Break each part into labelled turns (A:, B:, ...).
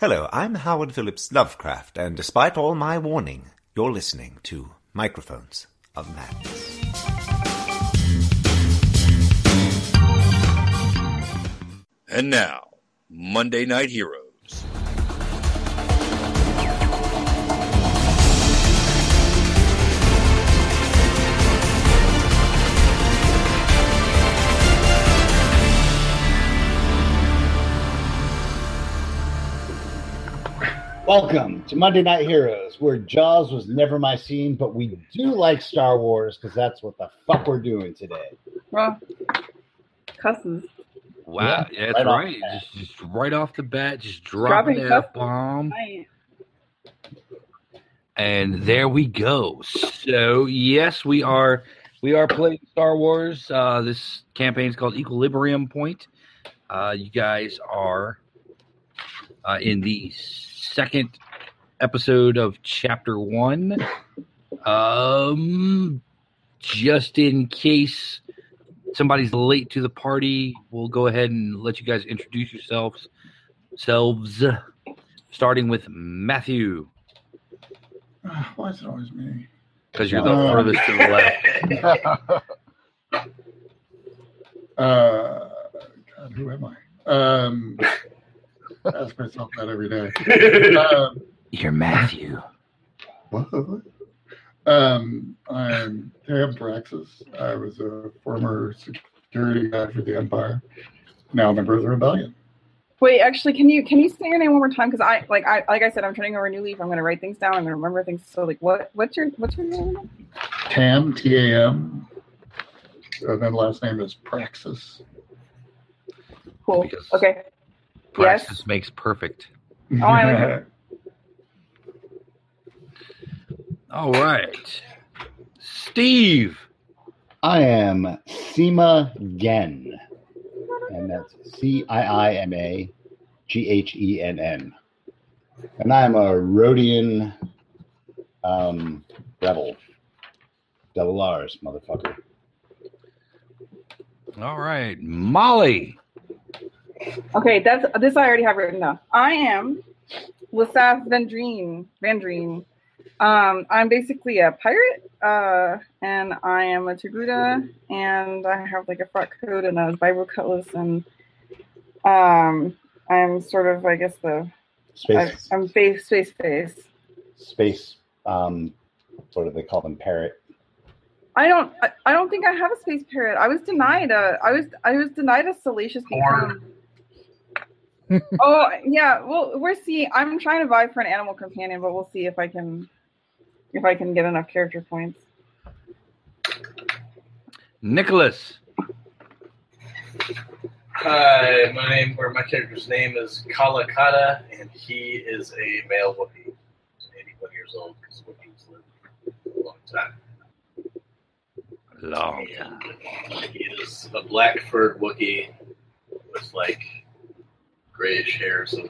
A: Hello, I'm Howard Phillips Lovecraft, and despite all my warning, you're listening to Microphones of Madness.
B: And now, Monday Night Heroes.
C: Welcome to Monday Night Heroes, where Jaws was never my scene, but we do like Star Wars because that's what the fuck we're doing today.
D: Well, cusses.
E: Wow, yeah, that's
C: right off
E: right.
C: the bat.
E: Just, just right off the bat, just dropping
D: Dropping
E: that
D: cuff-
E: bomb,
D: I,
E: and there we go. So yes, we are we are playing Star Wars. Uh, this campaign's called Equilibrium Point. Uh, you guys are uh, in the second episode of Chapter One. Um, just in case somebody's late to the party, we'll go ahead and let you guys introduce yourselves. Selves, starting with Matthew,
F: Ah, Why is it always me?
E: because you're the
F: Uh.
E: furthest to the left.
F: uh, God, who am I? Um, I ask myself that every day. Um,
E: You're Matthew.
F: what? Um, I'm Tam Praxis. I was a former security guy for the Empire, now a member of the Rebellion.
D: wait, actually, can you can you say your name one more time? Because I like I like I said, I'm turning over a new leaf. I'm gonna write things down. I'm gonna remember things. So like, what what's your what's your name?
F: Tam, T A M. And then last name is Praxis.
D: Cool.
E: Because-
D: Okay.
E: Practice makes perfect.
D: Oh, I like
E: All right, Steve.
C: I am Seema Gen, and that's C I I M A G H E N N. And I'm a Rhodian um, rebel. Double R's, motherfucker.
E: All right, Molly.
D: Okay. That's this. I already have written down. I am Lasath Vendrine. Vendrine. Um, I'm basically a pirate, uh, and I am a Togruta, and I have like a frock coat and a vibro cutlass, and um, I'm sort of, I guess, the I,
C: Space,
D: I'm face, face, face.
C: space, um, what do they call them? Parrot.
D: I don't. I, I don't think I have a space parrot. I was denied a. I was. I was denied a salacious.
E: Or-
D: become. oh yeah. Well, we're seeing. I'm trying to vie for an animal companion, but we'll see if I can, if I can get enough character points.
E: Nicholas.
G: Hi, my name or my character's name is Kalakata, and he is a male Wookiee, 81 years old because Wookiees live a long time.
E: Long time.
G: And he is a black furred Wookiee with like grayish hair, some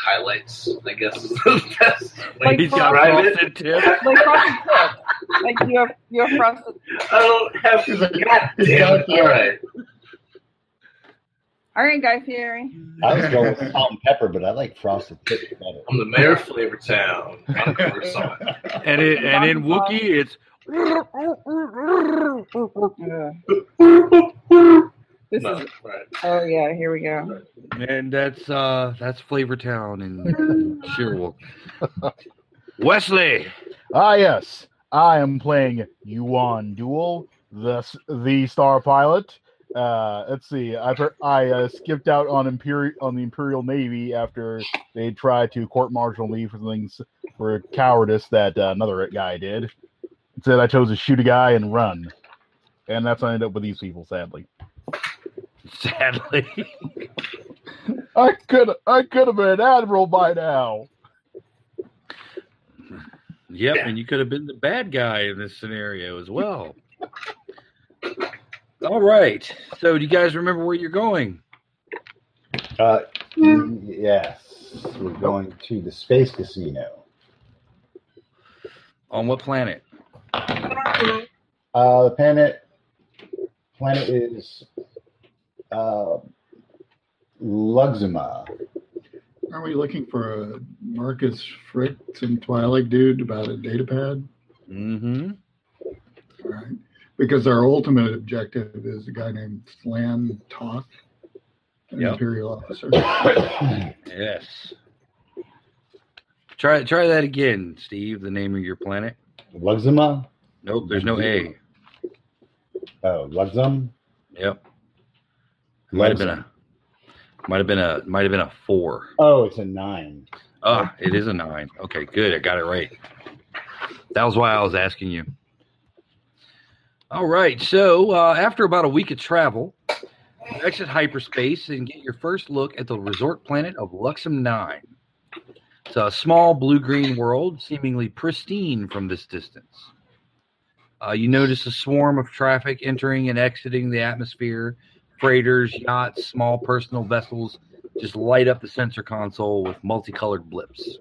G: highlights. I guess is the best way
D: Like
G: to
E: He's got
G: describe it.
E: frosted tips.
D: Like frosted tips. Like you have. You have frosted.
G: I don't have.
F: He's
G: God
F: like- he's
G: damn
F: got
G: it! All right,
D: All right, Guy Fieri.
C: I was going with salt and pepper, but I like frosted tips better.
G: I'm the mayor of Flavor Town. I'm Coruscant.
E: And, it, and in Wookiee, it's.
D: Ugh. This
G: No,
D: is.
G: all right.
D: Oh yeah. Here we go.
E: And that's uh that's Flavortown and Sherwood. Wesley.
H: Ah, yes. I am playing Yuan Duel, the s- the star pilot. Uh, let's see. I per- I uh, skipped out on imperial on the Imperial Navy after they tried to court martial me for things for cowardice that uh, another guy did. Instead, I chose to shoot a guy and run, and that's how I ended up with these people. Sadly,
E: Sadly.
H: I could I could have been an admiral by now.
E: Yep, and you could have been the bad guy in this scenario as well. All right. So do you guys remember where you're going?
C: Uh, yes, we're going to the space casino.
E: On what planet?
C: Uh, the planet planet is uh, Luxima,
F: Aren't we looking for a Marcus Fritz and Twilight dude about a data pad?
E: Mm-hmm.
F: Right. Because our ultimate objective is a guy named Slam Talk, an
E: Yep.
F: Imperial officer.
E: Yes. Try try that again, Steve. The name of your planet.
C: Luxima?
E: Nope, there's no A.
C: Oh, Luxum?
E: Yep. Might have been a. Might have been a. Might have been a four.
C: Oh, it's a nine.
E: Ah, it is a nine. Okay, good. I got it right. That was why I was asking you. All right. So uh, after about a week of travel, you exit hyperspace and get your first look at the resort planet of Luxem Nine. It's a small blue-green world, seemingly pristine from this distance. Uh, you notice a swarm of traffic entering and exiting the atmosphere. Freighters, yachts, small personal vessels, just light up the sensor console with multicolored blips.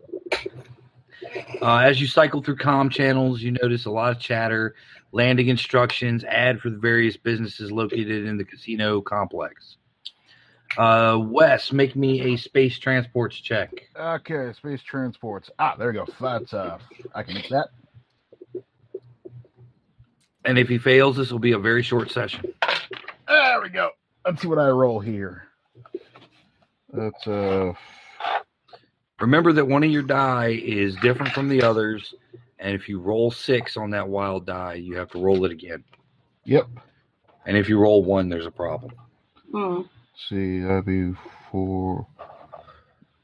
E: Uh, as you cycle through comm channels, you notice a lot of chatter, landing instructions, ad for the various businesses located in the casino complex. Uh, Wes, make me a space transports check.
H: Okay, space transports. Ah, there you go. That's uh, I can make that.
E: And if he fails, this will be a very short session.
H: There we go. Let's see what I roll here. That's uh,
E: Remember that one of your die is different from the others, and if you roll six on that wild die, you have to roll it again.
H: yep.
E: And if you roll one, there's a problem.
D: Hmm.
H: see, that'd be four,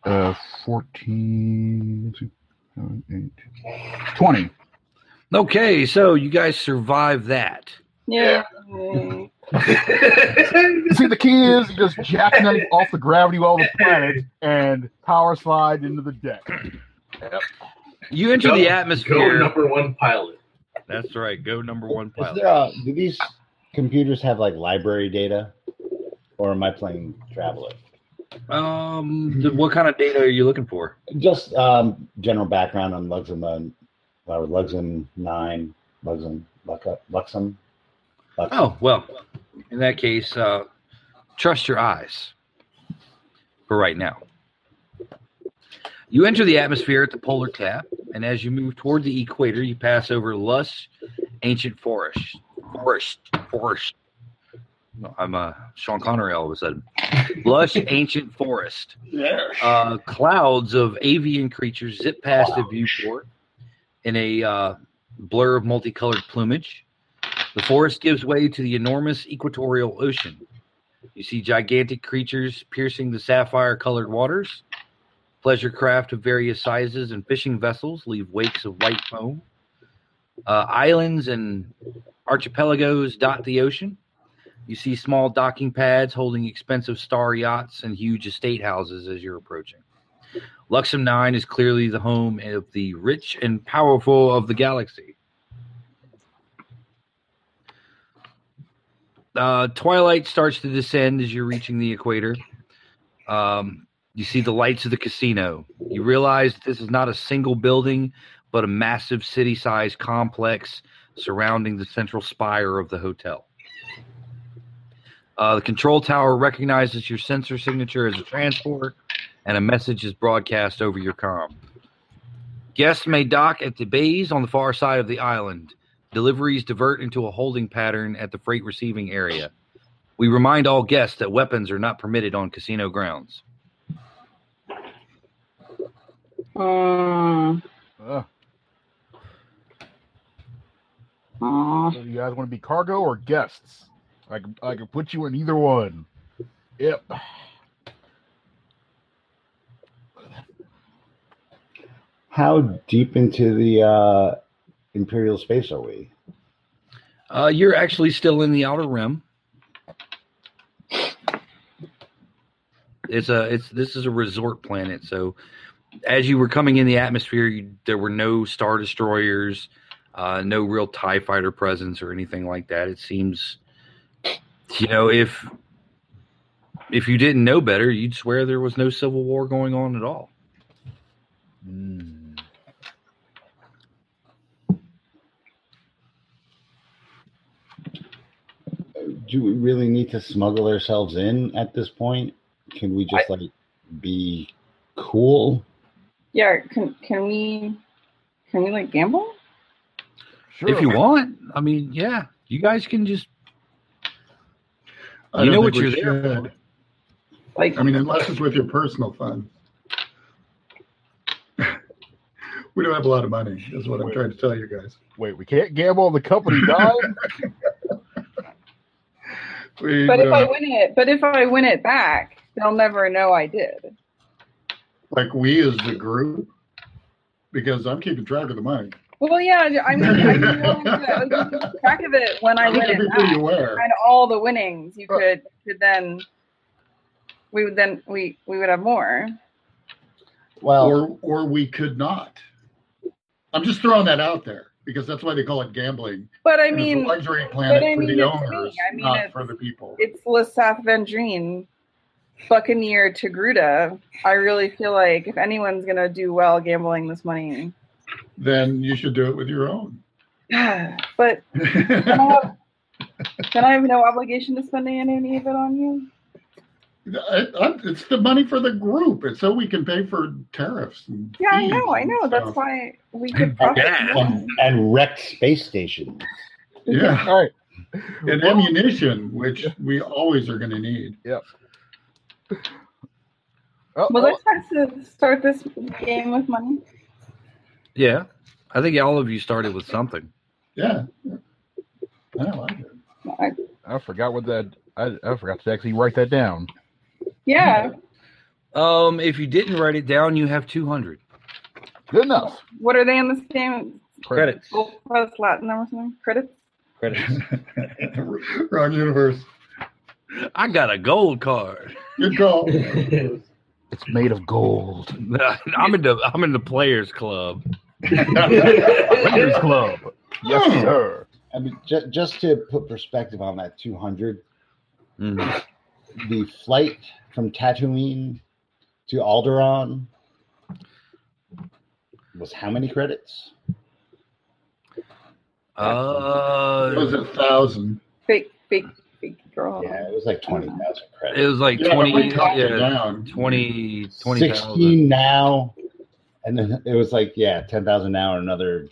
H: uh, 14, two, seven, eight, 20.
E: Okay, so you guys survived that.
D: Yeah.
H: You see, the key is you just jackknife off the gravity well of the planet and power slide into the deck.
E: You enter
G: Go-
E: the
G: Go
E: atmosphere.
G: number one pilot.
E: That's right. Go number one
C: Is
E: pilot.
C: there a, do these computers have like library data? Or am I playing Traveler?
E: um, th- what kind of data are you looking for?
C: Just um, general background on Luxum, uh, or Luxum 9, Luxum, Luxum, Luxum. Luxum.
E: Oh well, in that case, uh, trust your eyes for right now. You enter the atmosphere at the polar cap, and as you move toward the equator, you pass over lush, ancient forest, forest, forest. No, I'm uh, Sean Connery all of a sudden. Lush, ancient forest. Uh, clouds of avian creatures zip past the viewport in a uh, blur of multicolored plumage. The forest gives way to the enormous equatorial ocean. You see gigantic creatures piercing the sapphire colored waters. Pleasure craft of various sizes and fishing vessels leave wakes of white foam. Uh, islands and archipelagos dot the ocean. You see small docking pads holding expensive star yachts and huge estate houses as you're approaching. Luxem 9 is clearly the home of the rich and powerful of the galaxy. Uh, twilight starts to descend as you're reaching the equator. Um, you see the lights of the casino. You realize that this is not a single building, but a massive city sized complex surrounding the central spire of the hotel. Uh, the control tower recognizes your sensor signature as a transport, and a message is broadcast over your comm. Guests may dock at the bays on the far side of the island. Deliveries divert into a holding pattern at the freight receiving area. We remind all guests that weapons are not permitted on casino grounds.
D: Mm.
H: Uh,
D: Aw.
H: so you guys want to be cargo or guests? I can, I can put you in either one. Yep.
C: How deep into the uh, Imperial space are we?
E: Uh, you're actually still in the outer rim. It's a it's this is a resort planet. So as you were coming in the atmosphere, you, there were no star destroyers, uh, no real Tie fighter presence or anything like that. It seems, you know, if if you didn't know better, you'd swear there was no civil war going on at all.
C: Hmm.
H: Mm.
C: Do we really need to smuggle ourselves in at this point? Can we just like be Cool.
D: Yeah, can can we can we like gamble?
H: Sure.
E: If you want, I mean, yeah, you guys can just.
F: I
E: You
F: don't
E: know what
F: think we
E: you're there
F: should.
D: Like
F: I mean, unless it's with your personal funds. we don't have a lot of money, is what I'm trying to tell you guys.
H: Wait, we can't gamble on the company dime.
F: We
D: but if I
F: don't-
D: win it, but if I win it back, they'll never know I did.
F: like we as the group, because I'm keeping track of the money.
D: Well, yeah, I mean, I can tell them that, like, you can keep track of it when I
F: I'm
D: win it
F: keeping
D: back.
F: who you were.
D: and all the winnings you
F: Right.
D: could could then we would then we we would have more
H: Well,
F: or or we could not. I'm just throwing that out there because that's why they call it gambling.
D: but i
F: And it's
D: mean
F: a luxury planet
D: I
F: for
D: mean, it's
F: the
D: me.
F: owners,
D: I mean,
F: not
D: it's-
F: for the people.
D: it's Lissath Vendrine, buccaneer to Gruta. i really feel like if anyone's gonna do well gambling this money
F: Then you should do it with your own.
D: but then I, have, then I have no obligation to spend any of it on you
F: I- I- it's the money for the group. It's so we can pay for tariffs. And
D: yeah i
F: fees
D: know i
F: and
D: know that's
F: stuff.
D: why we could profit
E: Yeah.
C: And, and wrecked space station.
F: Yeah,
H: all right.
F: and ammunition, which we always are going to need.
H: Oh,
D: well
H: oh,
D: let's start to start this game with money
E: Yeah, I think all of you started with something.
F: Yeah, I like it.
D: I-
H: I forgot what that. I, I forgot to actually write that down.
D: yeah
E: Um, if you didn't write it down, you have two hundred
H: Good enough.
D: What are they in this game?
E: credits.
D: Gold plus Latinum or something? Credits?
E: Credits.
F: Wrong universe.
E: I got a gold card.
F: Good call.
H: It's made of gold.
E: I'm in the I'm in the players club.
H: Players Club.
F: Hmm.
H: Yes, sir.
C: I mean, ju- just to put perspective on that 200,
E: Mhm.
C: the flight from Tatooine to Alderaan was how many credits?
F: It was
E: Uh,
F: a thousand.
D: Fake, fake, fake girl.
C: Yeah, it was like 20,000
E: it
C: credits.
E: was like
F: Yeah,
E: twenty.
F: we talked it
E: Yeah,
F: down.
E: 20, 20,000.
C: 16 now. And then it was like, yeah, 10,000 now and another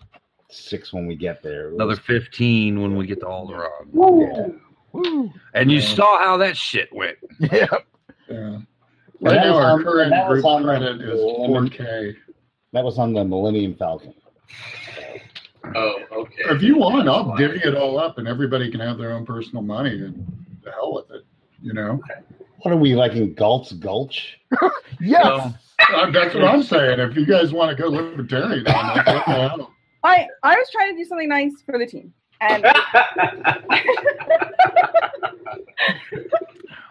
C: six when we get there. It
E: Another
C: was-
E: fifteen when we get to Alderaan.
C: yeah.
H: Woo.
E: And you
F: Yeah.
E: saw how that shit went.
H: Yeah.
F: Yeah.
C: But
F: Right
C: that
F: now,
C: was
F: our
C: on-
F: current
C: that was
F: group
C: on
F: credit is
C: the-
F: 4K.
C: That was on the Millennium Falcon.
G: Oh, okay.
F: If you want, I'll divvy it all up, and everybody can have their own personal money, and the hell with it. You know,
C: What are we like in Galt's Gulch?
H: Yes.
E: Um,
F: Uh, that's what I'm saying. If you guys want to go libertarian, on that, what the hell?
D: I, I was trying to do something nice for the team. And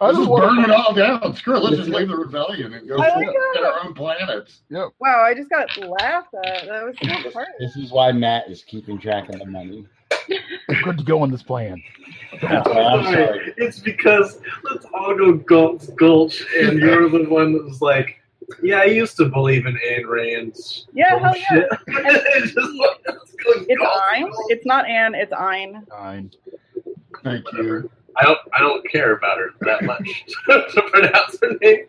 H: I just
F: Let's just
H: want
F: burn
H: to,
F: it all down. Screw it. Let's just leave the rebellion and go
D: I like
F: get
D: that.
F: our own planets.
D: Wow, I just got laughed at. That was so hard.
C: This is why Matt is keeping track of the money. Oh,
H: good to go on this plan.
C: I'm sorry.
G: It's because let's all go Gulch, Gulch, and you're the one that was like, yeah, I used to believe in Ayn Rand's.
D: Yeah, hell
F: Oh,
D: yeah.
G: bullshit." It's just like, let's go
D: It's
G: Gulch,
D: Ein.
G: Gulch.
D: It's not Anne, it's Ein.
H: Fine.
F: Thank you.
G: I don't, I don't care about her that much to pronounce her name.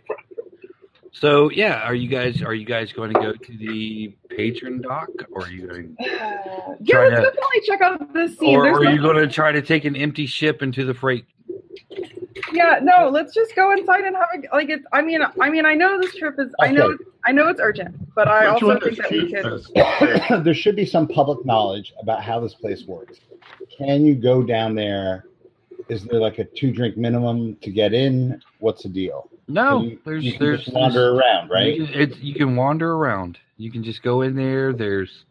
E: So yeah, are you guys are you guys going to go to the patron doc or are you going
D: Uh, Yeah,
E: Try
D: let's
E: to-
D: definitely check out this scene.
E: or,
D: There's
E: or are you
D: nothing-
E: going to try to take an empty ship into the freight?
D: Yeah, no, let's just go inside and have a like. It's. I mean, I mean, I know this trip is. I know.
C: Okay.
D: I know it's urgent, but I
F: Which
D: also
F: one
D: think
F: is
D: that we could.
F: Jesus?
C: there should be some public knowledge about how this place works. Can you go down there? Is there like a two drink minimum to get in? What's the deal?
E: No,
C: Can you-
E: there's
C: you can
E: there's
C: just wander
E: there's-
C: around, right?
E: You can, it, you can wander around. You can just go in there. There's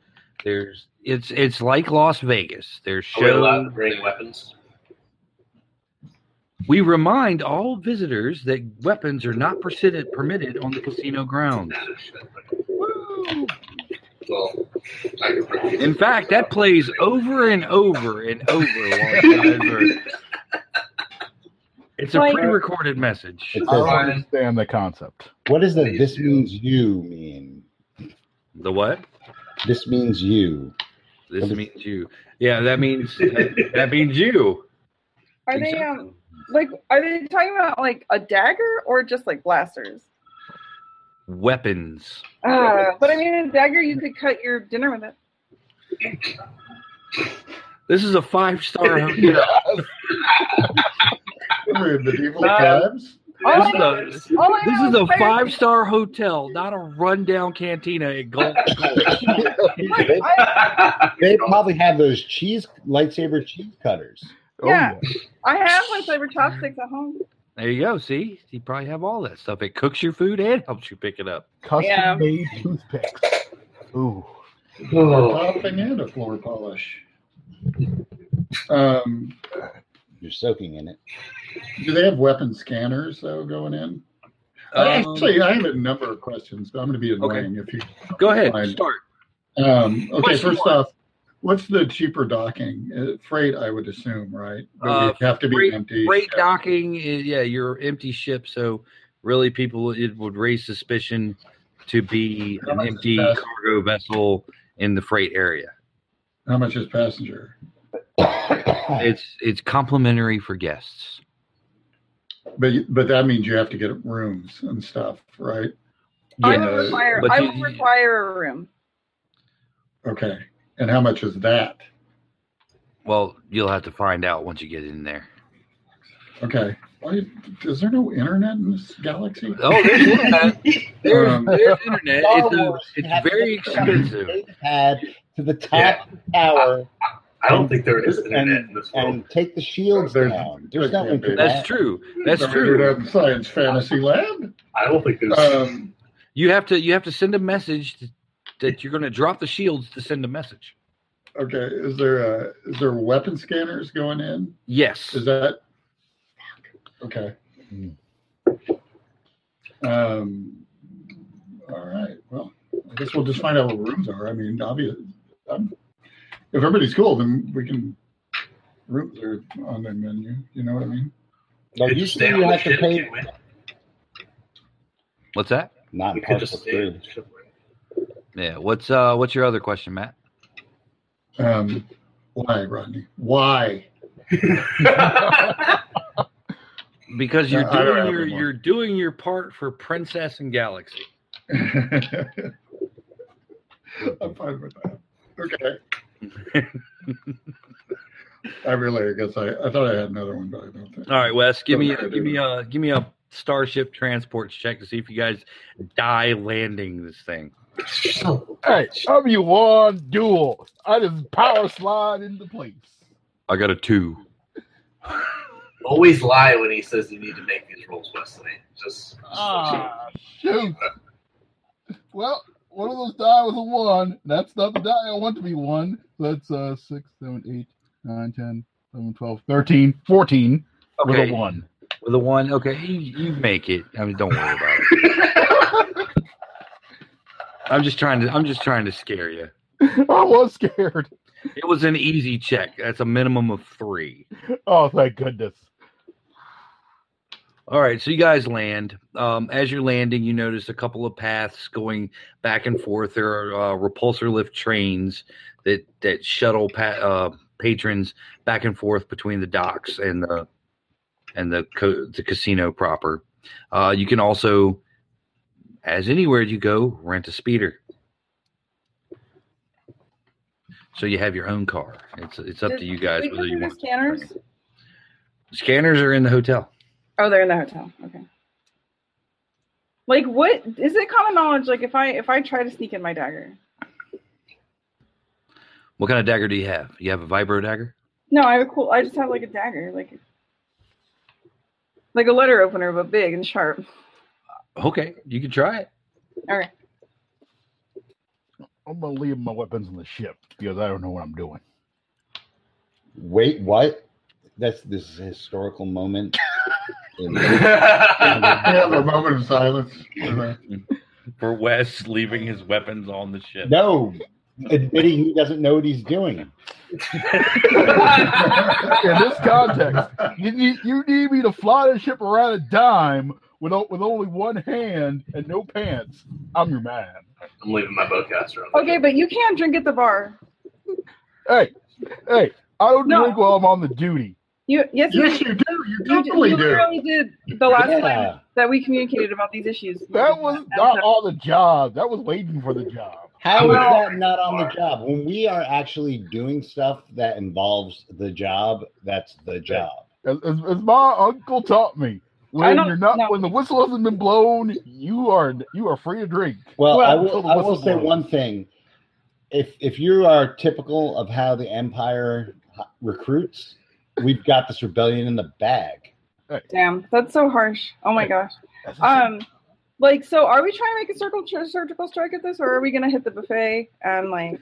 E: there's it's it's like Las Vegas. There's
G: Are we allowed
E: show.
G: to bring weapons?
E: We remind all visitors that weapons are not permitted permitted on the casino grounds.
G: Well, I can bring
E: In fact, that plays over and over and over. While you guys are- it's a
D: Like-
E: pre-recorded message.
C: It
H: I
C: says,
H: don't
G: Fine.
H: understand the concept.
C: what does the
G: Please
C: this
G: do.
C: means you mean?
E: The what?
C: This means you.
E: This means you. Yeah, that means that, that means you.
D: Are they um? Like, are they talking about like a dagger or just like blasters?
E: weapons.
D: Uh, but I mean, a dagger, you could cut your dinner with it.
E: This is a five star.
H: Yeah.
F: Remember in medieval
G: Uh,
F: times?
D: All
E: This
D: I
E: is
D: know,
E: a,
D: all I
E: this
D: know
E: is a
D: fire-
E: five star hotel, not a rundown cantina at Gold.
C: they, they probably have those cheese lightsaber cheese cutters.
D: Yeah.
H: Oh,
D: I have my flavor chopsticks at home.
E: There you go. See, you probably have all that stuff. It cooks your food and helps you pick it up.
H: Custom
D: Yeah.
H: made toothpicks. Ooh.
G: Oh,
F: Popping in a floor polish. Um,
C: You're soaking in it.
F: do they have weapon scanners though going in?
E: Um,
F: Actually, I have a number of questions, but I'm going to be annoying if you
E: go ahead.
F: Fine.
E: Start.
F: Um, okay,
E: Question
F: first
E: one.
F: off, what's the cheaper docking? Uh, freight, I would assume, right?
E: Uh,
F: But we have to be
E: freight-
F: empty.
E: Great docking. i- Yeah, you're an empty ship, so really people it would raise suspicion to be an empty cargo vessel in the freight area.
F: How much is passenger?
E: It's it's complimentary for guests.
F: But you- but that means you have to get rooms and stuff, right?
D: I
E: Yeah,
D: would require,
E: but
D: I
E: you-
D: would require a room.
F: Okay. And how much is that?
E: Well, you'll have to find out once you get in there.
F: Okay. Why, is there no internet in this galaxy?
E: Oh, there's internet. There's,
F: Um,
E: there's internet. It's, a, it's very expensive.
C: Pad to the top
G: Yeah. Uh,
C: of the tower
G: I don't think there is internet in
C: and,
G: this world.
C: and take the shields
F: There's-
C: down. There's no one for
E: That's
C: that.
E: true. That's
F: Is there
E: true.
F: internet in science fantasy land.
G: I don't think there's.
F: Um,
E: You have to you have to send a message t- that you're going to drop the shields to send a message.
F: okay. Is there a, is there weapon scanners going in?
E: Yes.
F: Is that okay? Hmm. Um, all right. Well, I guess we'll just find out what rooms are. I mean, obvious. I'm, if everybody's cool, then we can. Rooms are on the menu. You know what I mean?
C: No,
G: could
C: you
G: just stay
C: said
G: on
C: you
G: the
C: have to
G: ship,
C: pay
G: can't we?
E: What's that?
C: not
G: We
C: in
G: could just
C: parcel
G: stay on
C: three.
G: the ship.
E: Yeah. What's uh what's your other question, Matt?
F: Um, why, Rodney? Why?
G: right?
E: Because you're
F: Uh, I don't
E: doing
F: have
E: your
F: any more.
E: you're doing your part for Princess and Galaxy.
F: I'm fine with that. Okay. I really, I guess I, I thought I had another one, but I don't think.
E: All right, Wes, give me
F: Okay,
E: give me a give me a starship transports check to see if you guys die landing this thing.
G: Oh.
H: Hey, I'm you one duel. I just power slide into place.
E: I got a two.
G: Always lie when he says you need to make these rolls, Wesley. Just.
H: Ah, shoot. Well, one of those die was a one. That's not the die I want to be one. That's uh six, seven, eight, nine, ten, eleven, twelve, thirteen, fourteen with
E: Okay,
H: a one.
E: with a one. Okay, you, you make it. I mean, don't worry about it. I'm just trying to I'm just trying to scare you.
H: I was scared.
E: It was an easy check. That's a minimum of three.
H: Oh, thank goodness.
E: All right, so you guys land. Um, as you're landing, you notice a couple of paths going back and forth. There are uh, repulsor lift trains that that shuttle pa- uh, patrons back and forth between the docks and the and the co- the casino proper. Uh, you can also, as anywhere you go, rent a speeder. So you have your own car. It's it's up to you guys
D: We
E: whether you
D: can
E: want
D: use scanners.
E: Scanners are in the hotel.
D: Oh, they're in the hotel. Okay. Like, what is it common knowledge? Like, if I if I try to sneak in my dagger,
E: What kind of dagger do you have? You have a vibro dagger?
D: no, I have a cool. I just have like a dagger, like like a letter opener, but big and sharp.
E: Okay, you can try it.
D: Okay.
H: I'm gonna leave my weapons on the ship because I don't know what I'm doing.
C: Wait, what? That's this is a historical moment. in-
F: We have a moment of silence.
E: For Wes leaving his weapons on the ship.
C: no, admitting he doesn't know what he's doing.
H: In this context, you need you need me to fly the ship around a dime with o- with only one hand and no pants. I'm your man.
G: I'm leaving my bowcaster on. the
D: Okay, but you can't drink at the bar.
H: Hey, hey, I don't
D: No.
H: drink while I'm on the duty.
D: You yes, you,
F: Yes, you do. You
D: you,
F: definitely
D: you
F: do.
D: literally did the last
C: Yeah.
D: time. that we communicated about these issues.
H: That was not on the job. That was waiting for the job.
C: How is
D: Well-
C: that not on the job? When we are actually doing stuff that involves the job, that's the job.
H: As, as, as my uncle taught me,
D: I
H: when
D: don't-
H: you're not,
D: no.
H: when the whistle hasn't been blown, you are you are free to drink.
C: Well, I
H: until
C: will,
H: the
C: I will
H: whistle
C: say
H: blows.
C: one thing. If if you are typical of how the Empire h- recruits, we've got this rebellion in the bag.
D: Damn, that's so harsh. Oh my gosh. Um, like, so are we trying to make a circle tr- surgical strike at this, or are we gonna hit the buffet and like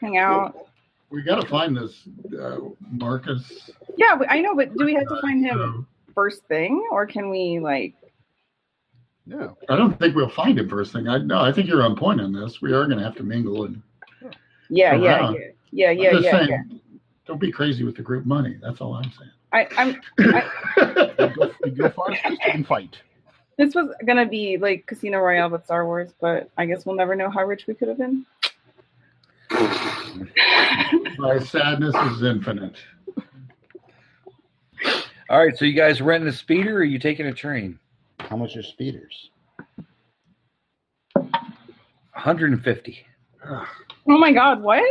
D: hang out?
F: We got to find this uh, Marcus. uh,
D: Yeah, we- I know, but do we have to
F: guy,
D: find him
F: so-
D: first thing, or can we like?
H: Yeah.
F: I don't think we'll find him first thing. I no, I think you're on point on this. We are going to have to mingle and
D: Yeah, yeah,
F: Around.
D: yeah, yeah, yeah,
F: I'm just
D: yeah.
F: saying,
D: yeah.
F: don't be crazy with the group money. That's all I'm
D: I, I'm
H: You
F: saying.
H: go, you go find a place you can fight.
D: This was gonna be like Casino Royale but Star Wars, but I guess we'll never know how rich we could have been.
F: My sadness is infinite.
E: All right, so you guys renting a speeder or are you taking a train?
C: How much are speeders?
E: 150.
F: Ugh,
D: oh my god, what?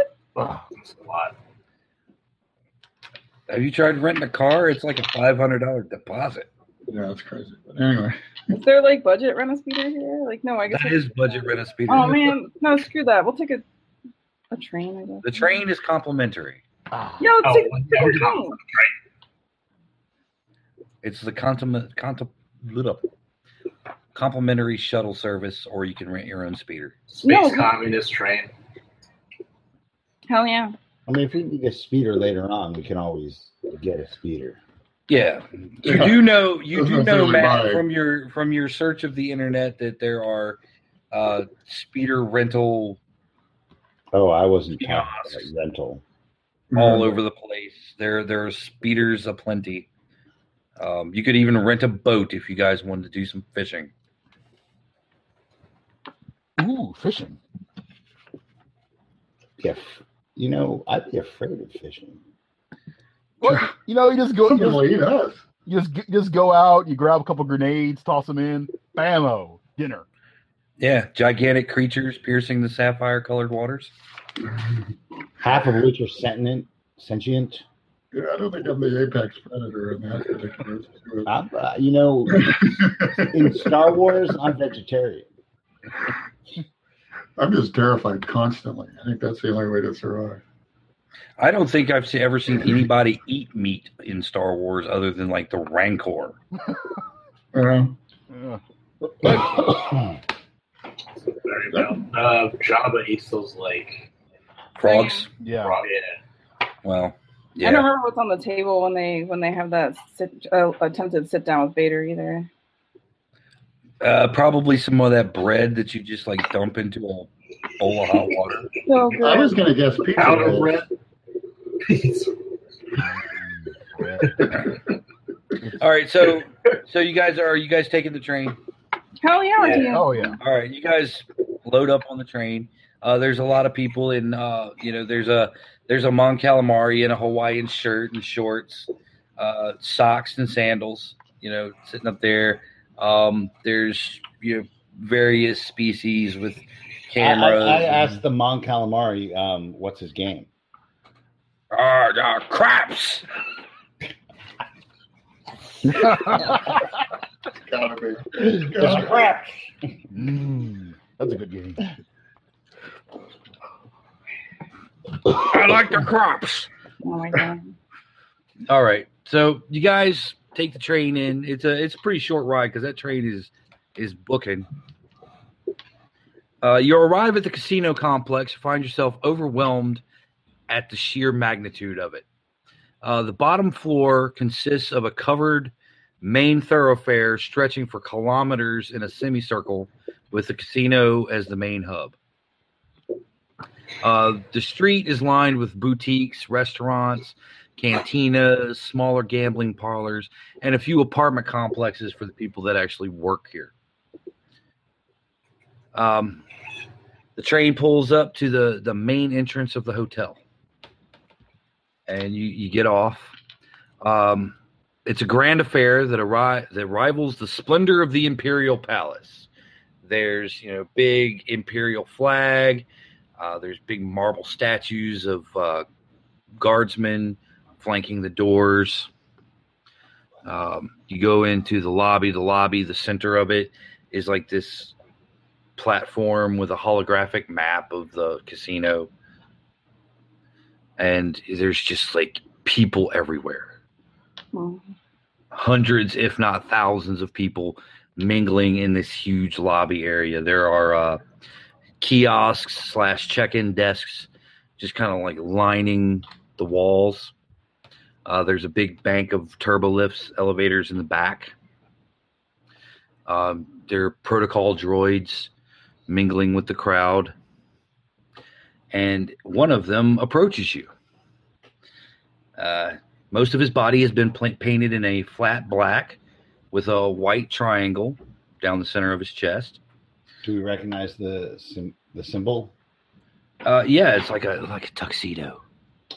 G: It's a lot.
E: Have you tried renting a car? It's like a $500 deposit.
F: yeah, that's crazy. But anyway,
D: Is there like budget rent a speeder here? Like no, I guess.
E: That
D: we-
E: is budget rent a speeder.
D: oh man, no, screw that. We'll take a a train, I guess.
E: The train is complimentary.
H: Ah,
D: Yeah, let's
G: Oh,
D: take,
G: one
D: take a
G: thousand.
D: train.
E: It's the consummate, contem- little complimentary shuttle service, or you can rent your own speeder.
G: Space
D: No.
G: communist train.
D: Hell yeah.
C: I mean, if we can get a speeder later on, we can always get a speeder.
E: Yeah, you
F: Yeah.
E: do know you
F: That's
E: do
F: what
E: know
F: I'm saying,
E: Matt
F: buy.
E: from your from your search of the internet that there are uh, speeder rental
C: Oh, I wasn't talking
E: Kiosks.
C: about rental.
E: all over the place. There there are speeders aplenty. Um, you could even rent a boat if you guys wanted to do some fishing.
H: ooh, fishing.
C: If you know, I'd be afraid of fishing.
H: What? You know, you just go, you
F: Something
H: just,
F: will eat us.
H: you just you just go out, you grab a couple grenades, toss them in, bammo, dinner.
E: Yeah, gigantic creatures piercing the sapphire colored waters.
C: Half of which are sentient. Sentient.
F: Yeah, I don't think I'm the apex predator in that particular situation.
C: I'm, uh, you know, in Star Wars, I'm vegetarian.
F: I'm just terrified constantly. I think that's the only way to survive.
E: I don't think I've se- ever seen anybody eat meat in Star Wars other than like the Rancor.
F: Uh,
H: Ugh.
G: Very well. Uh, Jabba eats those like
E: Frogs.
H: yeah.
G: raw- yeah.
E: Well,
D: Oh, I don't
E: yeah.
D: remember what's on the table when they when they have that sit, uh, attempted sit down with Vader either.
E: Uh, probably some of that bread that you just like dump into a bowl of hot water.
D: So good.
F: I was going to guess pizza
G: Powder
F: rolls.
G: bread. Pizza.
E: All right, so so you guys are you guys taking the train?
D: Hell yeah, we're
G: Yeah.
D: doing it.
H: Oh yeah.
E: All right, you guys load up on the train. Uh, there's a lot of people, and uh, you know there's a there's a Mon Calamari in a Hawaiian shirt and shorts, uh, socks and sandals. You know, sitting up there. Um, there's you know various species with
C: I, I,
E: cameras.
C: I asked the Mon Calamari, um, what's his game?
E: Ah, ah, craps.
F: Gotta be.
C: It's crap.
H: Mm, that's a good game.
E: I like the crops.
D: Oh my god.
E: All right. So you guys take the train in. It's a it's a pretty short ride because that train is is booking. Uh, you arrive at the casino complex, find yourself overwhelmed at the sheer magnitude of it. Uh, the bottom floor consists of a covered main thoroughfare stretching for kilometers in a semicircle, with the casino as the main hub. Uh, the street is lined with boutiques, restaurants, cantinas, smaller gambling parlors, and a few apartment complexes for the people that actually work here. Um, the train pulls up to the, the main entrance of the hotel, and you, you get off. Um, It's a grand affair that arri- that rivals the splendor of the imperial palace. There's you know big imperial flag. Uh, there's big marble statues of uh, guardsmen flanking the doors. Um, you go into the lobby. The lobby, the center of it, is like this platform with a holographic map of the casino, and there's just like people everywhere
D: Mm.
E: hundreds, if not thousands, of people mingling in this huge lobby area. There are uh, kiosks slash check-in desks, just kind of like lining the walls. Uh, there's a big bank of turbo lifts, elevators in the back. Um, there are protocol droids mingling with the crowd, and one of them approaches you. Uh, most of his body has been pla- painted in a flat black with a white triangle down the center of his chest.
C: Do we recognize the sym- the symbol?
E: Uh, yeah, it's like a like a tuxedo.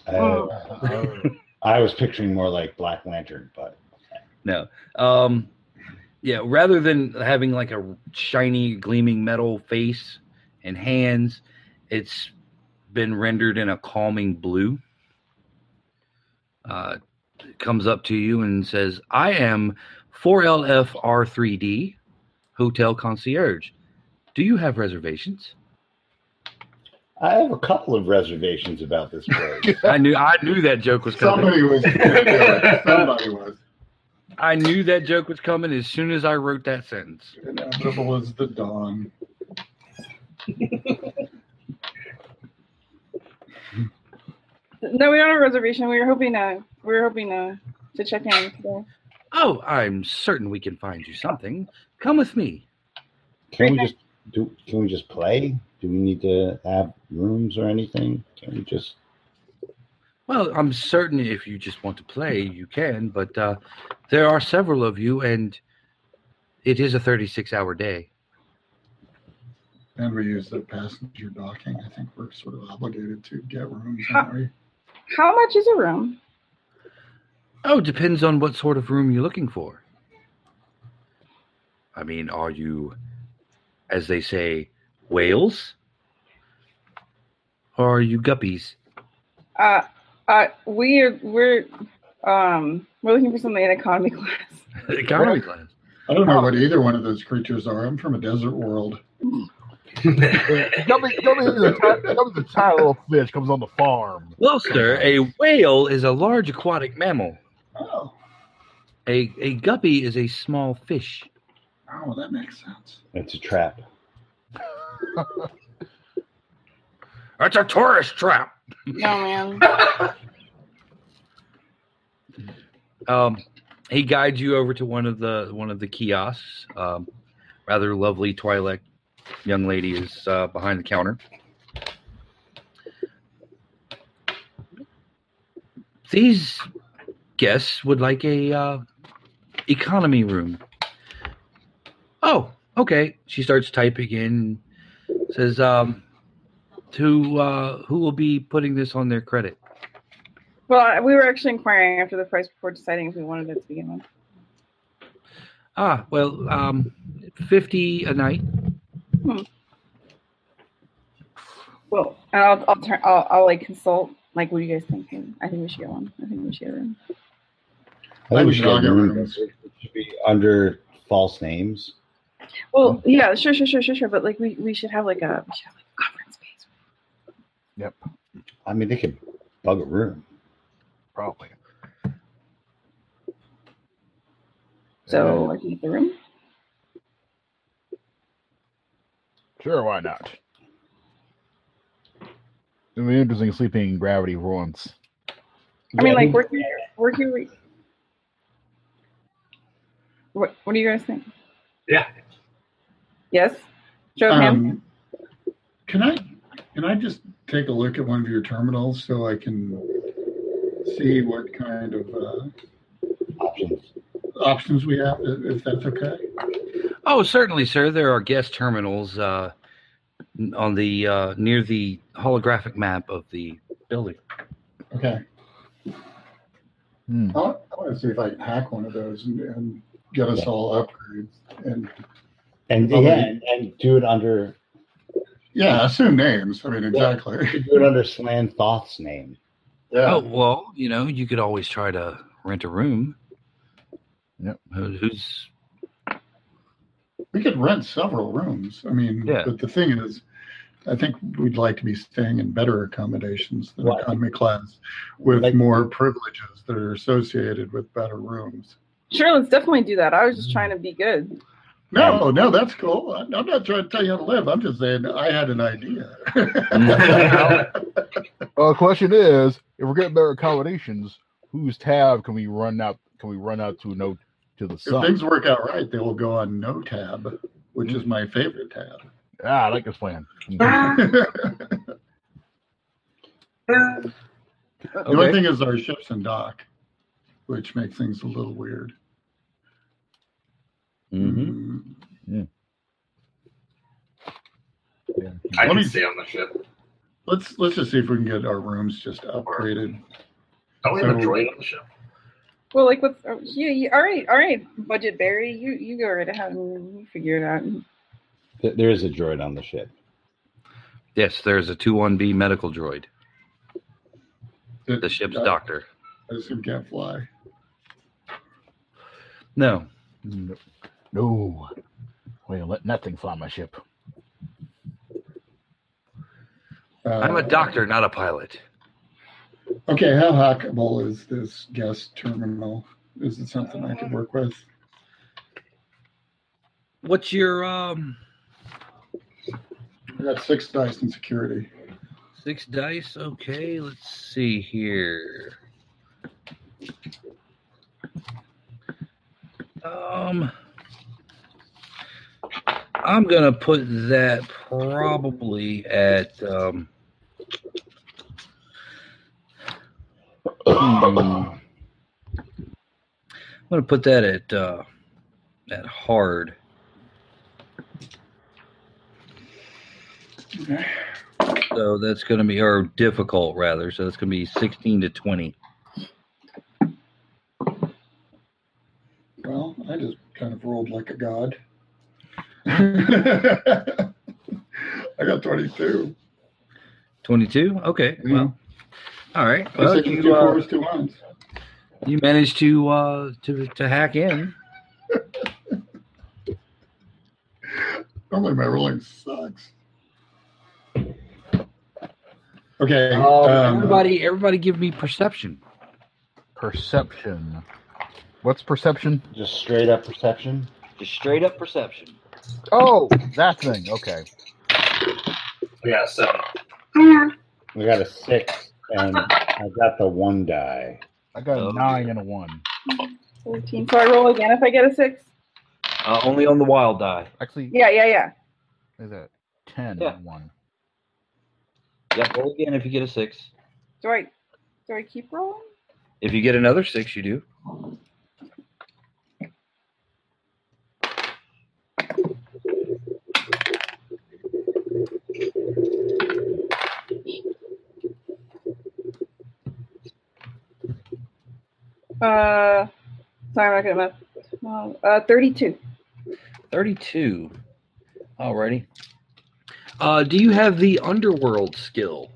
C: Uh,
G: Oh.
C: I was picturing more like Black Lantern, but
E: No. Um, yeah, rather than having like a shiny gleaming metal face and hands, it's been rendered in a calming blue. Uh, it comes up to you and says, "I am 4LFR3D hotel concierge. Do you have reservations?"
C: I have a couple of reservations about this place.
E: I knew I knew that joke was coming.
F: Somebody was. Somebody was.
E: I knew that joke was coming as soon as I wrote that sentence.
F: Inevitable as the dawn.
D: No, we don't have a reservation. We were hoping to. We were hoping to to check in. Today.
E: Oh, I'm certain we can find you something. Come with me.
C: Can we just do? Can we just play? Do we need to have rooms or anything? Can we just?
E: Well, I'm certain if you just want to play, you can, but uh, there are several of you, and it is a 36 hour day.
F: And we used the passenger docking. I think we're sort of obligated to get rooms, aren't we?
D: How much is a room?
E: Oh, depends on what sort of room you're looking for. I mean, are you, as they say, whales? Or are you guppies?
D: Uh, uh, we're we're um we're looking for something in economy class.
E: Economy class.
F: I don't know what either one of those creatures are. I'm from a desert world.
H: Gummy, Gummy, the, ti- Gummy the tiny little fish comes on the farm.
E: Well, sir, a whale is a large aquatic mammal.
F: Oh,
E: A, a guppy is a small fish.
F: oh, that makes sense.
C: It's a trap.
E: That's a tourist trap.
D: No man.
E: Um, he guides you over to one of the one of the kiosks. Um, rather lovely twilight young lady is uh, behind the counter. These guests would like a uh, economy room. Oh, okay. She starts typing in. Says, um, "To uh, who will be putting this on their credit?"
D: Well, I- we were actually inquiring after the price before deciding if we wanted it to begin with.
E: Ah, well, um, fifty a night.
D: Well, and I'll I'll turn I'll, I'll like consult. Like, what do you guys think? And I think we should get one. I think we should get a room.
C: I think we
F: Maybe
C: should
F: I'll
C: have
F: get
C: rooms.
F: rooms.
C: It should be under false names.
D: Well, yeah, sure, sure, sure, sure, sure. But like, we, we should have like a we should have like a conference space.
C: I mean, they could bug a room.
H: Probably.
D: So like, we get the room.
H: Sure, why not? It'd be interesting sleeping in gravity for once.
D: I mean,
C: Yeah,
D: like
C: who-
D: we're here, we're here. We... What What do you guys think?
G: Yeah.
D: Yes. Joe Ham.
F: Um, can I can I just take a look at one of your terminals so I can see what kind of uh,
C: options.
F: options we have, if if that's okay?
E: Oh, certainly, sir. There are guest terminals uh, n- on the uh, near the holographic map of the building.
F: Okay.
H: Hmm.
F: I want, I want to see if I can hack one of those and, and get us
C: Yeah.
F: all upgrades. And
C: And
F: Okay.
C: yeah, and, and do it under
F: yeah, assume names. I mean, exactly.
C: do it under Slan Thoth's name.
F: Yeah.
E: Oh well, you know, you could always try to rent a room.
H: Yep.
E: Who- Who's
F: We could rent several rooms. I mean,
E: Yeah.
F: but the thing is, I think we'd like to be staying in better accommodations than
C: Right.
F: economy class with
C: Like-
F: more privileges that are associated with better rooms.
D: Sure, let's definitely do that. I was just trying to be good.
F: No, no, that's cool. I'm not trying to tell you how to live. I'm just saying I had an idea.
H: Well, the Uh, question is, if we're getting better accommodations, whose tab can we run out? Can we run out to no to the
F: if
H: sun?
F: things work out right, they will go on no tab, which is my favorite tab.
H: Ah, I like this plan.
F: The only
E: Okay.
F: thing is our ships and dock, which makes things a little weird.
C: Mm-hmm.
F: Mm.
E: Mhm.
H: Yeah.
G: I
F: Let
G: can
F: me-
G: stay on the ship.
F: Let's let's just see if we can get our rooms just upgraded.
G: Don't we have
F: So-
G: a droid on the ship?
D: Well, like, what's oh, yeah, yeah, all right, all right, budget Barry, you you go right ahead and you figure it out.
C: Th- There is a droid on the ship.
E: Yes, there's a two one B medical droid.
F: It-
E: The ship's
F: I-
E: doctor.
F: I assume can't fly.
E: No.
H: No, well, let nothing fly my ship.
F: Uh,
E: I'm a doctor, not a pilot.
F: Okay, how hackable is this guest terminal? Is it something I could work with?
E: What's your um
F: I got six dice in security.
E: six dice? Okay, let's see here. Um I'm gonna put that probably at um
H: Hmm.
E: I'm gonna put that at uh, at hard.
F: Okay.
E: So that's gonna be or difficult rather. So that's gonna be sixteen to twenty.
F: Well, I just kind of rolled like a god. I got 22.
E: 22? Okay. Well, all right.
F: I
E: Well,
F: said two
E: you, uh,
F: fours, two ones.
E: you managed to uh, to to hack in.
F: Normally my rolling sucks. Okay. um,
E: everybody, everybody, give me perception.
H: Perception. What's perception?
C: Just straight up perception.
E: Just straight up perception.
H: Oh, that thing. Okay.
G: Yeah, seven.
C: I got a six, and I got the one die.
H: I got
E: Oh,
H: a nine and a one.
D: Fourteen. So I roll again if I get a six.
E: Uh, only on the wild die.
H: Actually,
D: Yeah, yeah, yeah.
H: is that ten
E: Yeah.
H: and one?
E: Yeah. Roll again if you get a six.
D: Do I do I keep rolling?
E: If you get another six, you do.
D: Uh, sorry, I'm not good at math. Uh, thirty-two.
E: Thirty-two. Alrighty. Uh, do you have the underworld skill?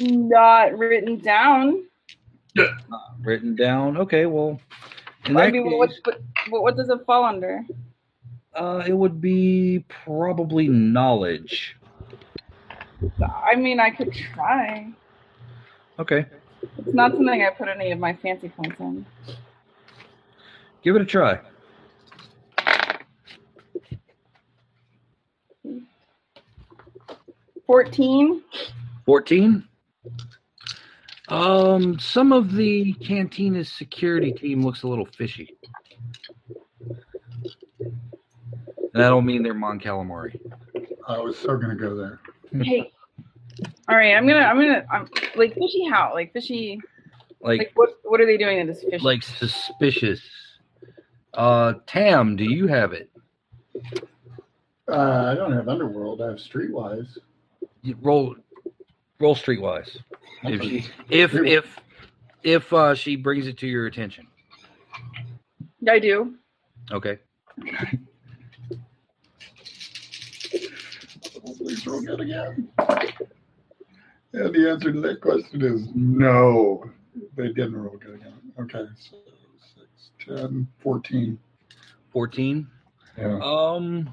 D: Not written down.
E: written down. Okay, well, in
D: I
E: that
D: mean,
E: case,
D: what, what, what, what does it fall under?
E: uh, it would be probably knowledge.
D: I mean, I could try.
E: Okay,
D: It's not something I put any of my fancy points on.
E: give it a try.
D: Fourteen.
E: Fourteen. Um, some of the cantina's security team looks a little fishy. And I don't mean they're Mon Calamari.
F: I was so going to go there.
E: Hmm.
D: Hey. All right, I'm gonna, I'm gonna, I'm like fishy. How? Like fishy? Like
E: Like,
D: what? What are they doing that is fishy?
E: like suspicious. Uh, Tam, do you have it?
F: Uh, I don't have Underworld. I have Streetwise.
E: You Roll, roll streetwise. If, if if if uh, she brings it to your attention.
D: I do.
E: Okay.
F: Please roll that again. And the answer to that question is no. They didn't roll good again. Okay, so 6, 10, 14.
E: 14.
F: Yeah.
E: Um,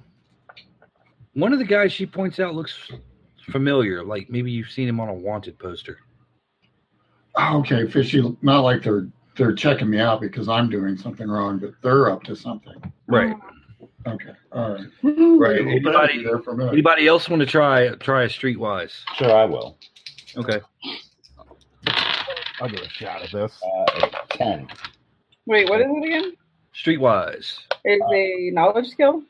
E: one of the guys she points out looks familiar. Like maybe you've seen him on a wanted poster.
F: Oh, okay, fishy. Not like they're they're checking me out because I'm doing something wrong, but they're up to something.
E: Right.
F: Okay, all right. Woo,
E: Right,
F: they were
E: anybody-
F: busy there for a minute.
E: Anybody else want to try try a streetwise?
C: Sure, I will.
E: Okay.
H: I'll give it a shot at this.
C: Uh, 10.
D: Wait, what is it again?
E: Streetwise.
D: It's a knowledge skill.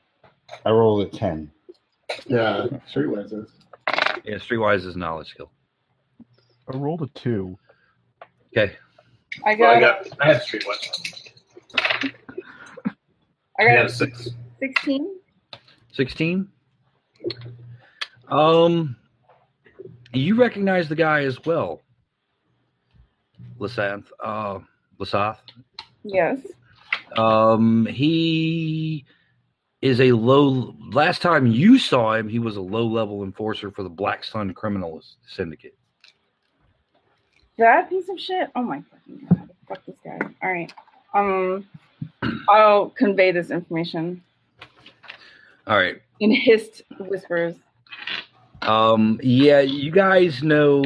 C: I rolled a 10.
F: Yeah, sure was this.
E: Yeah, streetwise is a knowledge skill.
H: I rolled a two.
E: Okay.
D: I
G: Well,
D: got,
G: I got. I have street one.
D: I
G: I
D: got
G: have six.
D: sixteen.
E: 16. Um, you recognize the guy as well, Lasanth. Uh, Lasath.
D: Yes.
E: Um, he is a low. Last time you saw him, he was a low-level enforcer for the Black Sun Criminal Syndicate.
D: That piece of shit. Oh my fucking god. Fuck this guy. All right. Um, I'll convey this information
E: All right.
D: in hissed whispers.
E: Um, yeah, you guys know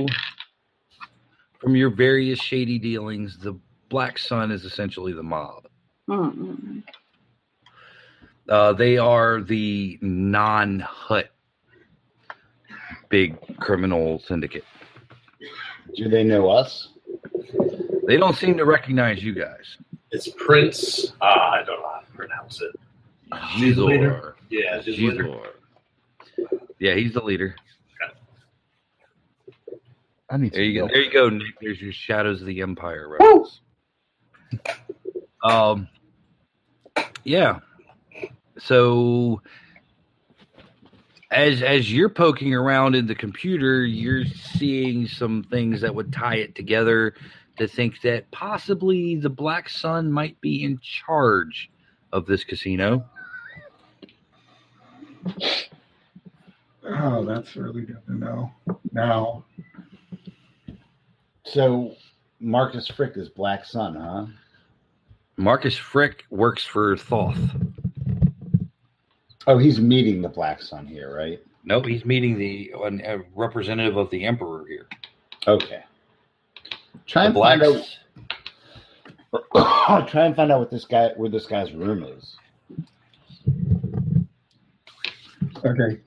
E: from your various shady dealings, the Black Sun is essentially the mob.
D: Mm-mm.
E: Uh, they are the non-hut big criminal syndicate.
C: Do they know us?
E: They don't seem to recognize you guys.
G: It's Prince. Uh, I don't know how to pronounce it. He's the leader.
E: Zizor.
G: Yeah, just later.
E: Zizor. Yeah, he's the leader.
H: I need
E: There you go.
H: some
E: There you go, Nick. There's your Shadows of the Empire reference. um, yeah. So as as you're poking around in the computer, you're seeing some things that would tie it together to think that possibly the Black Sun might be in charge of this casino.
F: Oh, that's really good to know. Now,
C: So Marcus Frick is Black Sun, huh?
E: Marcus Frick works for Thoth.
C: Oh, he's meeting the Black Sun here, right?
E: No, he's meeting the an, a representative of the Emperor here.
C: Okay. Try
E: The
C: and
E: Black
C: find out. try and find out what this guy, where this guy's room is.
F: okay.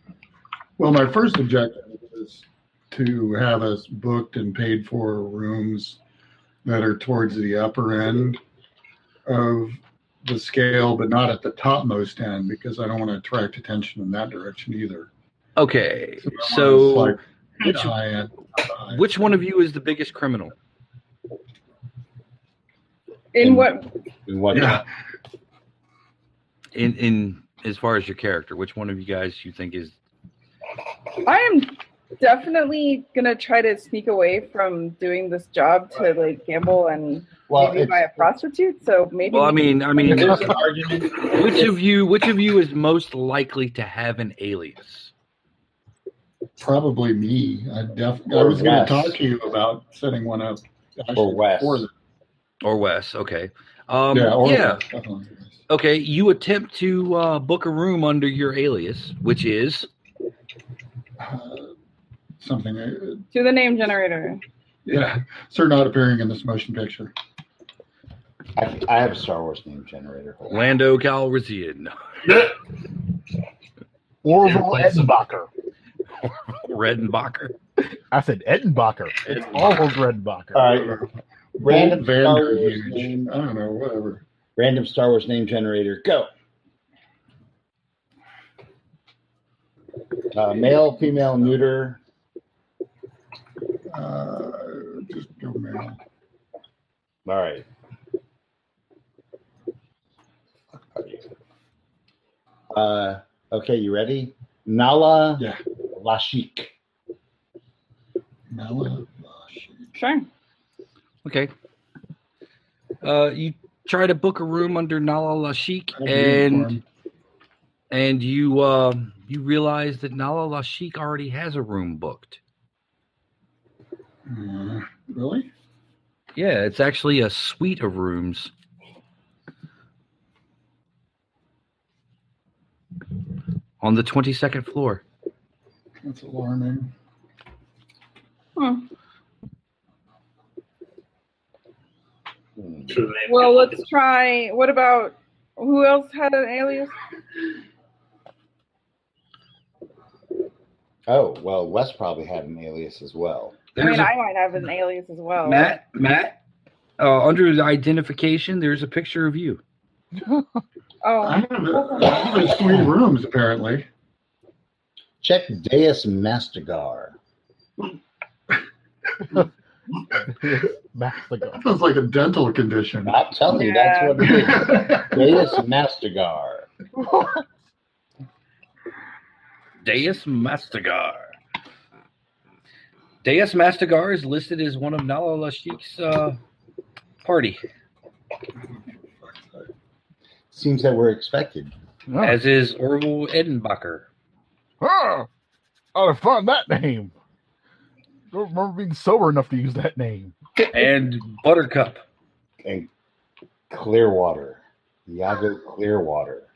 F: Well, my first objective is to have us booked and paid for rooms that are towards the upper end of the scale, but not at the topmost end because I don't want to attract attention in that direction either.
E: Okay,
F: I want
E: so
F: us, like,
E: which-
F: high end, high.
E: which one of you is the biggest criminal?
D: In what?
C: And what?
F: Yeah.
E: In in as far as your character, which one of you guys you think is?
D: I am definitely gonna try to sneak away from doing this job to like gamble and
C: Well,
D: maybe
C: it's,
D: buy a prostitute. So maybe.
E: Well, I mean, I mean,
C: there's
E: which
C: an argument.
E: of you, which of you is most likely to have an alias?
F: Probably me. I definitely. I
C: Or
F: was going to
C: Wes.
F: talk to you about setting one up.
C: Or Wes.
F: before that.
E: Or Wes? Okay, um,
F: yeah, or
E: yeah.
F: Wes, definitely.
E: Okay, you attempt to uh, book a room under your alias, which is
F: Uh, something. uh,
D: to the name generator.
F: Yeah, sir, not appearing in this motion picture.
C: I, I have a Star Wars name generator.
E: Lando Calrissian.
H: Orville
G: Place of-
H: Edenbacher.
E: Redenbacher.
H: I said Edenbacher. It's Orville Redenbacher.
C: All right. Random Star
F: Vander
C: Wars
F: huge.
C: name.
F: I don't know. Whatever.
C: Random Star Wars name generator. Go. Uh, male, female, neuter.
F: Uh, just go man.
C: All right. Uh, okay, you ready? Nala
F: Yeah.
C: Lashik.
F: Mala. oh, shit.
D: Sure.
E: Okay. Uh, you try to book a room under Nala Lashik,
F: I have a
E: and
F: uniform.
E: and you uh, you realize that Nala Lashik already has a room booked.
F: Uh, really?
E: Yeah, it's actually a suite of rooms. On the 22nd floor.
F: That's alarming.
D: Hmm.
C: Hmm.
G: True name.
D: Well, let's try. What about who else had an alias?
C: Oh, well, Wes probably had an alias as well.
D: I mean,
E: There's a-
D: I might have an alias as well.
E: Matt, Matt, uh, under the identification, there's a picture of you.
D: Oh,
F: I'm in the three rooms, apparently.
C: Check Deus Mastergar.
F: That
H: Mastigar.
F: sounds like a dental condition.
C: I'm telling you, that's what it is. Deus Mastergar.
E: Deus Mastigar. Deus Mastigar is listed as one of Nala Lashik's uh, party,
C: Seems that we're expected.
E: as is Orville Edenbacher.
H: Oh, I found that name. Don't remember being sober enough to use that name.
E: and Buttercup.
C: And Clearwater. Iago Clearwater.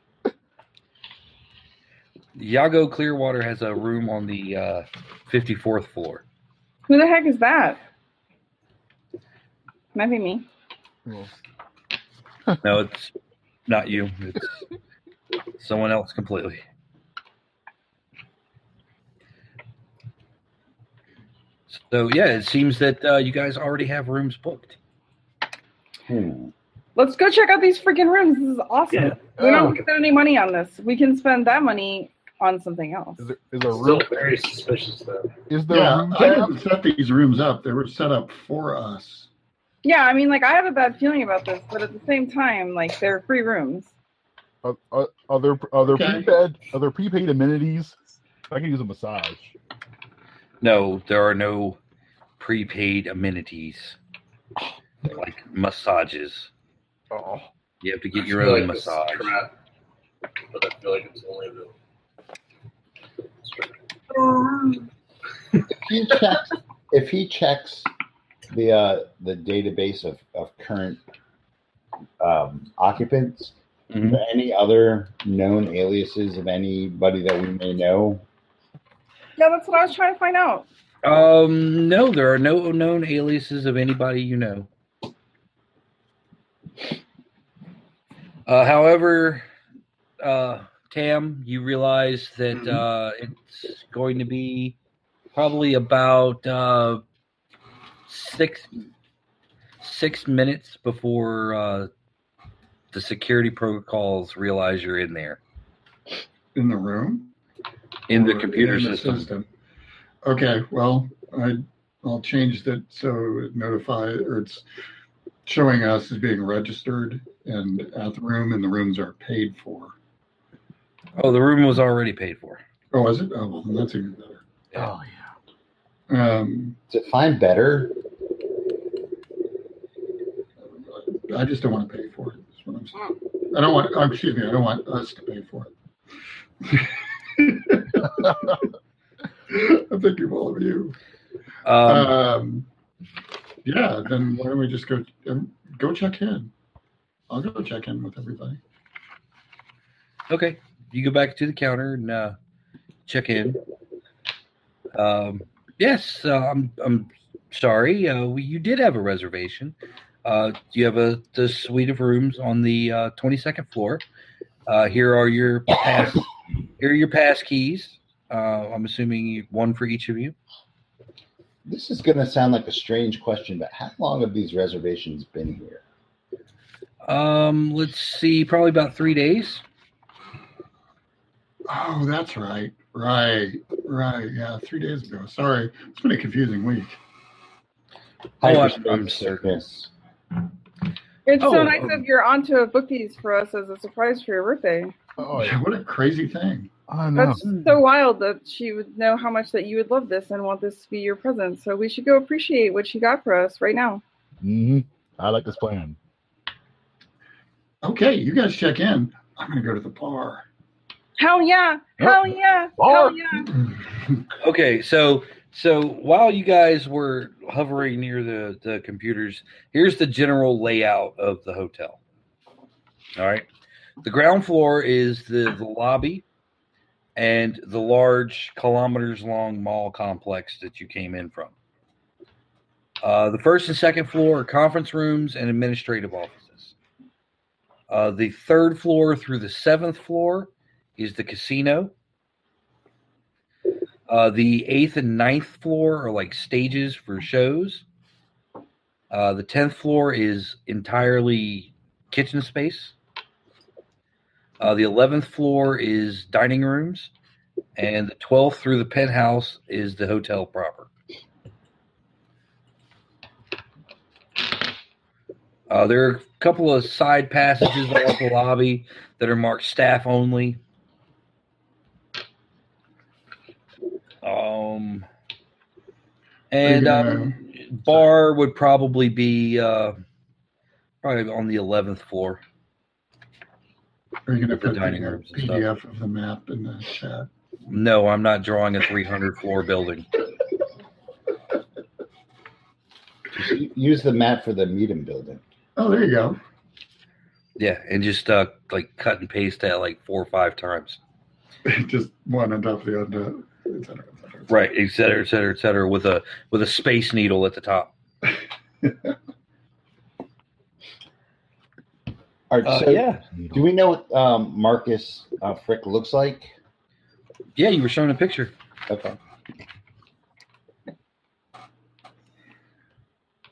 E: Yago Clearwater has a room on the uh, 54th floor.
D: who the heck is that? Might be me.
E: No, it's not you. It's someone else completely. So yeah, it seems that uh, you guys already have rooms booked.
C: Hmm.
D: Let's go check out these freaking rooms. This is awesome. We
E: Oh,
D: don't spend any money on this. We can spend that money on something else.
H: Is there, is there room?
G: Still very suspicious though.
H: Is there
F: Yeah,
H: room
F: I
H: tab?
F: didn't set these rooms up. They were set up for us.
D: Yeah, I mean, like, I have a bad feeling about this, but at the same time, like, they're free rooms.
H: Are, are, are there are there
F: Okay.
H: prepaid are there prepaid amenities? I can use a massage.
E: No, there are no prepaid amenities like massages.
H: Oh,
E: You have to
G: I
E: get your
G: feel
E: own
G: like this is
E: massage.
G: crap, But I feel like it's only the.
C: If he checks, if he checks the uh, the database of, of current um, occupants,
E: Mhm.
C: Are there any other known aliases of anybody that we may know?
D: Yeah, that's what I was trying to find out.
E: Um, no, there are no known aliases of anybody you know. Uh, however, uh, Tam, you realize that uh, it's going to be probably about uh, six six minutes before uh, the security protocols realize you're in there
F: In the room?
E: in the
F: Or
E: computer
F: in the
E: system.
F: Okay, well, I, I'll change that so it notify or it's showing us as being registered and at the room, and the rooms are paid for.
E: Oh, the room was already paid for.
F: Oh, is it? Oh, well, then that's even better.
H: oh
F: Um,
C: Is it fine better?
F: I just don't want to pay for it. Is what I'm saying. I don't want. oh, Excuse me. I don't want us to pay for it. I'm thinking of all of you.
E: Um,
F: Um, yeah. Then why don't we just go um, go check in? I'll go check in with everybody.
E: Okay. You go back to the counter and uh, check in. Um, yes, uh, I'm. I'm sorry. Uh, we, you did have a reservation. Uh, you have a the suite of rooms on the uh, 22nd floor. Uh, here are your pass. here are your pass keys. Uh, I'm assuming one for each of you.
C: This is going to sound like a strange question, but how long have these reservations been here?
E: Um, let's see. Probably about three days.
F: Oh, that's right. Right. Right. Yeah. Three days ago. Sorry. It's been a confusing week.
E: Oh, I'm-
C: Hyperspace
E: I'm certain.
C: sickness.
D: It's
E: Oh,
D: so nice
E: um,
D: of your aunt to have booked these for us as a surprise for your birthday.
H: oh
F: yeah.
H: yeah.
F: What a crazy thing.
H: I know.
D: That's so wild that she would know how much that you would love this and want this to be your present. So we should go appreciate what she got for us right now.
H: hmm I Mm-hmm. like this plan.
F: Okay, you guys check in. I'm gonna go to the bar.
D: Hell yeah! Hell yeah!
H: Bar.
D: Hell yeah!
E: Okay, so so while you guys were hovering near the the computers, here's the general layout of the hotel. All right, the ground floor is the, the lobby and the large kilometers long mall complex that you came in from. Uh, the first and second floor are conference rooms and administrative offices. Uh, the third floor through the seventh floor is the casino. Uh, the eighth and ninth floor are like stages for shows. Uh, the tenth floor is entirely kitchen space. Uh, the eleventh floor is dining rooms, and the twelfth through the penthouse is the hotel proper. Uh, there are a couple of side passages off the lobby that are marked staff only. Um, and
F: Yeah.
E: um, bar would probably be uh, probably on the eleventh floor.
F: Are you gonna
E: The
F: put the
E: dining
F: uh,
E: rooms and stuff.
F: PDF of the map in the chat?
E: No, I'm not drawing a 300 floor building.
C: Just Use the map for the Meadham building.
F: Oh, there you go.
E: Yeah, and just uh, like cut and paste that like four or five times.
F: Just one on top of the other, et cetera, et cetera.
E: Right, et cetera, et cetera, et cetera, with a with a space needle at the top.
C: All right,
E: Uh,
C: so
E: yeah,
C: do we know what um, Marcus uh, Frick looks like?
E: yeah, you were showing a picture.
C: Okay.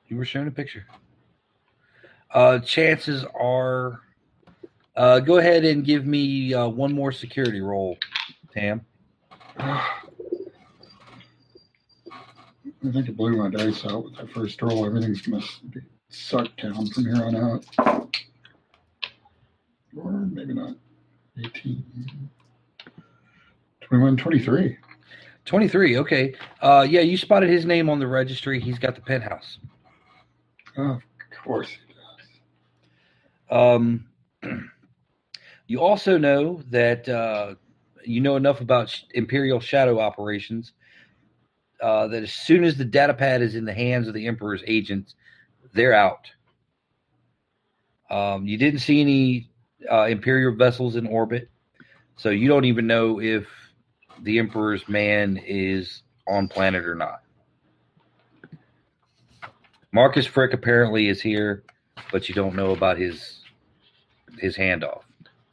E: You were showing a picture. Uh, chances are, uh, go ahead and give me uh, one more security roll, Tam.
F: I think I blew my dice out with that first roll. Everything's gonna s- be suck down from here on out. Or maybe not. 18. 21, 23.
E: 23, okay. Uh, yeah, you spotted his name on the registry. He's got the penthouse.
F: Oh, of course.
E: Um, you also know that uh, you know enough about sh- Imperial shadow operations uh, that as soon as the data pad is in the hands of the Emperor's agents, they're out. Um, you didn't see any uh, Imperial vessels in orbit, so you don't even know if the Emperor's man is on planet or not. Marcus Frick apparently is here, but you don't know about his his handoff.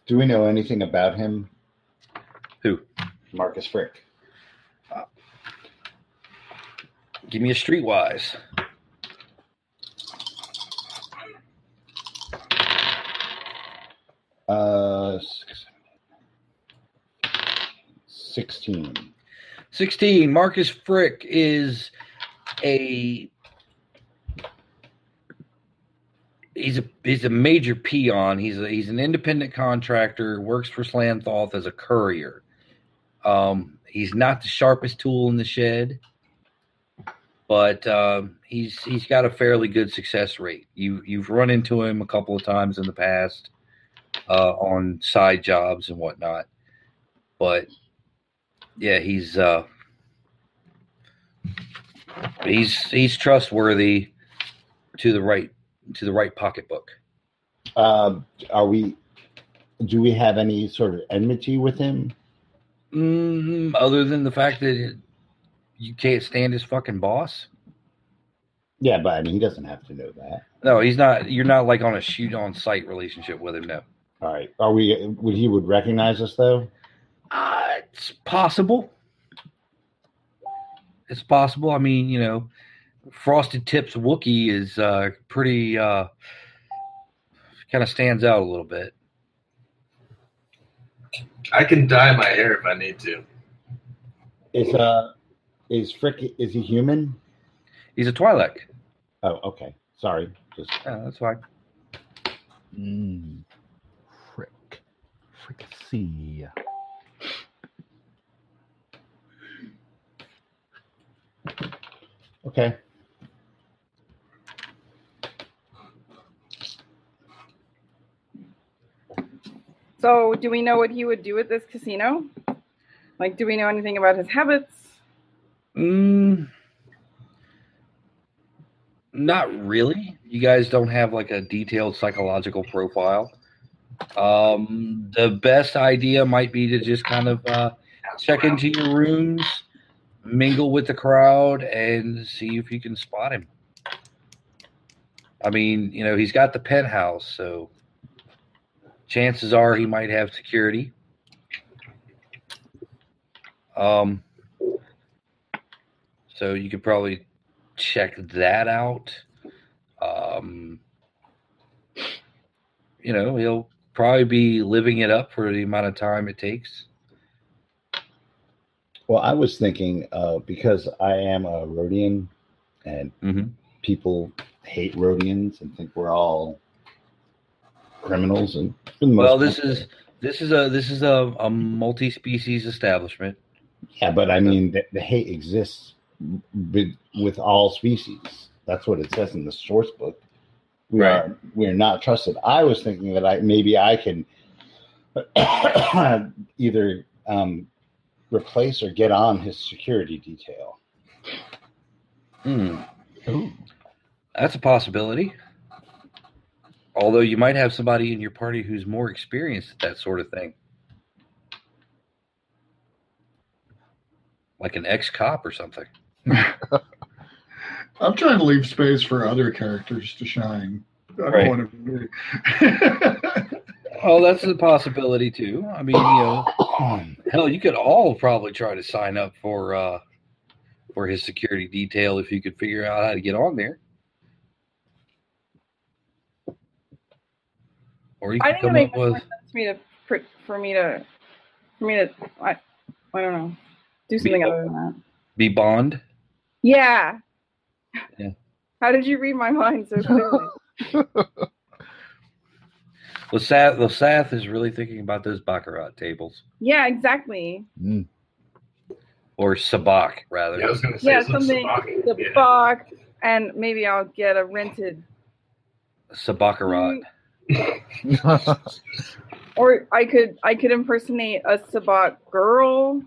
C: Do we know anything about him?
E: Who?
C: Marcus Frick.
E: Give me a streetwise.
C: Uh, six- 16.
E: 16. Marcus Frick is a he's a he's a major peon. He's a, he's an independent contractor. Works for Slamthoth as a courier. Um, he's not the sharpest tool in the shed, but um, he's he's got a fairly good success rate. You you've run into him a couple of times in the past uh, on side jobs and whatnot, but yeah, he's uh he's he's trustworthy to the right to the right pocketbook.
C: Um, are we, do we have any sort of enmity with him?
E: Mm, other than the fact that you can't stand his fucking boss.
C: Yeah, but I mean, he doesn't have to know that.
E: No, he's not. You're not like on a shoot on site relationship with him. No,
C: All right. Are we, would he would recognize us though?
E: uh, it's possible. It's possible. I mean, you know, Frosted Tips Wookie is uh, pretty uh, kind of stands out a little bit.
G: I can dye my hair if I need to.
C: Is, uh, is Frick, is he human?
E: He's a Twi'lek.
C: Oh, okay. Sorry. Just,
E: Yeah, that's fine.
H: Mm. Frick. Fricassee.
C: okay.
D: So, do we know what he would do at this casino? Like, do we know anything about his habits?
E: Mm, not really. You guys don't have like a detailed psychological profile. Um, the best idea might be to just kind of uh, check into your rooms, mingle with the crowd, and see if you can spot him. I mean, you know, he's got the penthouse, so chances are he might have security. Um, so you could probably check that out. Um, you know, he'll probably be living it up for the amount of time it takes.
C: Well, I was thinking uh, because I am a Rhodian and
E: Mhm.
C: people hate Rhodians and think we're all criminals. And for the
E: Well,
C: most
E: this is this is a this is a, a multi-species establishment.
C: Yeah, but I mean, the, the hate exists with, with all species. That's what it says in the source book. We
E: Right.
C: are we're not trusted. I was thinking that I maybe I can either um, replace or get on his security detail.
E: Hmm. That's a possibility. Although you might have somebody in your party who's more experienced at that sort of thing. Like an ex cop or something.
F: I'm trying to leave space for other characters to shine. I don't
E: Right.
F: want to be.
E: Oh, that's a possibility too. I mean, you know,
C: I
E: hell, you could all probably try to sign up for uh for his security detail if you could figure out how to get on there. Or you
D: I
E: could
D: think it
E: come up
D: makes more
E: with
D: sense for me to for, for me to for me to I, I don't know do something other than that.
E: be bond.
D: Yeah.
E: Yeah.
D: How did you read my mind so clearly?
E: Lasath, Lasath is really thinking about those baccarat tables
D: yeah, exactly.
H: Mm.
E: or sabak rather.
G: Yeah, I was going to say
D: Yeah,
G: it's like
D: something
G: Sabacc.
D: the
G: yeah.
D: fuck, and maybe I'll get a rented Mm.
E: Sabaccarat.
D: or I could I could impersonate a Sabat girl.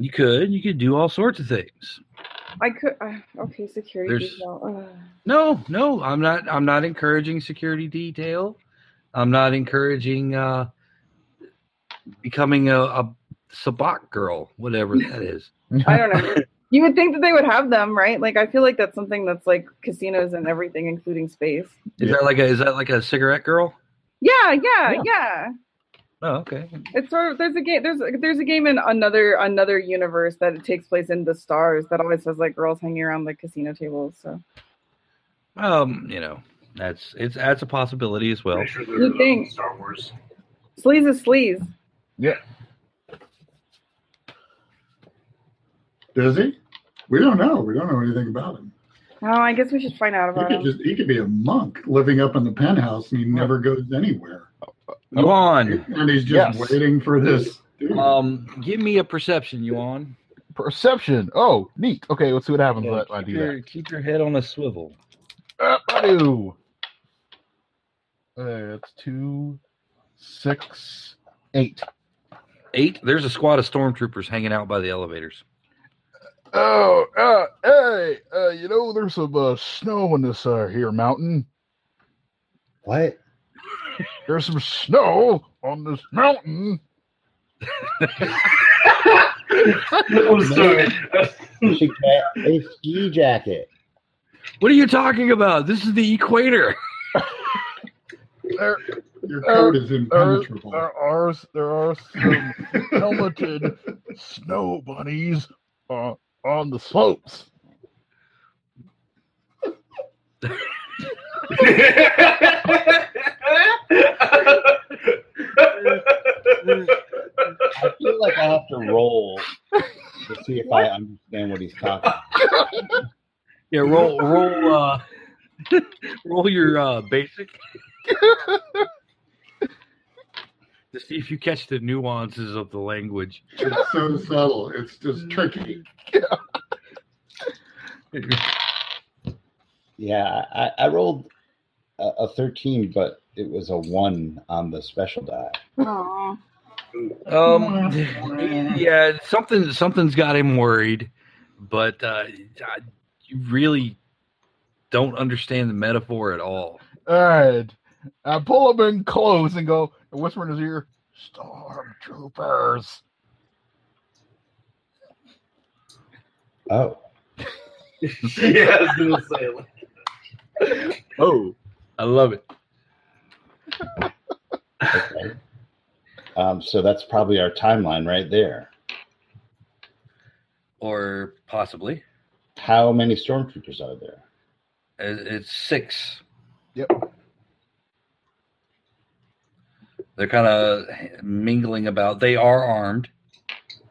E: You could, you could do all sorts of things.
D: I could uh, okay security uh,
E: There's-
D: detail. Ugh.
E: No, no, I'm not. I'm not encouraging security detail. I'm not encouraging uh, becoming a, a sabacc girl, whatever that is.
D: I don't know. You would think that they would have them, right? Like I feel like that's something that's like casinos and everything, including space.
E: Is that like a is that like a cigarette girl?
D: Yeah, yeah,
E: Yeah.
D: yeah.
E: Oh, okay.
D: It's sort of there's a game there's there's a game in another another universe that it takes place in the stars that always has like girls hanging around the casino tables. So
E: Um, you know, that's it's that's a possibility as well.
G: Pretty sure
D: You
G: they're um,
D: think.
G: Star Wars.
D: sleaze is sleaze.
F: Does he? We don't know. We don't know anything about him.
D: Oh, I guess we should find out
F: He
D: about
F: could
D: him.
F: just he could be a monk living up in the penthouse and he never goes anywhere.
E: Yuan,
F: And he's
H: Yes.
F: just waiting for this. dude.
E: um, give me a perception, Yuan.
H: Perception. Oh, neat. Okay, let's see what happens
E: Yeah,
H: when I
E: keep,
H: do
E: your,
H: that.
E: keep your head on a swivel.
H: Uh, I do. Uh, that's two, six, eight.
E: Eight. There's a squad of stormtroopers hanging out by the elevators.
H: Oh, uh, hey, uh, you know, there's some uh, snow in this uh, here mountain.
C: What?
H: There's some snow on this mountain.
G: I'm sorry.
C: You should get a ski jacket.
E: What are you talking about? This is the equator.
H: There,
F: Your coat is
H: there,
F: impenetrable.
H: there are there are some uh, helmeted snow bunnies uh, on the slopes.
C: I feel like I have to roll to see if I understand what he's talking. about.
E: Yeah, roll roll uh roll your uh basic. to see if you catch the nuances of the language.
F: It's so subtle. It's just tricky.
C: Yeah, I, I rolled a, a 13, but it was a 1 on the special die.
D: Aw.
E: Um, yeah, something something's got him worried, but uh, I- you really don't understand the metaphor at all.
H: All right. I pull him in close and go and whisper in his ear, Stormtroopers.
C: Oh,
G: yeah, I was gonna say, like,
E: Oh, I love it.
C: okay. um, so that's probably our timeline right there.
E: Or possibly
C: How many stormtroopers are there?
E: It- it's six.
H: Yep.
E: They're kind of mingling about. They are armed.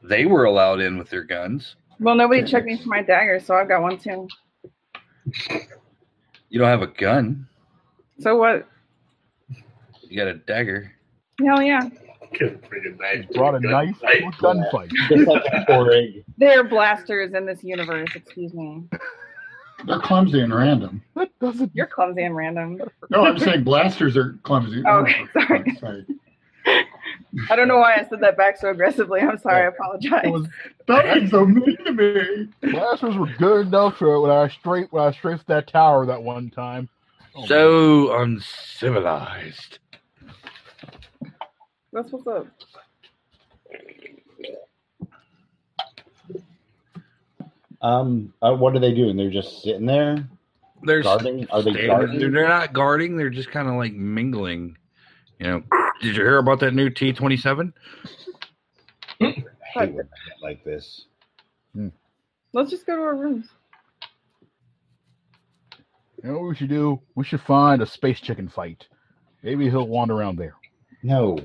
E: They were allowed in with their guns.
D: Well, nobody checked me for my dagger, so I've got one too.
E: You don't have a gun.
D: So what?
E: You got a dagger.
D: Hell yeah.
G: couldn't bring a knife. to
H: Brought a
G: gun
H: knife to
G: fight.
H: a gunfight.
C: Just like a Torrig.
D: There are blasters in this universe, excuse me.
F: They're clumsy and random.
H: That doesn't.
D: You're clumsy and random.
F: No, I'm saying blasters are clumsy.
D: Oh, okay,
F: for
D: sorry.
F: fuck's sake.
D: I don't know why I said that back so aggressively. I'm sorry. I
H: It
D: apologize.
H: was
F: That is so mean to me.
H: blasters were good enough for it when I straight when I strafed that tower that one time. Oh, man.
E: so uncivilized.
D: That's what's up.
C: Um, uh, what are they doing? They're just sitting there
E: They're
C: guarding. Are they
E: standing-
C: guarding?
E: They're, they're not guarding. They're just kind of like mingling. You know, did you hear about that new T twenty seven?
C: I hate when I get like this.
D: Let's just go to our rooms.
H: you know what we should do? We should find a space chicken fight. Maybe he'll wander around there.
C: No.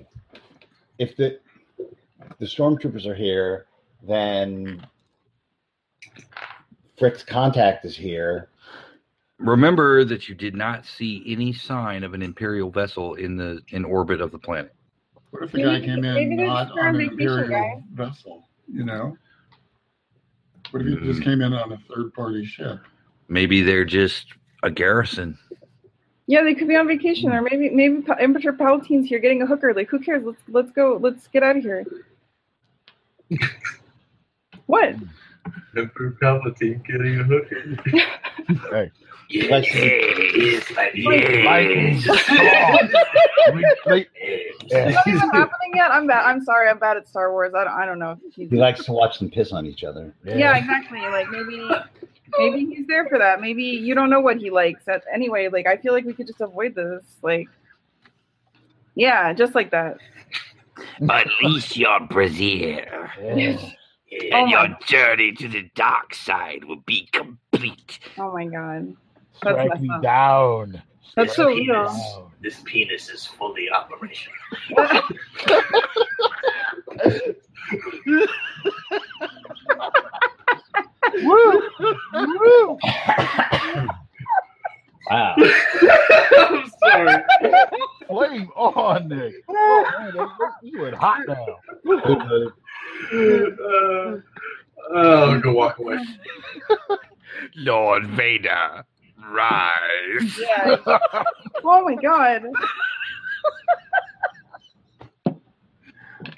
C: If the the stormtroopers are here, then Frick's contact is here.
E: Remember that you did not see any sign of an imperial vessel in the in orbit of the planet.
F: What if the guy came in
D: Maybe they're
F: not
D: just on
F: on an
D: vacation,
F: imperial
D: guys.
F: vessel? You know. What if he
H: Mm.
F: just came in on a third-party ship?
E: Maybe they're just a garrison.
D: Yeah, they could be on vacation, or maybe maybe Pa- Emperor Palpatine's here getting a hooker. Like, who cares? Let's let's go. Let's get out of here. what?
G: Emperor Palpatine getting a hooker.
C: Like,
H: They-
D: It's not even happening yet. I'm bad. I'm sorry. I'm bad at Star Wars. I don't, I don't know. If he's,
C: he likes to watch them piss on each other.
D: yeah, exactly. Like maybe maybe he's there for that. Maybe you don't know what he likes. That's, anyway, like I feel like we could just avoid this. Like, yeah, just like that.
I: Unleash your brazier, and
D: Oh my-
I: your journey to the dark side will be complete.
D: Oh my god. That's
H: Strike
D: messed
H: me
D: up.
H: down.
D: That's so
H: Strike me
D: real.
H: down.
G: This penis is fully operational.
H: Woo! Woo!
C: Wow.
G: I'm sorry.
H: Flame on, Nick. Oh, man, that- that- you went hot now.
G: Uh, oh, I'm gonna walk away.
I: Lord Vader, rise.
D: Yeah. oh my god.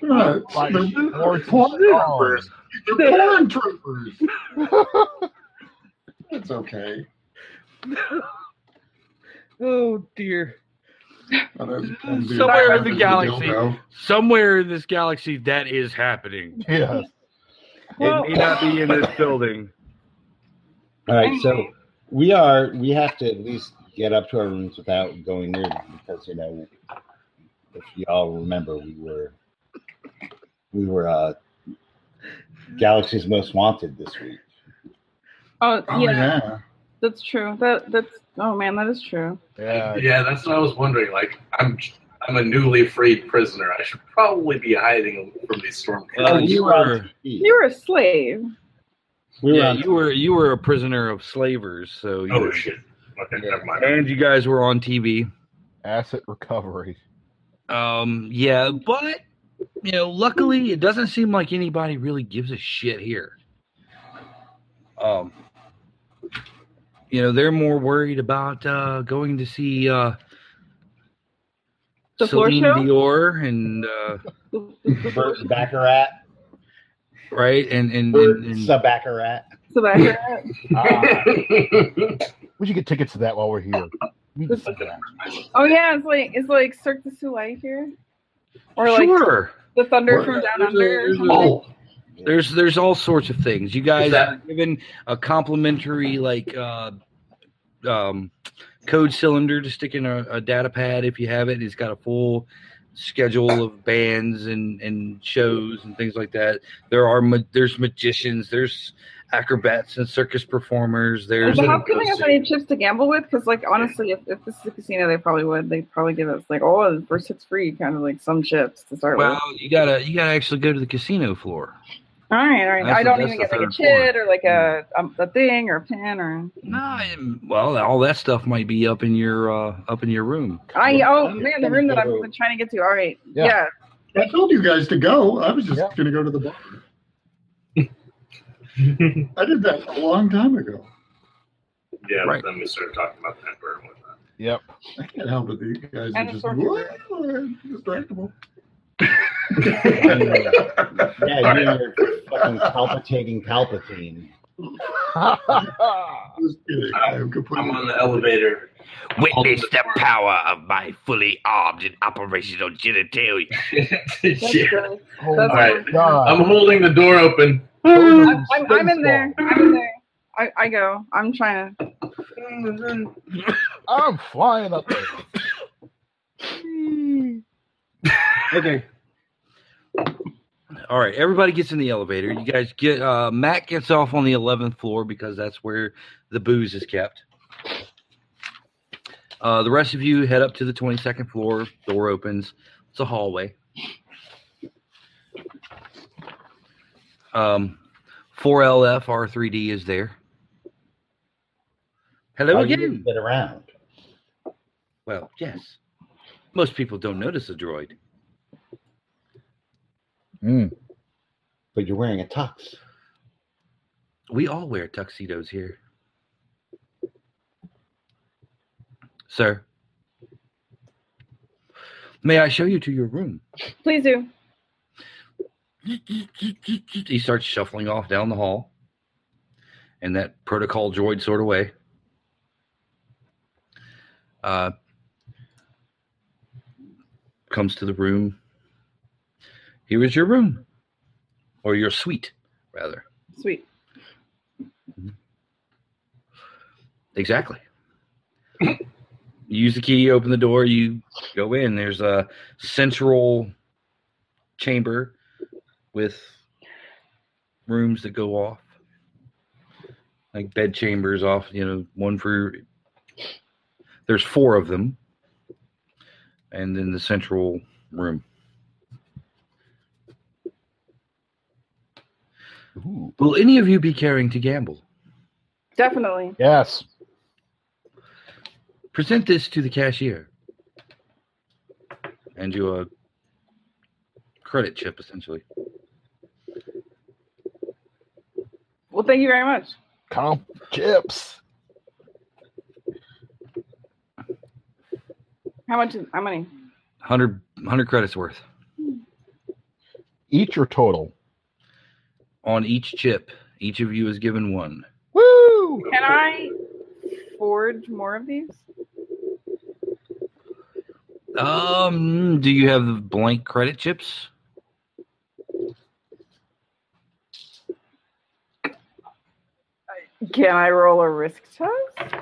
F: Right.
H: Like,
F: But
H: or
F: they're
H: it's
F: porn
H: wrong.
F: troopers. They're porn troopers. It's okay.
E: Oh dear.
F: But I'm- I'm being
E: Somewhere in the
F: part of
E: galaxy.
F: dildo.
E: Somewhere in this galaxy that is happening.
H: Yes.
D: Well,
E: it may not be in this building.
C: All right, so we are we have to at least get up to our rooms without going near them because you know if y'all remember we were we were uh Galaxy's Most Wanted this week.
D: oh
F: Oh
D: yeah,
F: yeah.
D: that's true. That that's oh man, that is true.
H: Yeah.
G: Yeah, that's what I was wondering. Like, I'm I'm a newly freed prisoner. I should probably be hiding from these
E: Well,
G: stormtroopers.
E: you
C: we were on
E: were-
C: TV.
D: You were a slave.
C: We were
E: yeah,
C: on
E: you were you were a prisoner of slavers, so you
G: Oh
E: know.
G: shit! Okay, never mind.
E: and you guys were on TV.
H: Asset recovery.
E: Um, yeah, but you know, luckily it doesn't seem like anybody really gives a shit here. Um, You know, they're more worried about uh, going to see uh,
D: The floor
E: Celine
D: show?
E: Dior and uh,
D: So
C: Bert Baccarat.
E: right and and,
C: Bert
E: and, and
C: Sub-Baccarat.
D: that's
C: Ah,
H: We should get tickets to that while we're here. We need to see that.
D: Oh yeah, it's like it's like Cirque du Soleil here, or like
E: sure.
D: the Thunder
F: Or-
D: from Down
F: there's
D: Under. or
F: a- there's a-
D: something.
G: Oh,
E: There's there's all sorts of things. You guys
G: Is that-
E: are given a complimentary like uh, um, code cylinder to stick in a, a data pad if you have it. It's got a full schedule of bands and, and shows and things like that. There are ma- there's magicians, there's acrobats and circus performers. There's
D: But how come they have any chips to gamble with? Because like honestly, if, if this is a casino, they probably would. They'd probably give us like oh the first hit's free, kind of like some chips to start
E: well
D: with.
E: you gotta you gotta actually go to the casino floor.
D: All right, all right.
E: That's
D: I
E: the-
D: don't
E: that's
D: even
E: the
D: get like a
E: third Mm. floor.
D: chit or like a um, a thing or a pin or
E: No, I- well all that stuff might be up in your uh, up in your room.
D: I
C: Well,
D: oh
C: I'm
D: man, the
C: gonna
D: room that
C: go
D: I've
C: to-
D: been trying to get to. All right,
H: Yeah.
D: yeah.
F: I told you guys to go. I was just
H: Yeah.
F: going to go to the bar. I did that a long time ago.
G: yeah.
E: Right.
G: Then we started talking about Pepper and whatnot.
H: Yep.
F: I can't help it. You guys are
D: And
F: just
D: sort of-
F: distractible.
C: yeah,
G: All
C: you
G: right.
C: and your fucking palpitating Palpatine.
F: Just kidding. I am completely.
G: I'm on the elevator.
I: Witness the power of my fully armed and operational genitalia.
D: That's
G: Yeah.
D: good.
H: Oh
D: That's
H: my
D: good.
H: God.
G: I'm holding the door open.
H: Those are
D: I'm, I'm, I'm in there.
H: spaceballs.
D: I'm in there. I, I go. I'm trying to.
H: I'm flying up there.
E: Okay. All right, everybody gets in the elevator. You guys get uh, Matt gets off on the eleventh floor because that's where the booze is kept. Uh, the rest of you head up to the twenty second floor. Door opens. It's a hallway. Um, four LF R three D is there. Hello
C: How you
E: again.
C: Get around.
E: Well, yes. Most people don't notice a droid.
H: Mm.
C: But you're wearing a tux.
E: we all wear tuxedos here. Sir, may I show you to your room?
D: Please do.
E: He starts shuffling off down the hall in that protocol droid sort of way. Uh, comes to the room. Here is your room, or your suite, rather.
D: Sweet.
E: Exactly. Use the key, open the door, you go in. There's a central chamber with rooms that go off, like bed chambers off, you know, one for. There's four of them, and then the central room.
H: Ooh.
E: Will any of you be caring to gamble?
D: Definitely.
H: Yes.
E: present this to the cashier and you a credit chip essentially
D: Well, thank you very much.
H: Comp chips.
D: How much is how many?
E: 100, 100 credits worth
H: Each or total?
E: on each chip each of you is given one
H: Woo!
D: Can I forge more of these?
E: um do you have blank credit chips
D: Can I roll a risk test?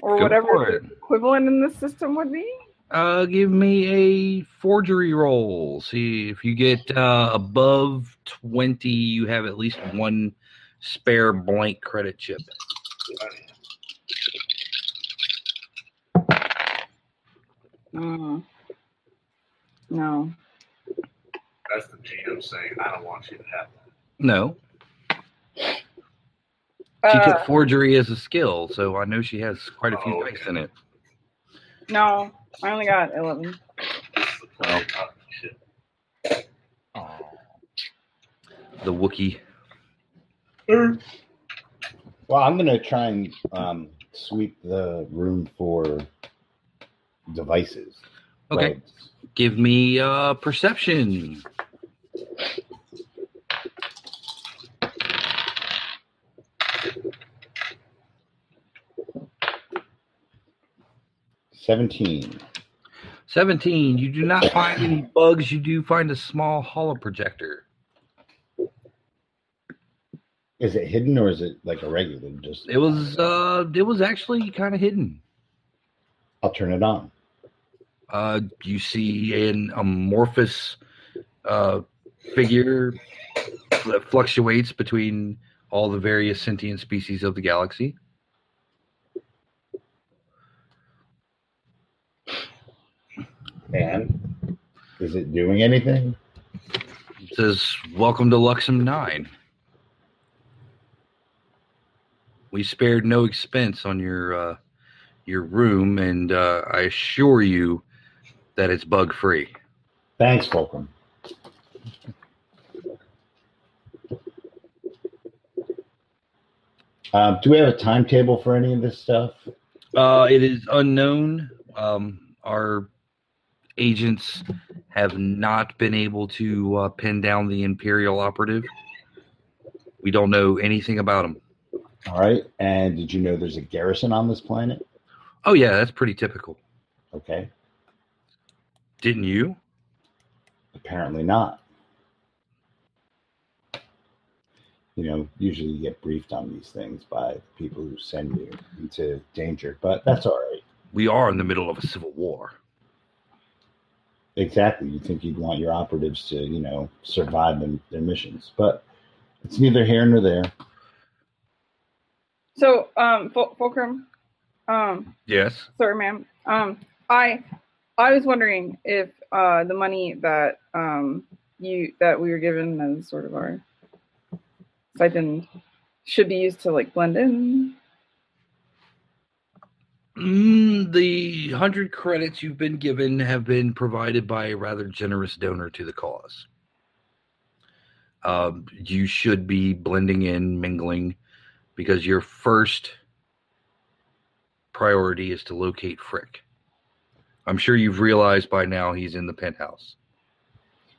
D: Or
E: Go
D: whatever
E: for
D: the
E: it.
D: equivalent in this system would be?
E: uh give me a forgery roll see if you get uh above 20 you have at least one spare blank credit chip
D: Mm. No.
G: That's the GM saying, "I don't want you to have that."
E: no
D: Uh,
E: she took forgery as a skill so i know she has quite a few
G: Oh,
E: dice
G: okay.
E: in it
D: no, I only got eleven.
G: This is the player talking shit.
E: the Wookiee.
C: Well, I'm gonna try and um, sweep the room for devices.
E: Okay.
C: Right.
E: Give me uh, perception.
C: Seventeen.
E: 17. You do not find any bugs. You do find a small hollow projector.
C: Is it hidden or is it like a regular? Just
E: It was uh, it was actually kind of hidden.
C: I'll turn it on.
E: Uh, you see an amorphous uh, figure that fluctuates between all the various sentient species of the galaxy.
C: And is it doing anything?
E: It says, Welcome to Luxem 9. We spared no expense on your uh, your room, and uh, I assure you that it's bug free.
C: Thanks, Fulcrum. Uh, do we have a timetable for any of this stuff?
E: Uh, it is unknown. Um, our agents have not been able to uh, pin down the Imperial operative. We don't know anything about him.
C: All right. And did you know there's a garrison on this planet?
E: Oh, yeah, that's pretty typical.
C: Okay.
E: Didn't you?
C: Apparently not. You know, usually you get briefed on these things by the people who send you into danger, but that's all right.
E: We are in the middle of a civil war.
C: Exactly. You think you'd want your operatives to, you know, survive them, their missions, but it's neither here nor there.
D: So, um, Ful- Fulcrum, um,
E: Yes.
D: sir, ma'am, um, I, I was wondering if uh, the money that um, you that we were given as sort of our stipend should be used to like blend in.
E: Mm, the hundred credits you've been given have been provided by a rather generous donor to the cause. Um, you should be blending in, mingling, because your first priority is to locate Frick. I'm sure you've realized by now he's in the penthouse.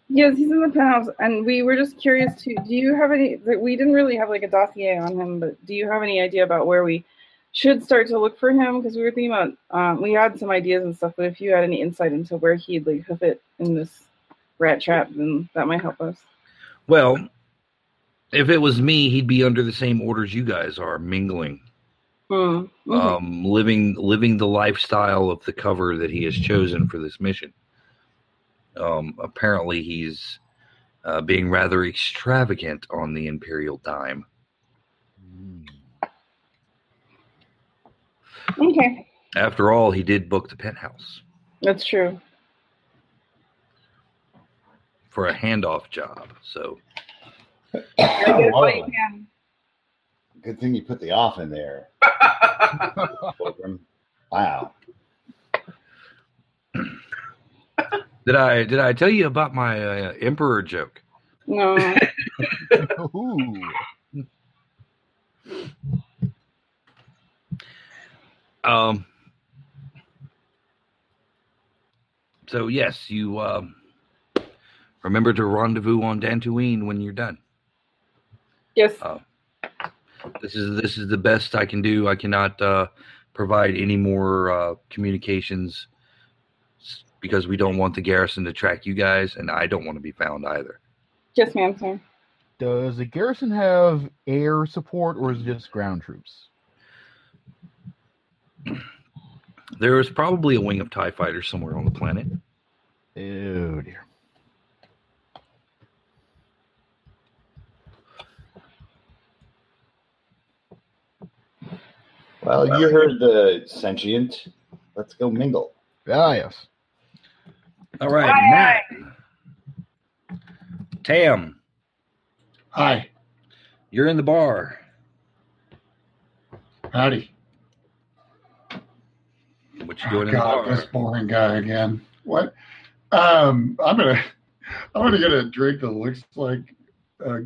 D: Yes, he's in the penthouse, and we were just curious to. Do you have any? that We didn't really have like a dossier on him, but do you have any idea about where we should start to look for him? Because we were thinking about, um, we had some ideas and stuff, but if you had any insight into where he'd like hoof it in this rat trap, then that might help us.
E: Well, if it was me, he'd be under the same orders you guys are, mingling.
D: Hmm. Mhm.
E: um, living living the lifestyle of the cover that he has chosen for this mission. Um, apparently, he's uh, being rather extravagant on the imperial dime.
D: Okay,
E: After all, he did book the penthouse
D: that's true.
E: for a handoff job. So,
D: I guess
C: Whoa.
D: I can.
C: Good thing you put the off in there, Fulcrum. Wow.
E: did I did I tell you about my uh, emperor joke?
D: No,
H: Ooh.
E: Um, so yes, you um, remember to rendezvous on Dantooine when you're done.
D: yes,
E: this is this is the best I can do. I cannot uh, provide any more uh, communications s- because we don't want the garrison to track you guys, and I don't want to be found either.
D: yes, ma'am, sir.
H: Does the garrison have air support or is it just ground troops?
E: There is probably a wing of Tie fighters somewhere on the planet.
H: Oh dear.
C: Well, you heard the sentient. Let's go mingle.
H: Ah yes.
E: All right,
D: Aye,
E: Matt, Tam,
F: Hi,
E: you're in the bar.
F: howdy.
E: What you doing in the
F: God,
E: bar?
F: this boring guy again. What? Um, I'm gonna, I'm gonna get a drink that looks like a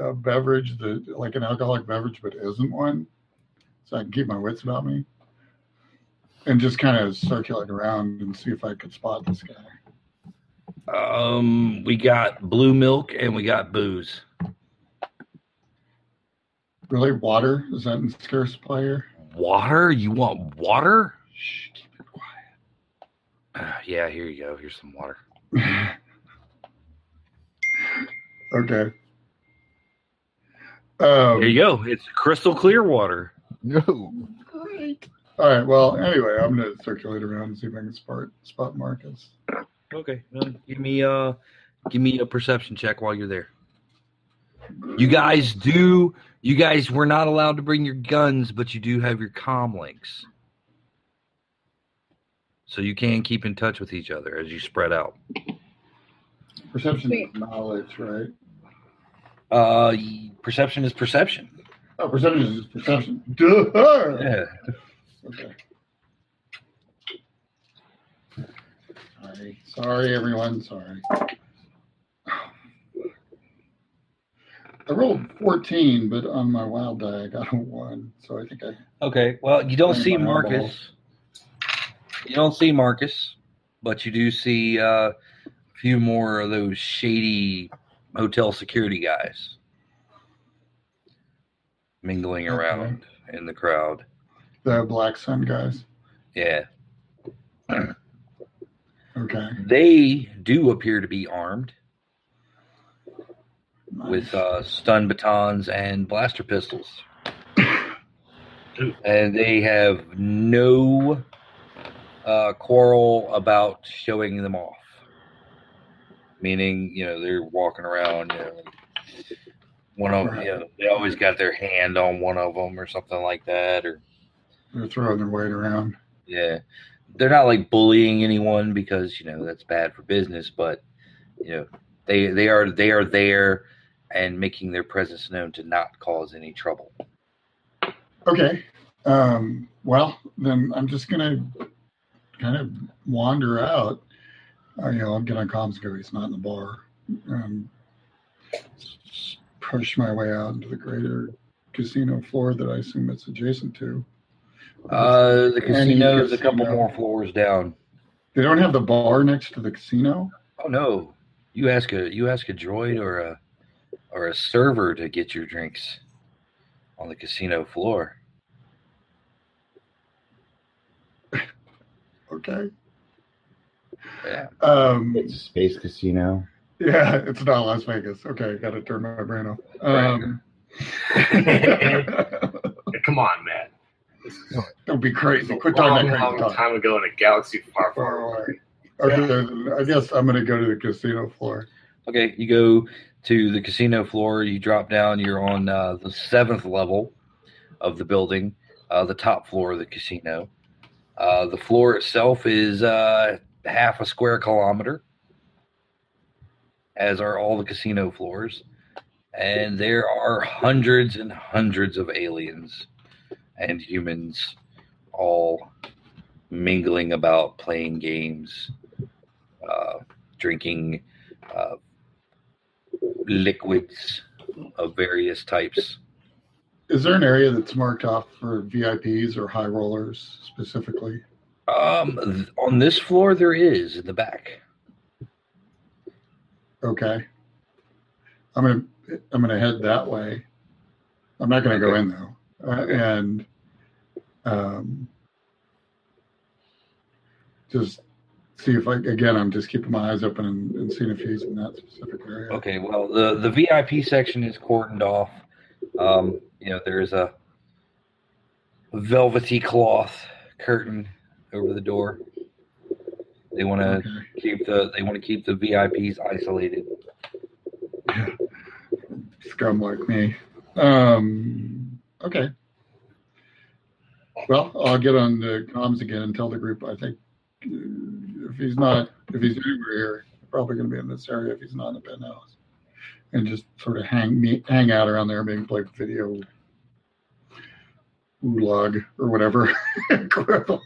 F: uh, beverage that like an alcoholic beverage but isn't one, so I can keep my wits about me, and just kind of circulate around and see if I could spot this guy.
E: Um, we got blue milk and we got booze.
F: Really, water is that in scarce player?
E: Water? You want water? Uh, yeah, here you go. Here's some water.
F: okay. Um,
E: Here you go. It's crystal clear water.
H: No.
F: Great. All right. Well, anyway, I'm gonna circulate around and see if I can spot spot Marcus.
E: Okay. well, give me uh give me a perception check while you're there. You guys do you guys were not allowed to bring your guns, but you do have your comm links. So you can keep in touch with each other as you spread out.
F: Perception is
D: Wait.
F: knowledge, right?
E: Uh y- perception is perception.
F: Oh, perception is just perception. Duh.
E: Yeah.
F: Okay. Sorry. Sorry, everyone. Sorry. I rolled 14, but on my wild die, I got a 1. So I think I.
E: Okay. Well, you don't see
F: Fireball.
E: Marcus. You don't see Marcus, but you do see uh, a few more of those shady hotel security guys mingling
F: Okay.
E: around in the crowd.
F: The Black Sun guys.
E: Yeah.
F: Okay.
E: They do appear to be armed with uh, stun batons and blaster pistols. and they have no uh, quarrel about showing them off. Meaning, you know, they're walking around. You know, one of you know, they always got their hand on one of them or something like that, or
F: They're throwing their weight around.
E: yeah, they're not like bullying anyone because you know that's bad for business, but you know they they are they are there and making their presence known to not cause any trouble.
F: Okay. Um, well, then I'm just gonna kind of wander out. Uh, you know, I'll get on comms. and Go. He's not in the bar. Um, push my way out into the greater casino floor that I assume it's adjacent to.
E: Uh, the casino is a
F: casino.
E: couple more floors down.
F: They don't have the bar next to the casino.
E: Oh no! You ask a you ask a droid or a or a server to get your drinks on the casino floor.
F: Okay.
E: Yeah.
F: Um,
C: It's a space casino.
F: yeah, it's not Las Vegas. Okay, got to turn my brain off. Um,
G: Come on, man. This is
F: don't be crazy. Quit
G: a long,
F: talking that crazy
G: long
F: talk.
G: time ago in a galaxy far, far
F: Far
G: away.
F: away. Okay, then I guess I'm gonna go to the casino floor.
E: Okay, you go to the casino floor. You drop down. You're on uh, the seventh level of the building, uh, the top floor of the casino. Uh, the floor itself is uh, half a square kilometer, as are all the casino floors. And there are hundreds and hundreds of aliens and humans all mingling about, playing games, uh, drinking uh, liquids of various types.
F: Is there an area that's marked off for VIPs or high rollers specifically?
E: Um, th- on this floor, there is in the back.
F: Okay. I'm gonna I'm gonna head that way. I'm not gonna go in though, uh, and um, just see if I again. I'm just keeping my eyes open and, and seeing if he's in that specific area.
E: Okay, well, the the VIP section is cordoned off. Um, you know, there is a velvety cloth curtain over the door. They want to
F: Okay.
E: keep the they want to keep the VIPs isolated.
F: scum like me. Um, okay. Well, I'll get on the comms again and tell the group. I think uh, if he's not, if he's anywhere here, probably going to be in this area. If he's not in the penthouse, and just sort of hang me hang out around there, maybe play video oolog or whatever equivalent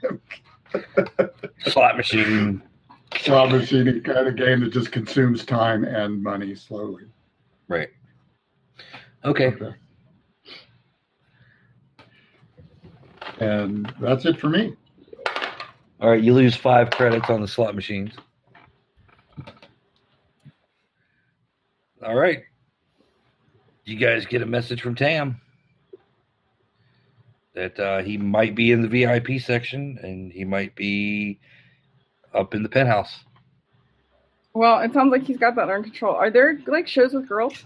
E: Slot machine.
F: slot machine kind of game that just consumes time and money slowly.
E: Right. Okay.
F: And that's it for me.
E: All right. You lose five credits on the slot machines. All right. You guys get a message from Tam that uh, he might be in the VIP section and he might be up in the penthouse.
D: Well, it sounds like he's got that under control. Are there like shows with girls?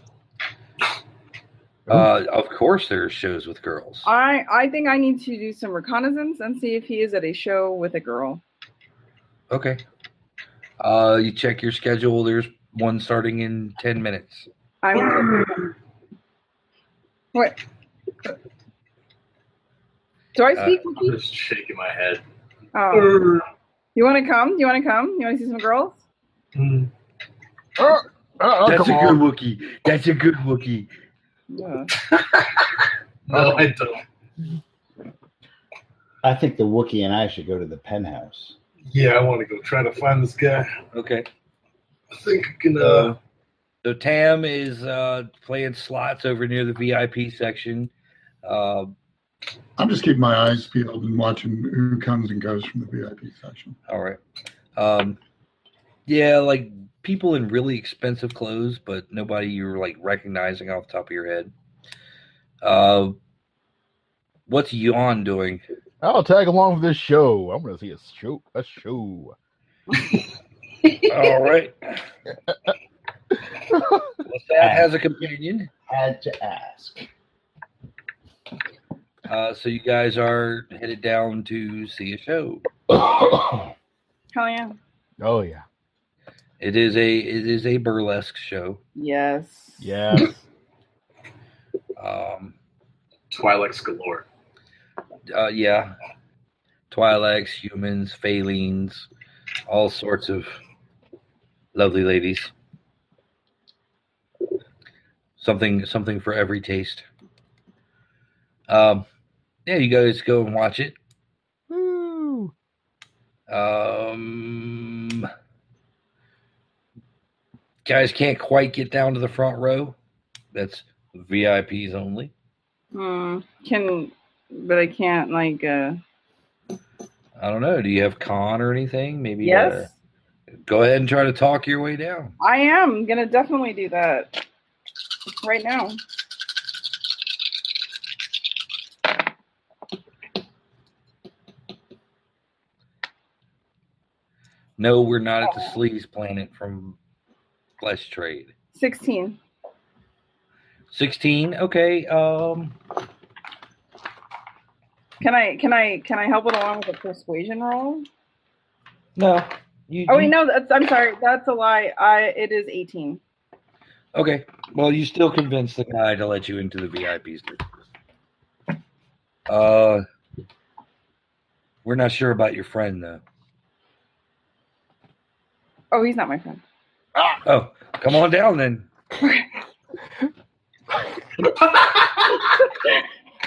E: Uh, of course, there's shows with girls.
D: I I think I need to do some reconnaissance and see if he is at a show with a girl.
E: Okay. Uh, you check your schedule. There's one starting in 10 minutes.
D: I'm. What? Do I speak?
G: I'm just shaking my head.
D: oh. You want to come? You want to come? You want to see some girls?
G: Mm.
H: Oh, oh,
E: That's a
H: come
E: good
H: on.
E: Wookiee. That's a good Wookiee.
D: Yeah.
G: No, I don't.
C: I think the Wookiee and I should go to the penthouse.
G: Yeah, I want to go try to find this guy.
E: Okay.
G: I think I can. Uh,
E: Uh, so Tam is uh, playing slots over near the VIP section. Uh,
F: I'm just keeping my eyes peeled and watching who comes and goes from the VIP section.
E: all right. Um, yeah, like people in really expensive clothes, but nobody you're like recognizing off the top of your head. Uh, what's Yawn doing?
H: I'll tag along for this show. I'm gonna see a show. A show.
E: All right. Lestat has a companion.
C: Had to ask.
E: Uh, so you guys are headed down to see a show.
H: oh
D: Hell yeah.
H: yeah.
E: It is a it is a burlesque show.
D: Yes.
H: Yeah.
E: Um,
G: Twilight's galore.
E: uh, yeah, Twi'leks, humans, Phalines, all sorts of lovely ladies. Something something for every taste. Um, yeah, you guys go and watch it.
H: Woo.
E: Um, guys can't quite get down to the front row. That's VIPs only.
D: Mm, can, but I can't like. uh
E: I don't know. Do you have con or anything? Maybe.
D: Yes,
E: uh, go ahead and try to talk your way down.
D: I am gonna definitely do that right now.
E: No, we're not at the sleaze planet from Flesh Trade.
D: Sixteen.
E: Sixteen. Okay. Um.
D: Can I? Can I? Can I help it along with a persuasion roll?
E: No. You,
D: Oh wait,
E: you-
D: no. That's, I'm sorry. That's a lie. I. It is eighteen.
E: Okay. Well, you still convinced the guy to let you into the VIPs. Uh, we're not sure about your friend though.
D: Oh, he's not my friend.
E: Oh, come on down then.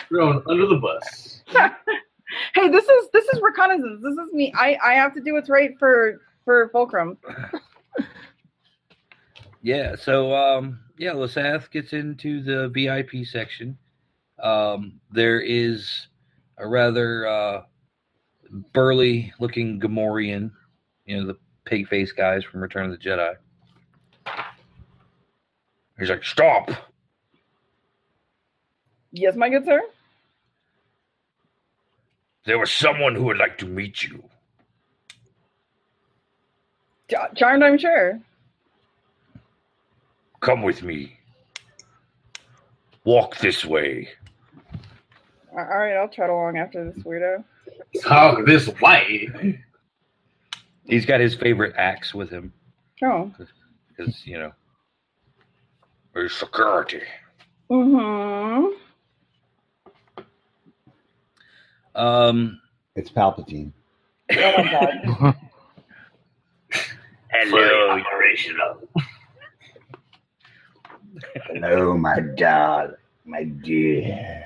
G: Thrown under the bus.
D: Hey, this is this is reconnaissance. This is me. I I have to do what's right for for Fulcrum.
E: Yeah, so um yeah, Lasath gets into the VIP section. Um there is a rather uh burly looking Gamorrean, you know, the pig face guys from Return of the Jedi. He's like, Stop.
D: Yes, my good sir.
I: There was someone who would like to meet you.
D: Ch- Charmed, I'm sure.
I: Come with me. Walk this way.
D: A- All right, I'll trot along after this weirdo.
G: Talk this way.
E: He's got his favorite axe with him
D: Oh.
E: because you know
I: There's security.
D: Mm-hmm.
E: um
C: It's Palpatine.
D: Oh my god.
I: Hello.
C: Hello, my darling, my dear.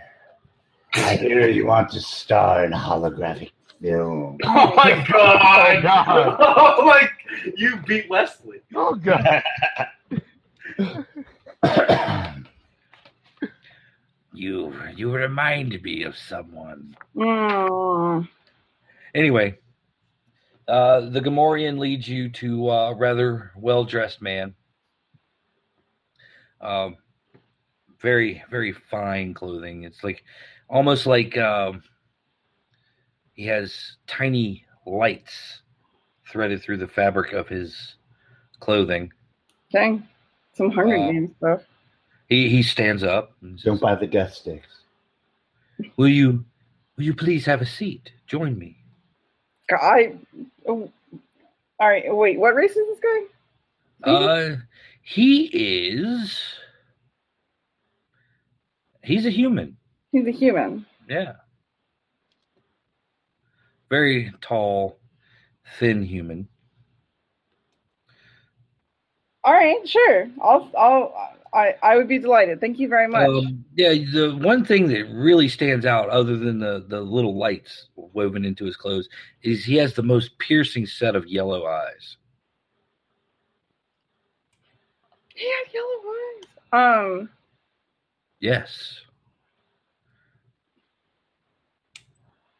C: I hear you want to star in holographic film.
G: Oh my
H: Oh
G: god!
H: god.
G: Oh my! You beat Leslie.
H: Oh god.
E: you remind me of someone.
D: Mm.
E: Anyway, uh, the Gamorrean leads you to uh, a rather well dressed man. Um, very, very fine clothing. It's like almost like um, he has tiny lights threaded through the fabric of his clothing.
D: Dang. Some Hunger
E: Uh,
D: Games stuff.
E: He he stands up. And says,
C: Don't buy the death sticks.
E: will you will you please have a seat? Join me.
D: God, I. Oh, all right. Wait. What race is this guy?
E: Uh, he is. He's a human.
D: He's a human.
E: Yeah. Very tall, thin human.
D: All right. Sure. I'll. I'll. I. I would be delighted. Thank you very much.
E: Um, yeah, the one thing that really stands out, other than the the little lights woven into his clothes, is he has the most piercing set of yellow eyes.
D: he had yellow eyes. Um.
E: Yes.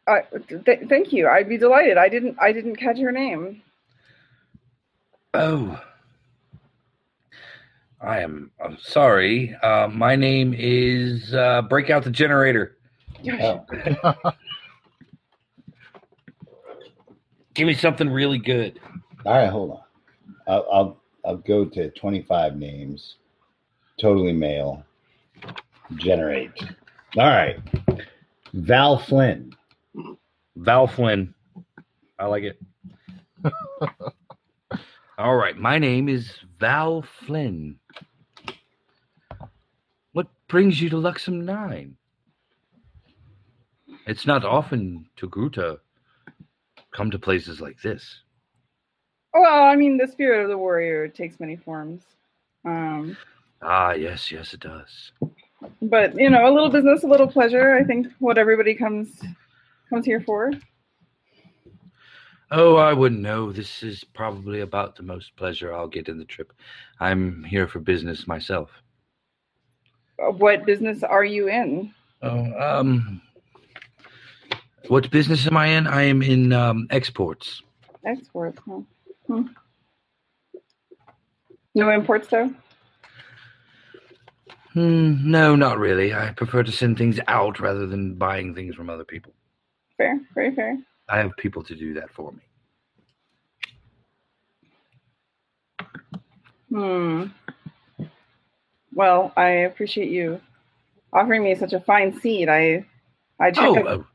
D: I, th- thank you. I'd be delighted. I didn't. I didn't catch her name.
E: Oh, I am. I'm sorry. Uh, my name is uh, Break Out the Generator.
D: Gosh.
E: Give me something really good.
C: All right, hold on. I'll I'll, I'll go to twenty five names, totally male. Generate. All right, Val Flynn.
E: Val Flynn. I like it. All right. My name is Val Flynn. What brings you to Luxem 9? It's not often Togruta come to places like this.
D: Well, I mean, the spirit of the warrior takes many forms. Um,
E: Ah, yes, yes, it does.
D: but you know, a little business, a little pleasure. I think what everybody comes comes here for.
E: Oh, I wouldn't know. This is probably about the most pleasure I'll get in the trip. I'm here for business myself.
D: Uh, What business are you in?
E: Oh, um, what business am I in? I am in um, exports.
D: Exports. Huh? Hmm. No imports, though.
E: Hmm, no, not really. I prefer to send things out rather than buying things from other people.
D: Fair, very fair.
E: I have people to do that for me.
D: Hmm. Well, I appreciate you offering me such a fine seat. I, I check.
E: Oh,
D: up-
E: oh,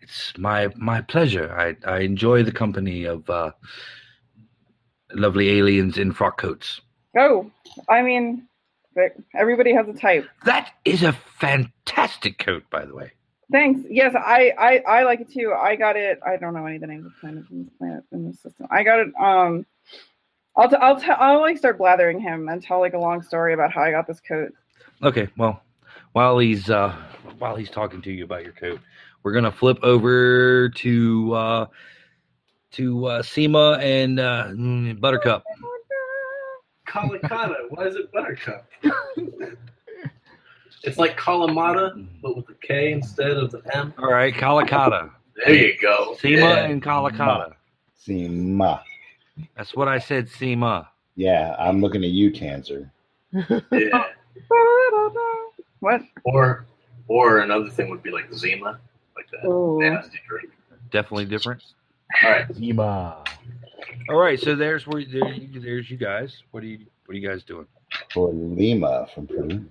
E: it's my my pleasure. I I enjoy the company of uh, lovely aliens in frock coats.
D: Oh, I mean, but everybody has a type.
E: That is a fantastic coat, by the way.
D: Thanks. Yes, I, I, I like it too. I got it. I don't know any of the names of planets in this planet in this system. I got it. Um, I'll, t- I'll, t- I'll like start blathering him and tell like a long story about how I got this coat.
E: Okay, well, while he's uh, while he's talking to you about your coat, we're gonna flip over to uh, to uh, Seema and uh, mm, Buttercup.
G: Kalikata. Why is it Buttercup? it's like Kalamata, but with a K instead of the M.
E: All right, Kalikata,
G: There you go.
E: Seema
G: Yeah.
E: and Kalikata.
C: Sima.
E: That's what I said, Seema.
C: Yeah, I'm looking at you, Tanzer.
G: yeah.
D: What?
G: Or, or another thing would be like Zima, like that
D: Ooh.
G: nasty drink.
E: Definitely different.
G: All right.
H: Zima.
E: All right, so there's where there, you- there's you guys. What are you what are you guys doing?
C: For Lima from Peru.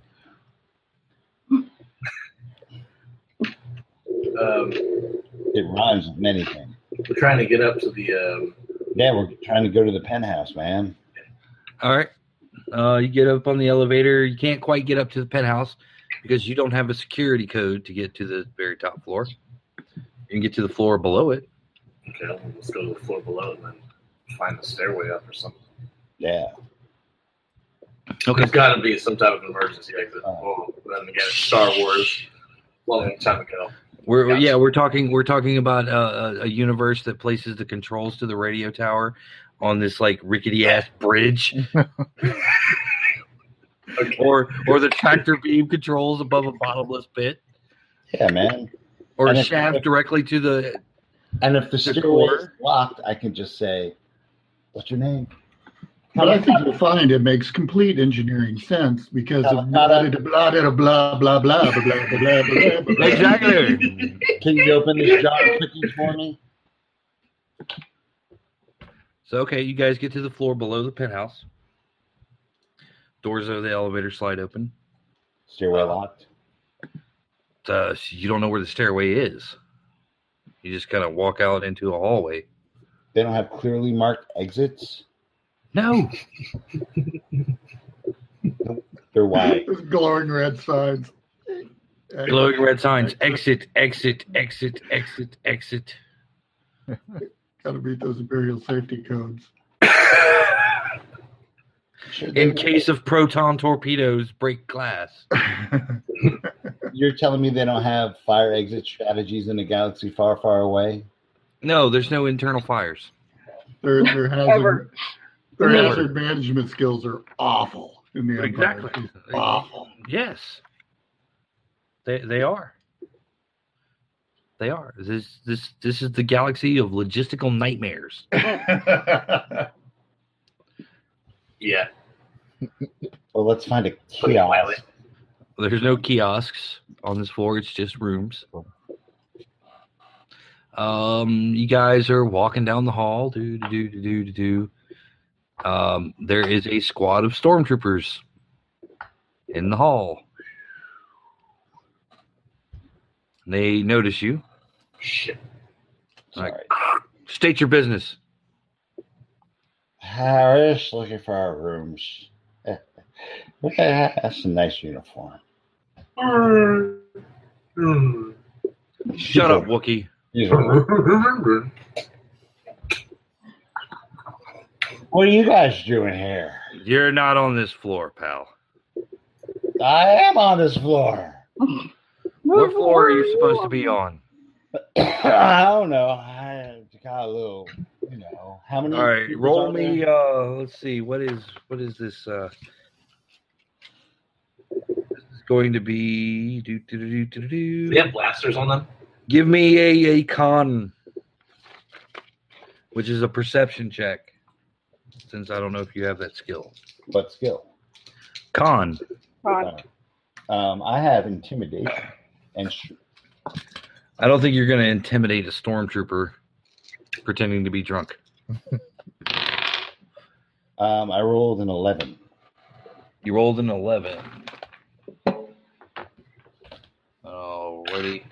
G: Um,
C: It rhymes with many things.
G: we're trying to get up to the. Um,
C: Yeah, we're trying to go to the penthouse, man.
E: All right, uh, you get up on the elevator. You can't quite get up to the penthouse because you don't have a security code to get to the very top floor. You can get to the floor below it.
G: okay, let's go to the floor below and then find the stairway up or something.
C: Yeah.
G: There's got to be some type of emergency exit. Oh, then again, it's Star Wars, long time ago.
E: We're
G: Gotcha.
E: yeah, we're talking we're talking about uh, a, a, a universe that places the controls to the radio tower on this like rickety ass bridge,
G: Okay.
E: or or the tractor beam controls above a bottomless pit.
C: Yeah, man.
E: or
C: And
E: a
C: if-
E: shaft directly to the
C: And if the stairway
E: door.
C: is locked, I can just say, "What's your name?"
F: But I think you'll find it makes complete engineering sense because of blah
C: Calcutta.
F: da blah da blah blah blah blah blah blah blah blah. blah.
E: exactly.
C: Can you open this jar of cookies for me?
E: so okay, you guys get to the floor below the penthouse. Doors of the elevator slide open.
C: Stairway locked.
E: Uh, so you don't know where the stairway is. You just kind of walk out into a hallway.
C: They don't have clearly marked exits.
E: No,
C: They're wide.
F: Those glowing red signs.
E: glowing red signs. Exit, exit, exit, exit, exit.
F: Gotta beat those imperial safety codes.
C: Sure, they-
E: In case of proton torpedoes, break glass.
C: you're telling me they don't have fire exit strategies in a galaxy far, far away.
E: No, there's no internal fires.
F: Their their hazard
D: Ever.
F: their
E: Never.
F: hazard management skills are awful in the empire.
E: Exactly.
F: Awful.
E: Yes. They they are. They are. This this this is the galaxy of logistical nightmares.
G: Yeah.
C: Well, let's find a
G: Put it mildly.
C: kiosk.
E: There's no kiosks on this floor. It's just rooms. Um, you guys are walking down the hall. Do do do do do do. Um, there is a squad of stormtroopers in the hall. They notice you.
G: Shit.
C: Sorry.
E: State your business.
C: Harris, looking for our rooms. Look at that. That's a nice uniform.
G: Hmm.
E: Shut up, Wookie.
C: These are- What are you guys doing here?
E: You're not on this floor, pal.
C: I am on this floor.
E: What floor are you supposed to be on?
C: I don't know. I got a little, you know. How many?
E: All right,
C: people
E: roll
C: are
E: me.
C: there?
E: Uh, let's see. What is what is this? Uh, this is going to be. Do, do, do, do, do, do.
G: Do they have blasters on them?
E: Give me a, a con, which is a perception check. Since I don't know if you have that skill,
C: What skill?
E: con.
D: Con.
C: Um, I have intimidation and sh-
E: I don't think you're going to intimidate a stormtrooper pretending to be drunk.
C: um, I rolled an eleven.
E: You rolled an 11. Alrighty.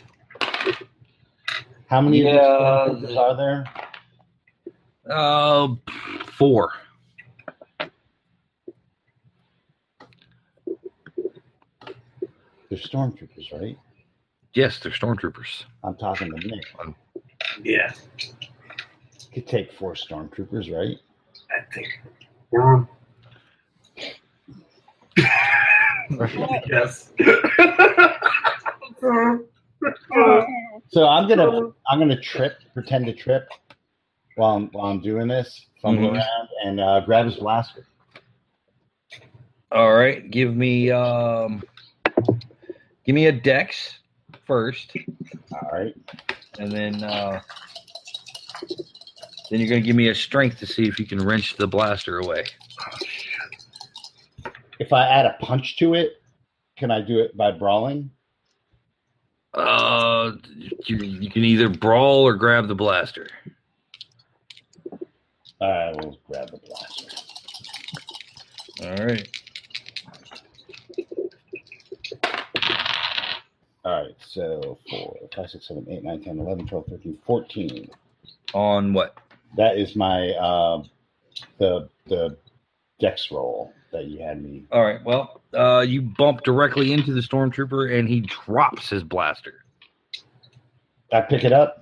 C: How many
E: Yeah,
C: of these
E: the-
C: stormtroopers are there?
E: Uh, four.
C: They're stormtroopers, right?
E: Yes, they're stormtroopers.
C: I'm talking to Nick.
G: Yeah,
C: Could take four stormtroopers, right?
G: I think. yes.
C: So I'm gonna I'm gonna trip, pretend to trip while I'm while I'm doing this, fumble
E: Mhm.
C: around and uh, grab his blaster.
E: All right, give me um, give me a dex first,
C: All right.
E: and then uh, then you're gonna give me a strength to see if you can wrench the blaster away.
C: If I add a punch to it, can I do it by brawling?
E: Uh, you, you can either brawl or grab the blaster.
C: All right, we'll grab the blaster.
E: All right,
C: All right, so four, five, six, seven, eight, nine, ten, eleven, twelve, thirteen, fourteen.
E: on what?
C: That is my uh, the the dex roll that you had me.
E: All right, well, uh, you bump directly into the stormtrooper, and he drops his blaster.
C: I pick it up.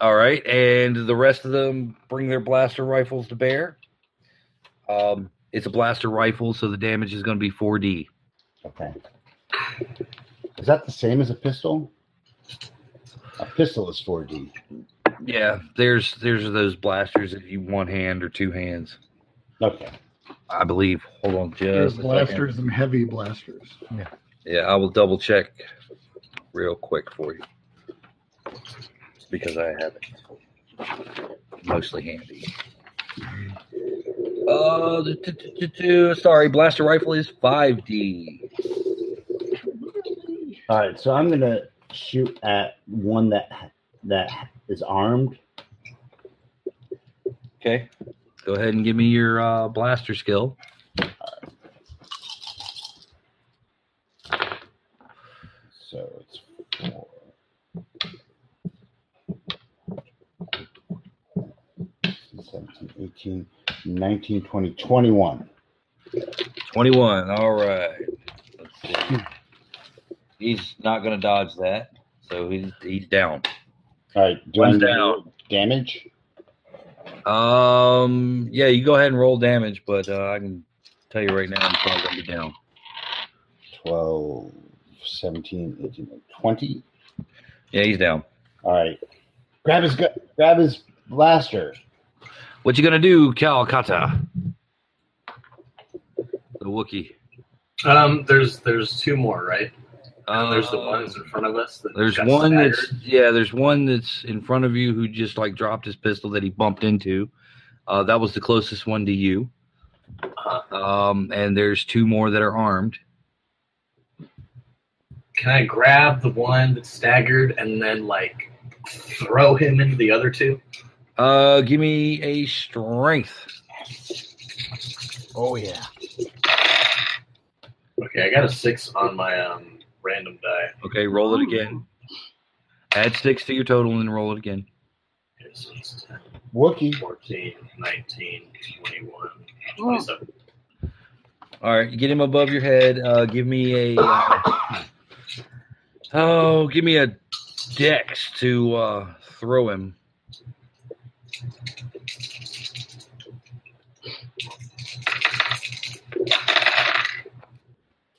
E: All right, and the rest of them bring their blaster rifles to bear. Um, it's a blaster rifle, so the damage is going to be 4D.
C: Okay. Is that the same as a pistol? A pistol is four D.
E: Yeah, there's there's those blasters if you one hand or two hands,
C: Okay.
E: I believe. Hold on,
F: There's
E: just a second.
F: blasters and heavy blasters.
E: Yeah, I will double check real quick for you because I have it mostly handy. Uh, do- do- do- do- do. sorry, blaster rifle is 5D.
C: All right, so I'm gonna shoot at one that that is armed.
E: Okay. Go ahead and give me your uh, blaster skill.
C: So it's four. Seventeen, eighteen, nineteen, twenty, twenty-one.
E: 21. All right. Let's see. He's not going to dodge that. So he's, he's down.
C: All right, do I
E: One's
C: need to
E: down.
C: roll damage?
E: Um. Yeah, you go ahead and roll damage, but uh, I can tell you right now, I'm probably gonna be down.
C: 12, 17, 18, and 20.
E: Yeah, he's down.
C: All right. Grab his gu- grab his blaster.
E: What you gonna do, Calcutta? The Wookie.
G: Um, there's there's two more, right? And there's the
E: Uh,
G: ones in front of us. That
E: There's
G: got
E: one
G: staggered.
E: that's yeah. There's one that's in front of you who just like dropped his pistol that he bumped into. Uh, that was the closest one to you.
G: Uh,
E: Um, and there's two more that are armed.
G: can I grab the one that's staggered and then like throw him into the other two?
E: Uh, give me a strength.
H: Oh yeah.
G: Okay, I got a six on my um random die.
E: Okay, roll it again. Add six to your total and then roll it again.
G: Okay, so it's 10,
C: Wookie.
G: 14, 19, 21,
D: Oh.
G: 27.
E: All right, get him above your head. Uh, give me a. Uh, oh, give me a dex to uh, throw him.
G: I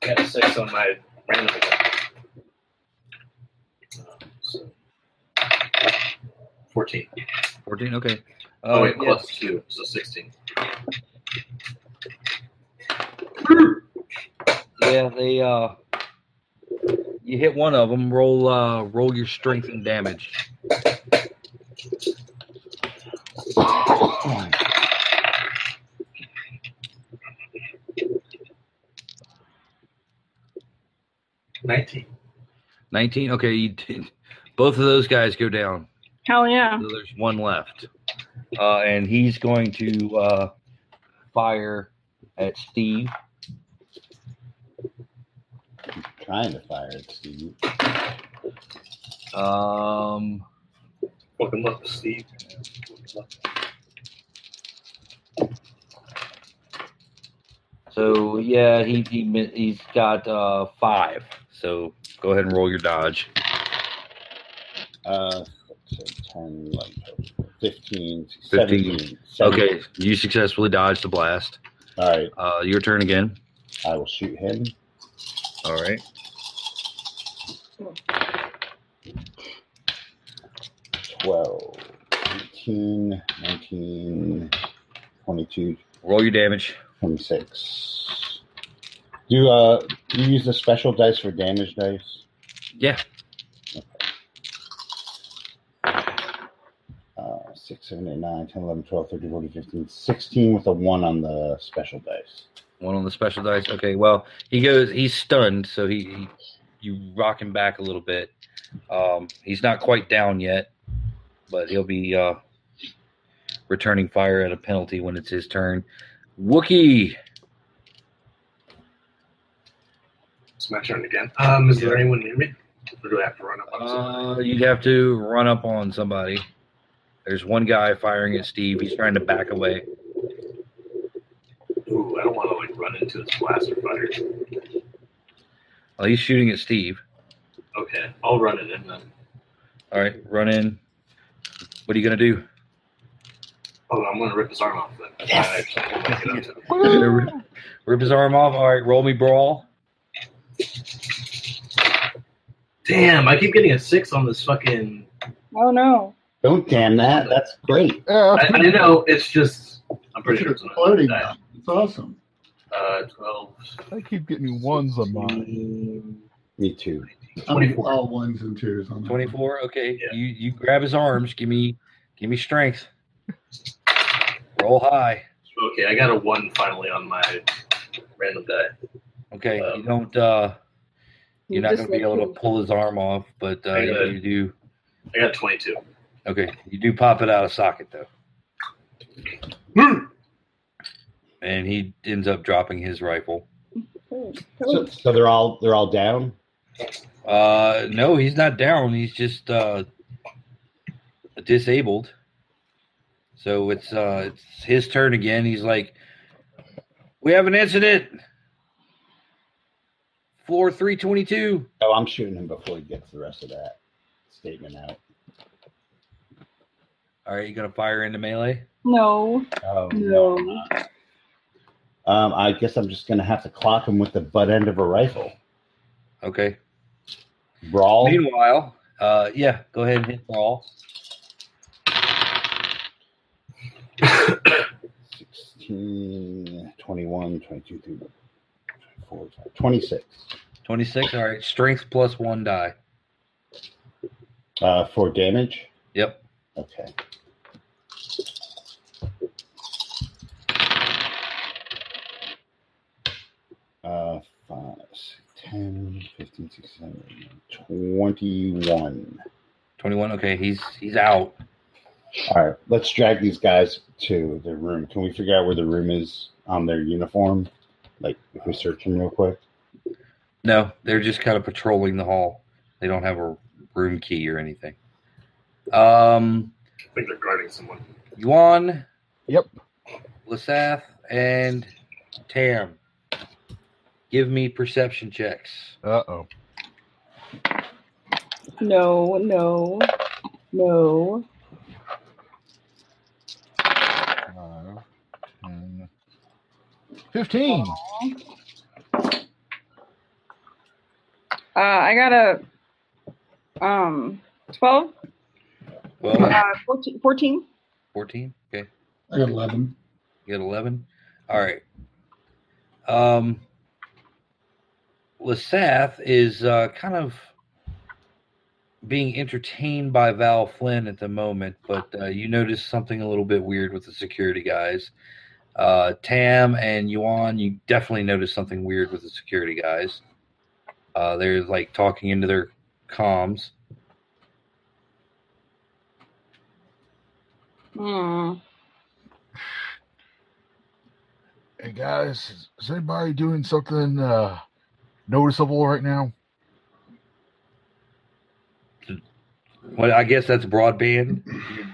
G: got a six on my random die. Um, so 14.
E: 14, okay. Uh,
G: Oh, wait,
E: yeah.
G: plus two, so 16.
E: Yeah, they. Uh, you hit one of them. Roll, uh, roll your strength and damage.
G: Nineteen.
E: 19, okay. You did. Both of those guys go down.
D: Hell yeah.
E: So there's one left. Uh, and he's going to uh, fire at Steve.
C: Trying to fire it, Steve.
E: Um,
G: Welcome up, Steve.
E: So yeah, he, he mi- he's got uh, five. So go ahead and roll your dodge.
C: Uh, so 10, like 15,
E: 15.
C: 17.
E: Okay, you successfully dodged the blast.
C: All right,
E: Uh, your turn again.
C: I will shoot him.
E: All right.
C: Twelve, eighteen, nineteen, twenty-two,
E: Roll your damage.
C: twenty-six. Do uh do you use the special dice for damage dice?
E: Yeah.
C: Uh, 6, 7, 8, 9, 10, 11, 12, 13, 14, 15, 16 with a 1 on the special dice.
E: One on the special dice. Okay. Well, he goes. He's stunned, so he, he you rock him back a little bit. Um, he's not quite down yet, but he'll be uh, returning fire at a penalty when it's his turn. Wookie.
G: It's my turn again. Um, is there anyone near me? Or do I have to run up on somebody?
E: Uh, you'd have to run up on somebody. There's one guy firing at Steve. He's trying to back away.
G: Ooh, I don't want to like run into this blaster fire.
E: Oh, he's shooting at Steve.
G: Okay, I'll run it in then.
E: All right, run in. What are you gonna do?
G: Oh, I'm gonna rip his arm off then. Yes. I actually can make it up to him.
E: rip, rip his arm off. All right, roll me brawl.
G: Damn, I keep getting a six on this fucking.
D: Oh no.
C: Don't damn that. That's great.
H: Yeah.
G: I, I know it's just. I'm pretty
F: Should
G: sure
F: have
G: it's an
F: floating.
G: die.
F: It's awesome.
G: Uh, 12.
H: I keep getting ones on mine.
C: Me too.
F: I'm all ones and twos on that.
E: Twenty-four. Okay,
G: Yeah.
E: you you grab his arms. Give me give me strength. Roll high.
G: Okay, I got a 1 finally on my random die.
E: Okay, you don't. uh You're not
D: just
E: going to be
D: like
E: able to
D: me.
E: pull his arm off, but uh,
G: I got it.
E: you do.
G: I got 22.
E: Okay, you do pop it out of socket though, and he ends up dropping his rifle.
C: So, so they're all they're all down.
E: Uh, no, he's not down. He's just uh disabled. So it's uh it's his turn again. He's like, we have an incident. Floor three twenty two.
C: Oh, I'm shooting him before he gets the rest of that statement out.
E: All right, you gonna fire into melee?
D: No.
C: Oh
D: No.
C: I'm not. Um, I guess I'm just gonna have to clock him with the butt end of a rifle.
E: Okay.
C: Brawl.
E: Meanwhile, uh, yeah, go ahead and hit brawl.
C: 16, 21, 22, 24, 26.
E: Twenty six. All right, strength plus one die.
C: Uh, for damage.
E: Yep.
C: Okay. Uh, 5, 10, 15, 16, 21.
E: Twenty one. Okay, he's he's out.
C: All right, let's drag these guys to the room. Can we figure out where the room is on their uniform? Like, if we search them real quick?
E: No, they're just kind of patrolling the hall. They don't have a room key or anything. Um,
G: I think they're guarding someone.
E: Yuan.
H: Yep.
E: Lasath and Tam. Give me perception checks.
H: Uh oh.
D: No, no, no.
H: Five, ten, Fifteen.
D: Uh, I got a um 12,
E: Well,
D: uh, 14, 14.
E: fourteen. Okay,
F: I got 11.
E: you got eleven. All right. Um, Lasath is uh, kind of being entertained by Val Flynn at the moment, but uh, you notice something a little bit weird with the security guys. Uh, Tam and Yuan, you definitely notice something weird with the security guys. Uh, they're like talking into their comms.
D: Hmm.
H: Hey guys, is- is anybody doing something uh noticeable right now?
E: Well, I guess that's broadband. You're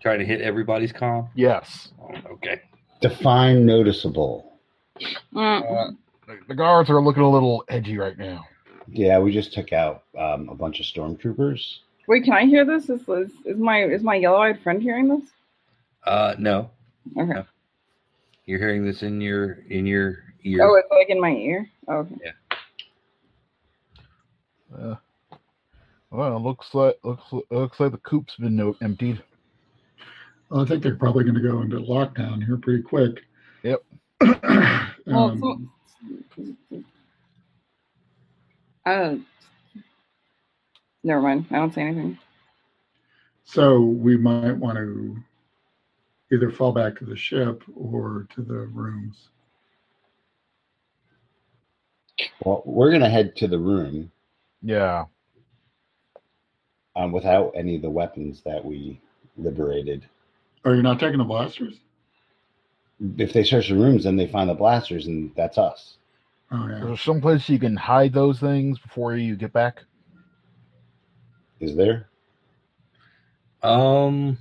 E: trying to hit everybody's com.
H: Yes.
E: Okay.
C: Define noticeable.
D: Mm.
H: Uh, the, the guards are looking a little edgy right now.
C: Yeah, we just took out um, a bunch of stormtroopers.
D: Wait, can I hear this? Is, is, is my is my yellow eyed friend hearing this?
E: Uh, no,
D: Okay.
E: No. you're hearing this in your in your ear.
D: Oh, it's like in my ear. Oh, Okay.
H: Uh, well, looks like looks looks like the coop's been no- emptied.
F: Well, I think they're probably going to go into lockdown here pretty quick.
H: Yep.
D: Well,
F: Um,
D: so, uh, never mind. I don't say anything.
F: So we might want to either fall back to the ship or to the rooms.
C: Well, we're going to head to the room
H: Yeah.
C: um, without any of the weapons that we liberated.
F: Oh, you're not taking the blasters?
C: If they search the rooms, then they find the blasters, and that's us.
F: Oh,
H: Is
F: yeah.
H: there someplace you can hide those things before you get back?
C: Is there?
E: Um,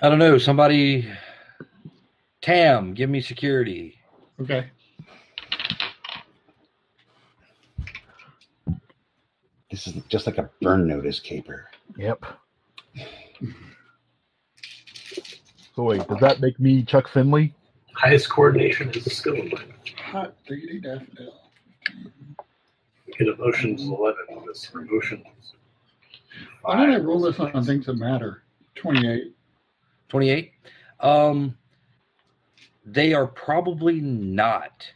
E: I don't know. Somebody, Tam, give me security.
F: Okay.
C: This is just like a burn notice caper.
H: Yep. So wait, does that make me Chuck Finley?
G: Highest coordination is a skill of mine.
F: Hot diggity daffodil.
G: Get a motions 11 on this for motions.
F: Why don't I roll this on things that matter? 28.
E: 28. Um, they are probably not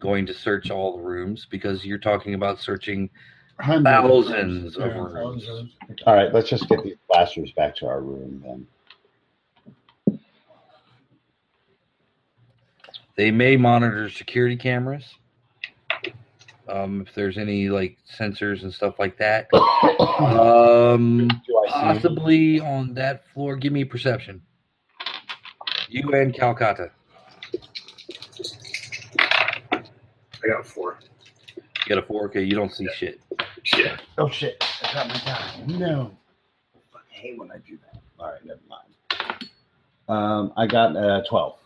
E: going to search all the rooms because you're talking about searching
F: Hundreds
E: Thousands of
F: Yeah,
E: rooms.
F: thousands of rooms.
C: All right, let's just get these blasters back to our room then.
E: They may monitor security cameras. Um, if there's any like sensors and stuff like that. Um,
C: Do I see?
E: possibly on that floor. Give me perception. You and Calcutta.
G: I got four.
E: You got a 4K. You don't see shit.
G: Yeah.
C: Oh shit! I got my die. No. I hate when I do that. All right, never mind. Um, I got uh, twelve.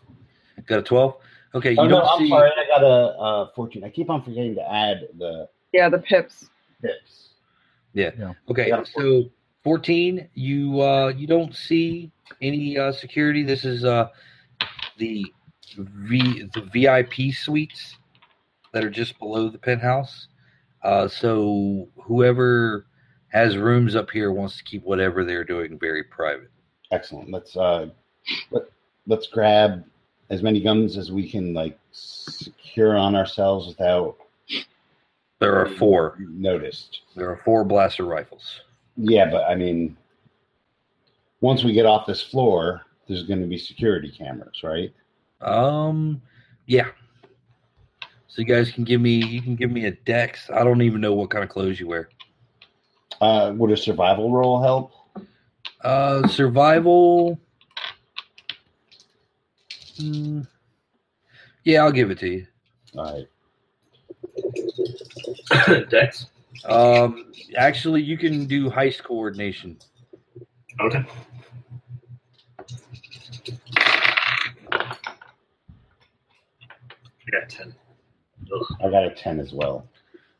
E: Got a 12. Okay, you
C: oh no,
E: don't
C: I'm
E: see.
C: sorry. I got a uh, fourteen. I keep on forgetting to add the
D: Yeah, the pips.
C: pips.
E: Okay,
C: Yeah.
E: so 14, you uh you don't see any uh security. This is uh the V the VIP suites that are just below the penthouse. Uh so whoever has rooms up here wants to keep whatever they're doing very private.
C: Excellent. Let's uh, let, let's grab as many guns as we can like secure on ourselves without
E: There are four.
C: noticed.
E: There are four blaster rifles.
C: Yeah, but I mean, once we get off this floor, there's going to be security cameras, right?
E: Um yeah. So you guys can give me you can give me a dex. I don't even know what kind of clothes you wear.
C: Uh, would a survival roll help?
E: Uh, survival. Mm. Yeah, I'll give it to you.
C: All right.
G: Dex.
E: Um, actually, you can do heist coordination.
G: Okay. I got ten. Ugh.
C: I got a ten as well.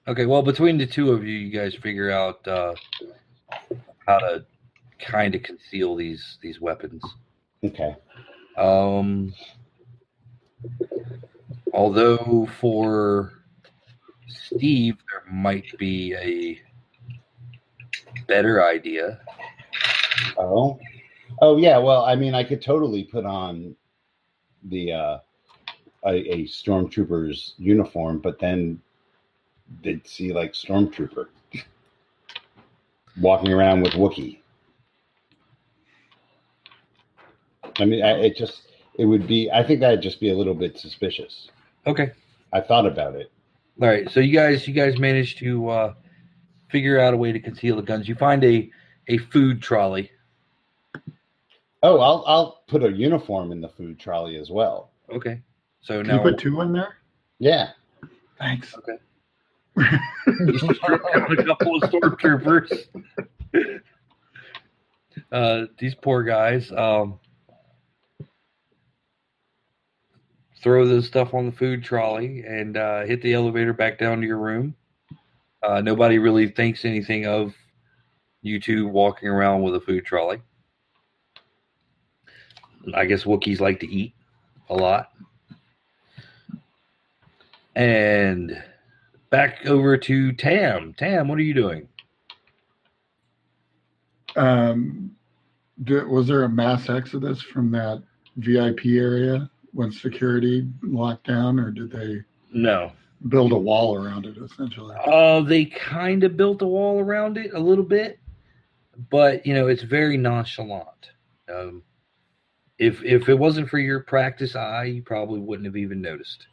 E: Okay, well, between the two of you, you guys figure out uh, how to kind of conceal these these weapons.
C: Okay.
E: Um, although for Steve, there might be a better idea.
C: Oh. Oh yeah. Well, I mean, I could totally put on the uh, a, a stormtrooper's uniform, but then they'd see like stormtrooper walking around with Wookiee. I mean, I, it just it would be. I think that'd just be a little bit suspicious.
E: Okay.
C: I thought about it.
E: All right, so you guys, you guys managed to uh, figure out a way to conceal the guns. You find a a food trolley.
C: Oh, I'll I'll put a uniform in the food trolley as well.
E: Okay, so
F: Can you
E: now
F: put two in there?
C: Yeah.
F: Thanks.
E: Okay. you strip down a couple of stormtroopers. uh, these poor guys. Um, throw this stuff on the food trolley and uh, hit the elevator back down to your room. Uh, nobody really thinks anything of you two walking around with a food trolley. I guess Wookiees like to eat a lot. And back over to Tam. Tam, what are you doing?
F: Um, do, was there a mass exodus from that VIP area when security locked down, or did they
E: No.
F: build a wall around it essentially?
E: Uh, they kind of built a wall around it a little bit, but you know it's very nonchalant. Um, if if it wasn't for your practice eye, you probably wouldn't have even noticed.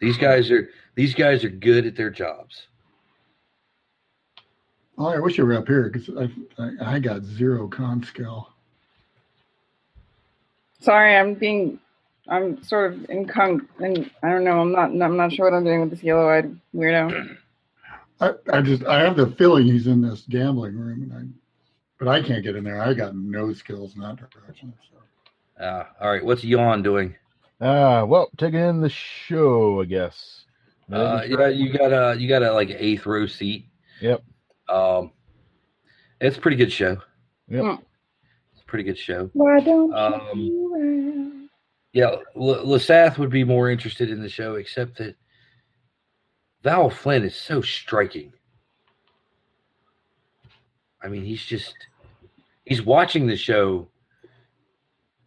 E: These guys are these guys are good at their jobs.
F: Oh, I wish you were up here because I, I I got zero con skill.
D: Sorry, I'm being, I'm sort of incong. And I don't know. I'm not. I'm not sure what I'm doing with this yellow-eyed weirdo.
F: I, I just I have the feeling he's in this gambling room, and I, but I can't get in there. I got no skills in that direction. So.
E: Uh, all right, what's Yawn doing?
H: Ah, well, taking in the show, I guess.
E: Uh, yeah, you got a you got a like eighth row seat.
H: Yep.
E: Um, it's a pretty good show.
H: Yep.
D: Mm.
E: It's a pretty good show.
D: Why don't
E: Um,
D: you?
E: Yeah, L- Lasath would be more interested in the show, except that Val Flynn is so striking. I mean, he's just he's watching the show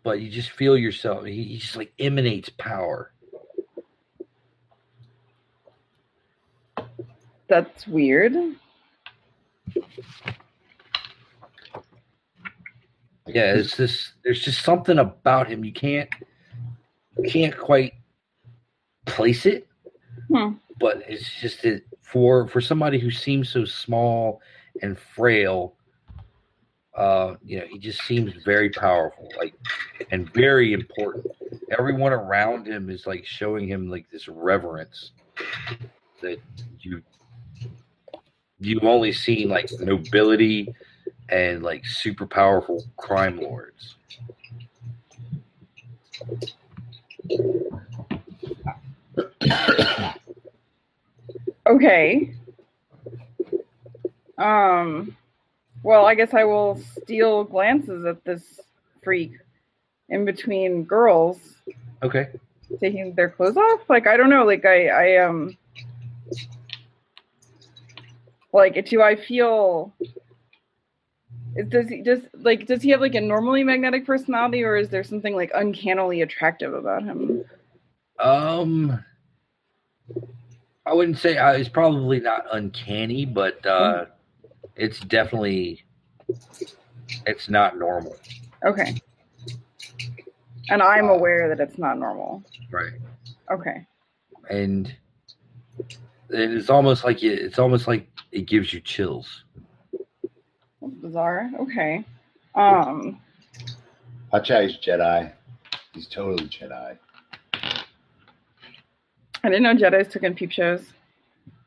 E: but you just feel yourself. He, he just like emanates power.
D: That's weird.
E: Yeah, it's this. There's just something about him you can't, you can't quite place it.
D: Hmm.
E: But it's just it for for somebody who seems so small and frail. Uh, you know, he just seems very powerful, like, and very important. Everyone around him is like showing him like this reverence that you you've only seen like nobility and like super powerful crime lords.
D: Okay. Um, well, I guess I will steal glances at this freak in between girls
E: Okay.
D: taking their clothes off. Like I don't know. Like I, I um, like do I feel? it- Does he just like does he have like a normally magnetic personality, or is there something like uncannily attractive about him?
E: Um, I wouldn't say uh, it's probably not uncanny, but uh, it's definitely it's not normal.
D: Okay. And I'm
E: Uh,
D: aware that it's not normal.
E: Right.
D: Okay.
E: And and it's almost like it, it's almost like it gives you chills.
D: That's bizarre. Okay. Um.
C: Hachai's Jedi. He's totally Jedi.
D: I didn't know Jedi's took in peep shows,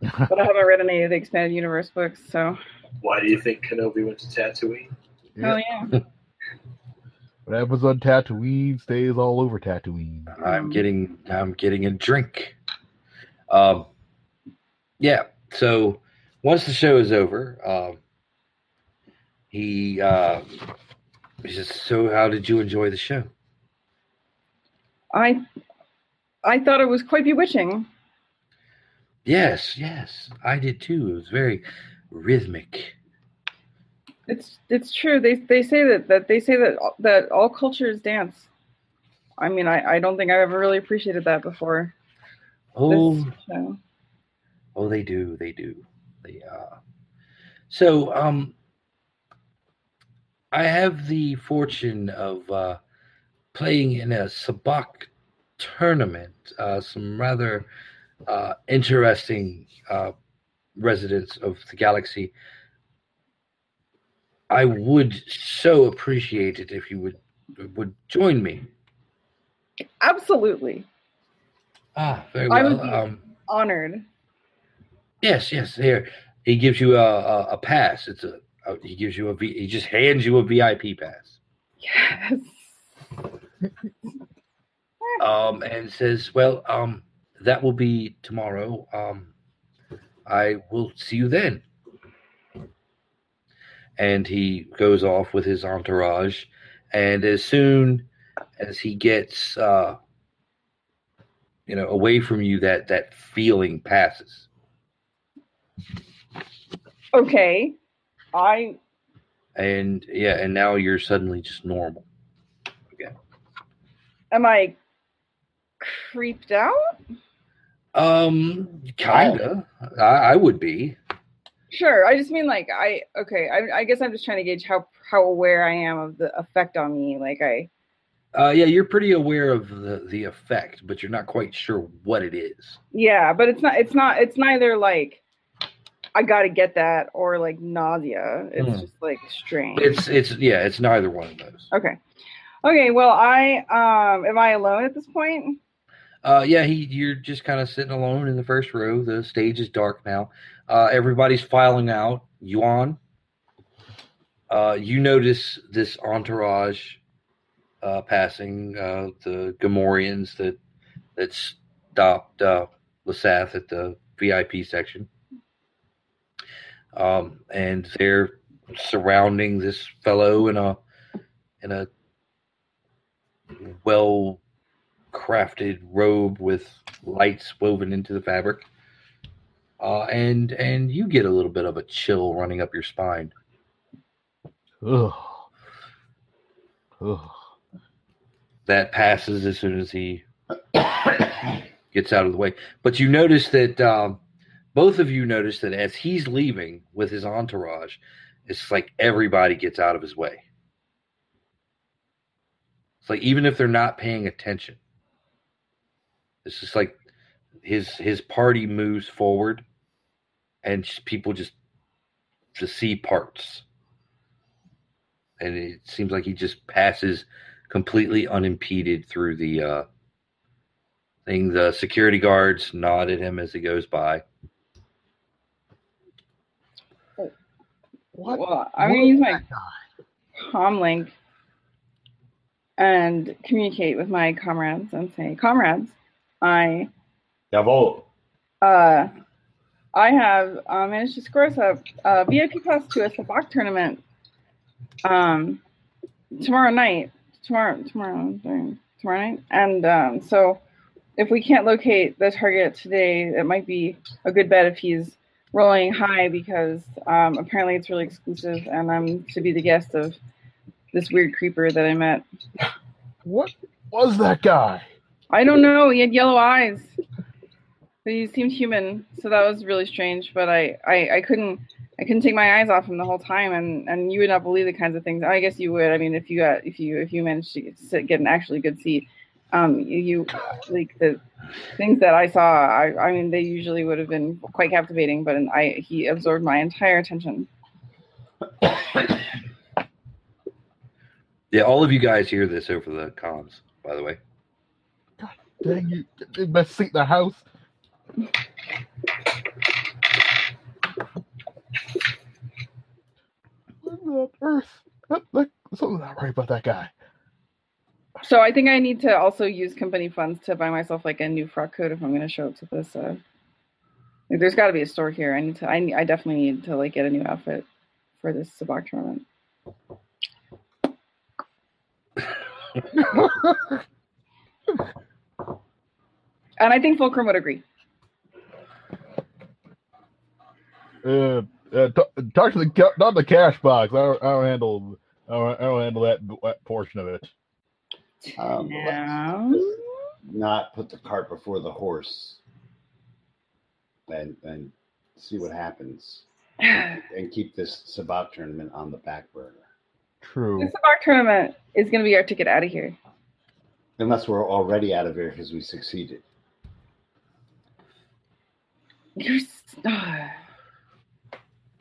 D: but I haven't read any of the expanded universe books, so
G: Why do you think Kenobi went to Tatooine?
D: hell yeah.
H: What happens on Tatooine stays all over Tatooine.
E: I'm
D: Mm.
E: getting I'm getting a drink. Um, yeah. So once the show is over, um, he uh, he's just so how did you enjoy the show?
D: I I thought it was quite bewitching.
E: Yes, yes, I did too. It was very rhythmic.
D: It's it's true. They they say that that they say that that all cultures dance. I mean, I, I don't think I've ever really appreciated that before. This
E: Oh,
D: show.
E: oh, they do, they do. They uh. So um, I have the fortune of uh, playing in a sabak tournament. Uh, some rather uh, interesting uh, residents of the galaxy. I would so appreciate it if you would would join me.
D: Absolutely
E: Ah, very
D: I
E: well.
D: would be-
E: Um,
D: honored.
E: yes, yes. Here, he gives you a, a, a pass. It's a, a he gives you a V. He just hands you a VIP pass.
D: Yes.
E: Um, and says, well, um, that will be tomorrow. Um, I will see you then. And he goes off with his entourage, and as soon as he gets, uh, you know, away from you, that that feeling passes.
D: Okay. I
E: and yeah, and now you're suddenly just normal.
D: am I creeped out?
E: Um, kinda. I, I would be.
D: Sure. I just mean like I okay. I, I guess I'm just trying to gauge how how aware I am of the effect on me. Like I
E: Uh, yeah, you're pretty aware of the the effect, but you're not quite sure what it is.
D: yeah, but it's not it's not it's neither like I gotta get that or like nausea. It's
E: Hmm.
D: just like strange.
E: It's it's yeah, it's neither one of those.
D: okay. Okay. Well, I um am I alone at this point?
E: Uh, yeah, he you're just kind of sitting alone in the first row. The stage is dark now. Uh, everybody's filing out. Yuan. Uh, you notice this entourage uh, passing uh, the Gamorreans that that stopped uh, Lasath at the VIP section, um, and they're surrounding this fellow in a in a well crafted robe with lights woven into the fabric. Uh, and and you get a little bit of a chill running up your spine.
H: Ugh. Ugh.
E: that passes as soon as he gets out of the way. But you notice that um, both of you notice that as he's leaving with his entourage, it's like everybody gets out of his way. It's like even if they're not paying attention, it's just like his his party moves forward, and just people just just see parts, and it seems like he just passes completely unimpeded through the uh, thing. The security guards nod at him as he goes by.
H: What?
D: Well, I'm gonna use my comm link and communicate with my comrades and say, comrades, I
A: Jawohl.
D: uh, I have uh, managed to score us a, a VIP pass to a Sabak tournament um, tomorrow night. Tomorrow, tomorrow, sorry, tomorrow night. And um, so, if we can't locate the target today, it might be a good bet if he's rolling high because um, apparently it's really exclusive, and I'm to be the guest of this weird creeper that I met.
H: What was that guy?
D: I don't know. He had yellow eyes. But he seemed human, so that was really strange. But I, I, I couldn't I couldn't take my eyes off him the whole time, and, and you would not believe the kinds of things. I guess you would. I mean, if you got if you if you managed to get, sit, get an actually good seat, um, you, you like the things that I saw. I, I mean, they usually would have been quite captivating, but I he absorbed my entire attention.
E: Yeah, all of you guys hear this over the comms, by the way.
H: Dang you! They must seek the house. What on earth? Look, look, something's not right about that guy.
D: So I think I need to also use company funds to buy myself like a new frock coat if I'm going to show up to this. Uh, like, there's got to be a store here. I need to. I, need- I definitely need to like get a new outfit for this Sabak tournament. And I think Fulcrum would agree.
H: Uh, uh, t- talk to the ca- not the cash box. I don't, I don't handle. I don't, I don't handle that, that portion of it.
C: Um,
D: Yeah.
C: let's not put the cart before the horse and and see what happens and keep this sabbat tournament on the back burner
D: This
H: True.
D: Sabak tournament is going to be our ticket out of here.
C: unless we're already out of here because we succeeded
D: You're. s-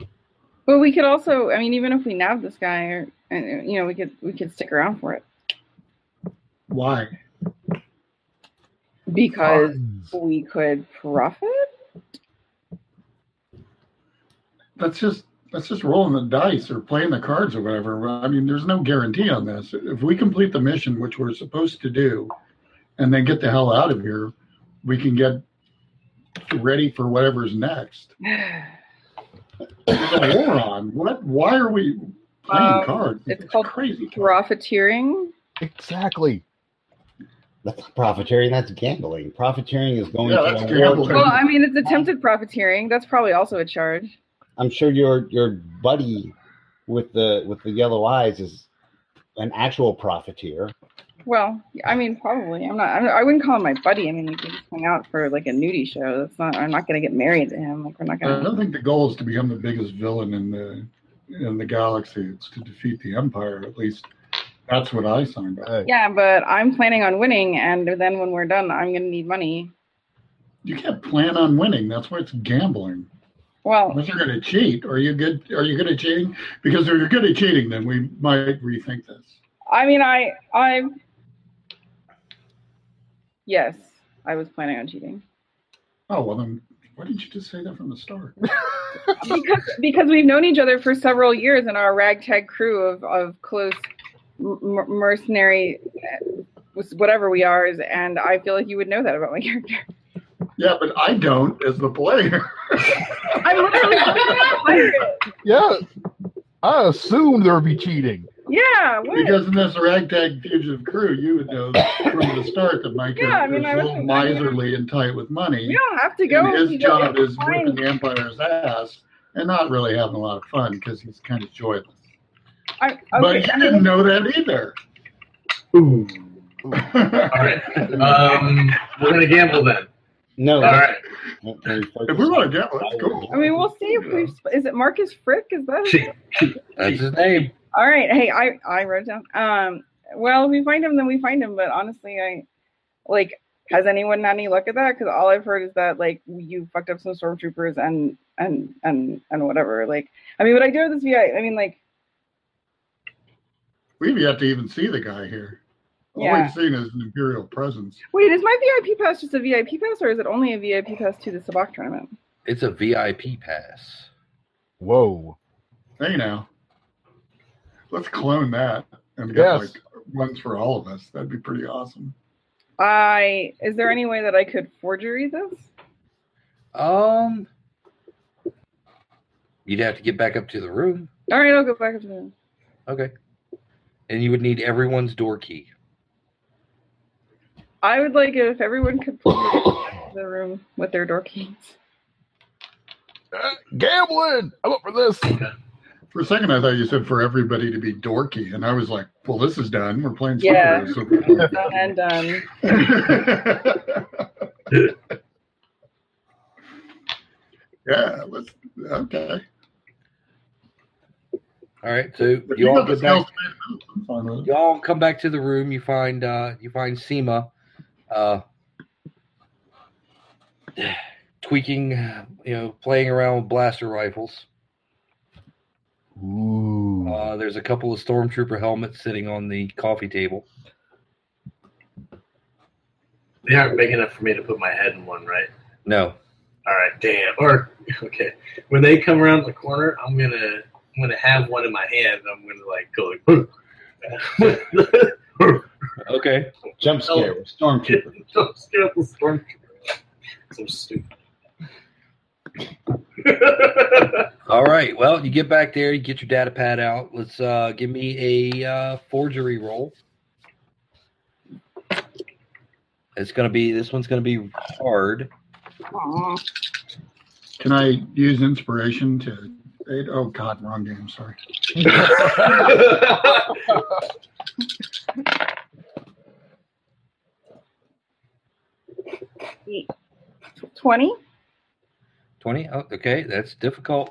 D: But we could also, I mean, even if we nab this guy, or and, uh, you know, we could we could stick around for it
F: Why?
D: because
H: Fines.
D: we could profit.
F: That's just that's just rolling the dice or playing the cards or whatever. I mean, there's no guarantee on this. If we complete the mission, which we're supposed to do, and then get the hell out of here, we can get ready for whatever's next. There's a war on. What? Why are we playing
D: Um,
F: cards?
D: it's called
F: crazy.
D: Profiteering.
H: Exactly.
C: that's not profiteering that's gambling profiteering is going
F: Yeah,
C: to
F: that's
C: a war
F: gambling.
D: Well, I mean, it's attempted profiteering. That's probably also a charge.
C: I'm sure your your buddy with the with the yellow eyes is an actual profiteer.
D: Well, I mean, probably. I'm not. I'm, I wouldn't call him my buddy. I mean, we could just hang out for like a nudie show. That's not. I'm not gonna get married to him. Like, we're not
F: I
D: gonna.
F: don't think the goal is to become the biggest villain in the in the galaxy. It's to defeat the Empire. At least that's what I signed up.
H: Hey,
D: Yeah, but I'm planning on winning, and then when we're done, I'm gonna need money.
F: You can't plan on winning. That's why it's gambling.
D: Well,
F: Unless you're going to cheat, are you good? Are you good at cheating? Because if you're good at cheating, then we might rethink this.
D: I mean, I, I. Yes, I was planning on cheating
F: Oh well, then why didn't you just say that from the start?
D: because because we've known each other for several years in our ragtag crew of of close m- m- mercenary, uh, whatever we are, and I feel like you would know that about my character.
F: Yeah, but I don't as the player.
D: I'm literally a pirate.
H: Yeah. I assumed there would be cheating.
D: Yeah, what?
F: because in this ragtag fugitive crew, you would know from the start that my character
D: Yeah, I mean,
F: is
D: I
F: a little
D: wasn't- I mean,
F: miserly and tight with money.
D: we don't have to go.
F: and
D: We
F: his
D: don't
F: job
D: have to
F: is
D: find-
F: whipping the Empire's ass and not really having a lot of fun because he's kind of joyless.
D: I, okay,
F: But he didn't know that either.
G: All right.
D: Uh,
G: Um, we're gonna gamble then.
C: No.
G: All right.
F: If we want to gamble, that's
D: I
F: cool.
D: mean, we'll see if we. have Is it Marcus Frick? Is that?
G: She, she,
E: That's his name.
D: All right. Hey, I I wrote down. Um. Well, if we find him, then we find him. But honestly, I like. Has anyone had any luck at that? Because all I've heard is that like you fucked up some stormtroopers and and and and whatever. Like, I mean, would I do with this VI? I mean, like,
F: We've yet to even see the guy here. All
D: Yeah.
F: we've seen is an imperial presence.
D: wait, is my VIP pass just a VIP pass, or is it only a VIP pass to the Sabak tournament?
E: It's a VIP pass.
H: Whoa.
F: Hey now, let's clone that and get
H: Yes.
F: like ones for all of us. That'd be pretty awesome.
D: I is there any way that I could forgery this?
E: Um, you'd have to get back up to the room.
D: All right, I'll go back up to the.
E: Okay, and you would need everyone's door key.
D: I would like it if everyone could please leave the room with their door keys.
H: Uh, gambling! I'm up for this.
F: For a second, I thought you said for everybody to be dorky, and I was like, "Well, this is done. We're playing
D: Yeah.
F: Subaru,
D: Done and done.
F: so- yeah, let's okay.
E: All right, so
F: If
E: you
F: you
E: all
F: got the
E: get back.
F: skills to make moves, I'm fine with it.
E: You all come back to the room. You find uh, you find Seema, uh, tweaking, you know, playing around with blaster rifles.
H: Ooh.
E: Uh, there's a couple of stormtrooper helmets sitting on the coffee table.
G: They aren't big enough for me to put my head in one, right?
E: No,
G: All right, damn. Or okay, when they come around the corner, I'm gonna I'm gonna have one in my hand. And I'm gonna like go like.
E: okay,
C: Jump scare with Stormtrooper.
G: Jump scare the stormtrooper. So stupid.
E: all right. Well, you get back there. You get your data pad out. Let's uh, give me a uh, forgery roll. It's gonna be this one's gonna be hard.
D: Aw.
F: Can I use inspiration to aid? Oh God, wrong game. Sorry.
D: Twenty.
E: 20 oh, okay that's difficult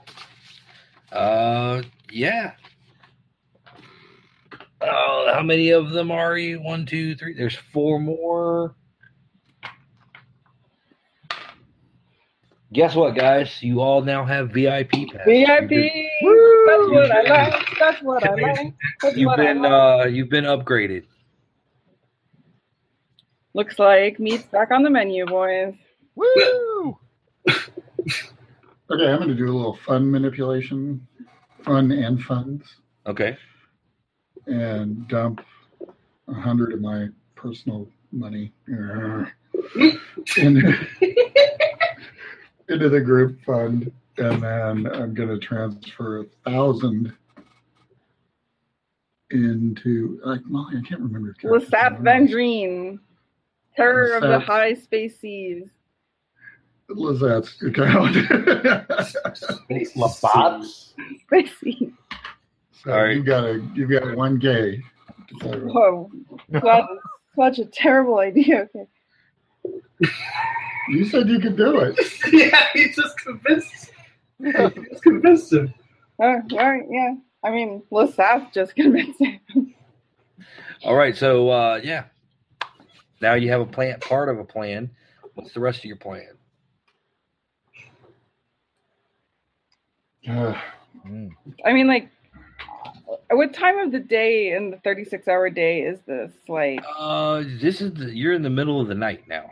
E: uh yeah oh how many of them are you one two three there's four more guess what guys you all now have vip passes.
D: VIP. That's what I like. That's what I like. That's
E: you've
D: what I
E: been
D: like.
E: uh you've been upgraded
D: Looks like meat's back on the menu, boys.
H: Woo! Oh,
F: Okay, I'm going to do a little fun manipulation, fun and funds,
E: okay
F: and dump a hundred of my personal money Grr. into, into the group fund, and then I'm going to transfer a thousand into like Molly. I can't remember. your character's
D: Lesat
E: Mm-hmm.
D: Vendrine,
F: name.
D: terror of the
F: Lestat.
D: high space seas.
F: Lizette's account.
J: Labat's?
D: Space seas.
F: So
E: All right.
F: you got a you got one gay.
D: Whoa, That's such a terrible idea. Okay.
F: You said you could do it.
G: yeah, he just convinced. He just convinced him.
D: Oh, all right, yeah. I mean, Lesat just convinced him.
E: all right so uh yeah now you have a plan part of a plan what's the rest of your plan
F: Uh,
H: Mm.
D: I mean, like, what time of the day in the 36 hour day is this? Like,
E: uh this is the, you're in the middle of the night now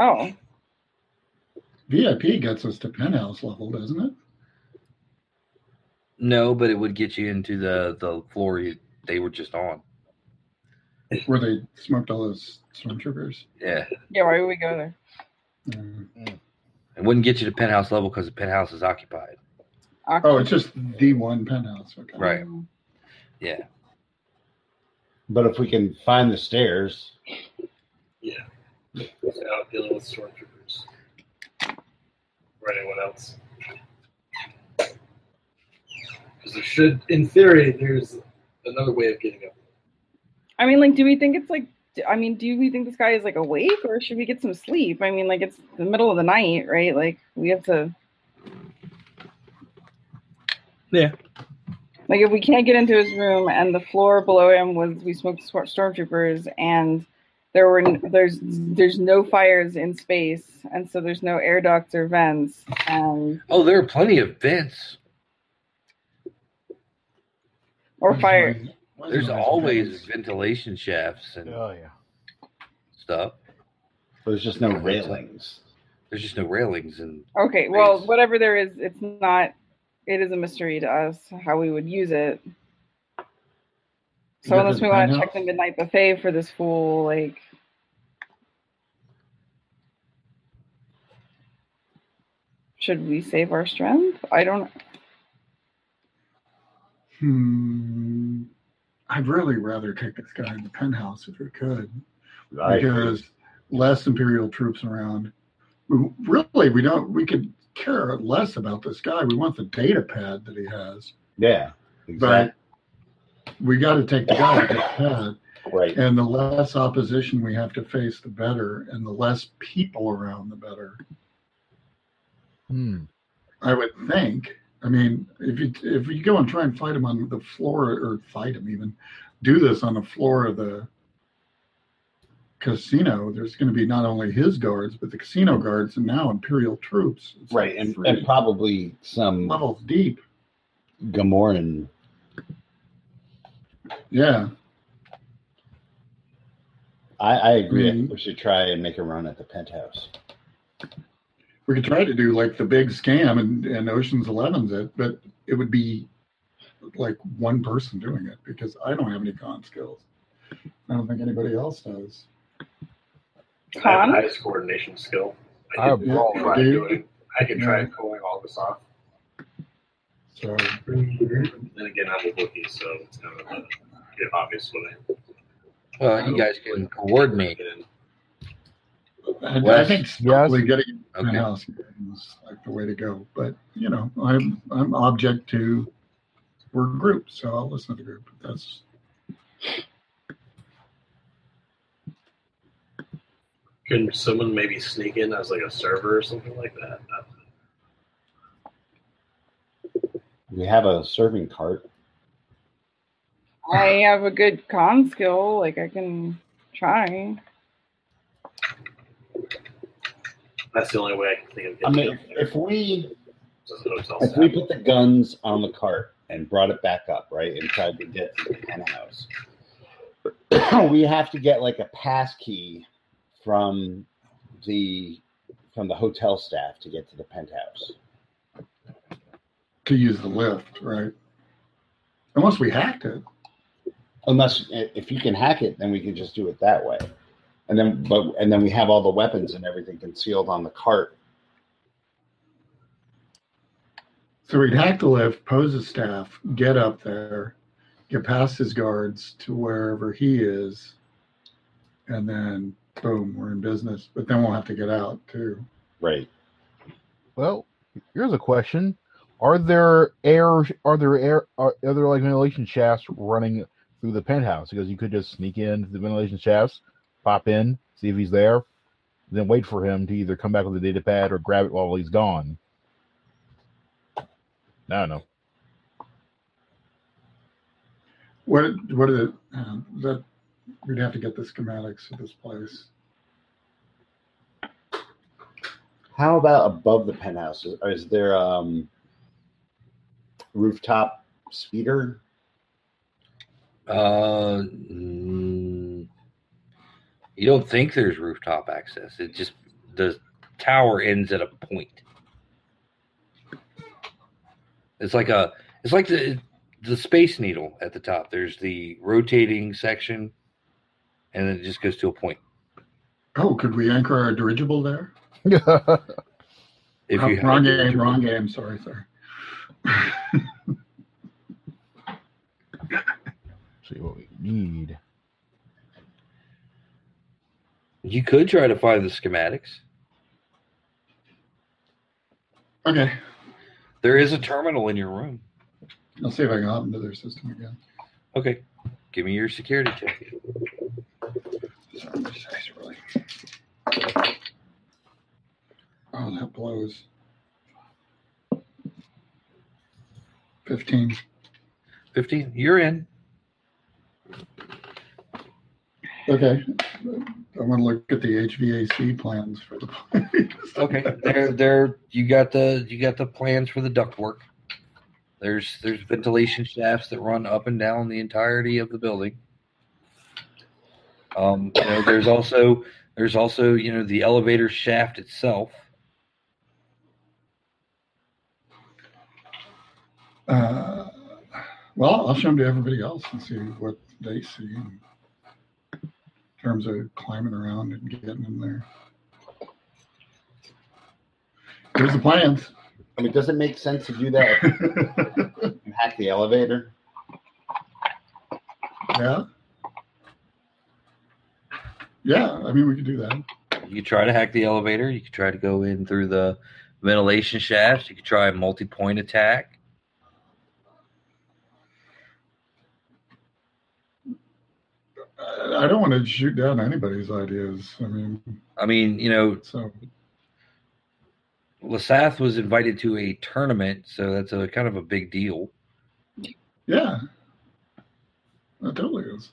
D: oh,
F: VIP gets us to penthouse level, doesn't it?
E: No, but it would get you into the the floor you, they were just on.
F: Where they smoked all those stormtroopers.
E: Yeah,
D: yeah, why would we go there?
F: Uh,
E: it wouldn't get you to penthouse level because the penthouse is occupied.
F: oh, it's just the one penthouse. Okay.
E: Right.
D: Um,
E: Yeah.
C: But if we can find the stairs,
G: without dealing with stormtroopers or anyone else. Because there should, in theory, there's another way of getting up.
D: I mean, like, do we think it's like d- I mean, do we think this guy is like awake or should we get some sleep? I mean, like it's the middle of the night, right? Like we have to.
E: Yeah.
D: Like if we can't get into his room and the floor below him was we smoked sw- stormtroopers and there were n- there's there's no fires in space and so there's no air ducts or vents and
G: Oh, there are plenty of vents.
D: or fire.
F: Why is
G: There's
F: there
G: always ventilation shafts and
H: Oh yeah.
G: stuff.
C: There's just no railings.
G: There's just no railings and
D: Okay, well, whatever there is, it's not. It is a mystery to us how we would use it. So
F: Is it
D: unless
F: the
D: we want to
F: penthouse?
D: check the midnight buffet for this fool, like should we save our strength? I don't.
F: Hmm. I'd really rather take this guy in the penthouse if we could,
C: Right.
F: because less imperial troops around. We, really, we don't. We could care less about this guy. We want the data pad that he has,
C: Yeah. Exactly.
F: but we got to take the guy with the pad.
C: right.
F: And the less opposition we have to face, the better, and the less people around, the better.
H: Hmm.
F: I would think. I mean, if you if you go and try and fight him on the floor, or fight him even, do this on the floor of the casino. There's going to be not only his guards, but the casino guards, and now imperial troops. It's
C: Right. And,
F: three
C: and probably some
F: levels deep.
C: Gamoran.
F: Yeah,
C: I, I agree. I
F: Mhm.
C: think we should try and make a run at the penthouse.
F: we could try to do like the big scam and and Ocean's Eleven's it, but it would be like one person doing it because I don't have any con skills. I don't think anybody else does.
G: I have
D: Con?
G: the highest coordination skill. I
H: I
G: could roll
F: have-
G: what I'm
F: do-
G: doing. I could try
F: Yeah.
G: pulling all this off.
F: So
G: Then again, I'm a bookie, so it's kind of uh, pretty obvious when I
E: Well, you guys can coordinate.
G: get in.
F: I, I
E: Wes?
F: think
H: Yes?
F: probably getting
E: Okay.
F: an house is like the way to go. But you know, I'm I'm object to we're a group, so I'll listen to the group. That's
G: Can someone maybe sneak in as like a server or something like that?
C: We have a serving cart.
D: I have a good con skill. Like I can try.
G: That's the only way I can think of
C: I
G: getting
C: mean,
G: up there.
C: if we
G: Doesn't know it's all
C: if we
G: set.
C: put the guns on the cart and brought it back up, right, and tried to get to the penthouse, we have to get like a pass key from the from the hotel staff to get to the penthouse.
F: to use the lift, right? Unless we hacked it.
C: Unless if you can hack it, then we can just do it that way. And then, but and then we have all the weapons and everything concealed on the cart.
F: So we'd hack the lift, pose as staff, get up there, get past his guards to wherever he is, and then boom, we're in business. But then we'll have to get out too.
C: Right.
H: Well, here's a question: Are there air? Are there air? Are, are there like ventilation shafts running through the penthouse? Because you could just sneak in the ventilation shafts, pop in, see if he's there, then wait for him to either come back with the data pad or grab it while he's gone. I don't know.
F: What what are the um, that we'd have to get the schematics of this place.
C: How about above the penthouse? Is, is there um rooftop speeder?
E: Uh, mm, you don't think there's rooftop access. It just the tower ends at a point. It's like a it's like the the space needle at the top. There's the rotating section, and then it just goes to a point.
F: Oh, could we anchor our dirigible there?
E: If
F: Oh,
E: you have
F: wrong
E: the-
F: game, wrong game. Sorry, sorry.
H: see what we need.
E: you could try to find the schematics.
F: Okay,
E: There is a terminal in your room.
F: I'll see if I can hop into their system again.
E: Okay, give me your security check.
F: Sorry, my eyes are really. Oh, that blows. 15.
E: 15. You're in.
F: Okay. I want to look at the HVAC plans for the place.
E: Okay. There, there. You got the you got the plans for the ductwork. There's there's ventilation shafts that run up and down the entirety of the building. Um, you know, there's also there's also you know the elevator shaft itself.
F: Uh, well, I'll show them to everybody else and see what they see in terms of climbing around and getting in there. Here's the plans.
C: I mean, does it make sense to do that? if you hack the elevator.
F: Yeah. Yeah, I mean, we could do that.
E: You could try to hack the elevator. You could try to go in through the ventilation shafts. You could try a multi-point attack.
F: I I don't want to shoot down anybody's ideas. I mean,
E: I mean, you know,
F: so
E: Lasath was invited to a tournament, so that's a kind of a big deal.
F: yeah, that totally is.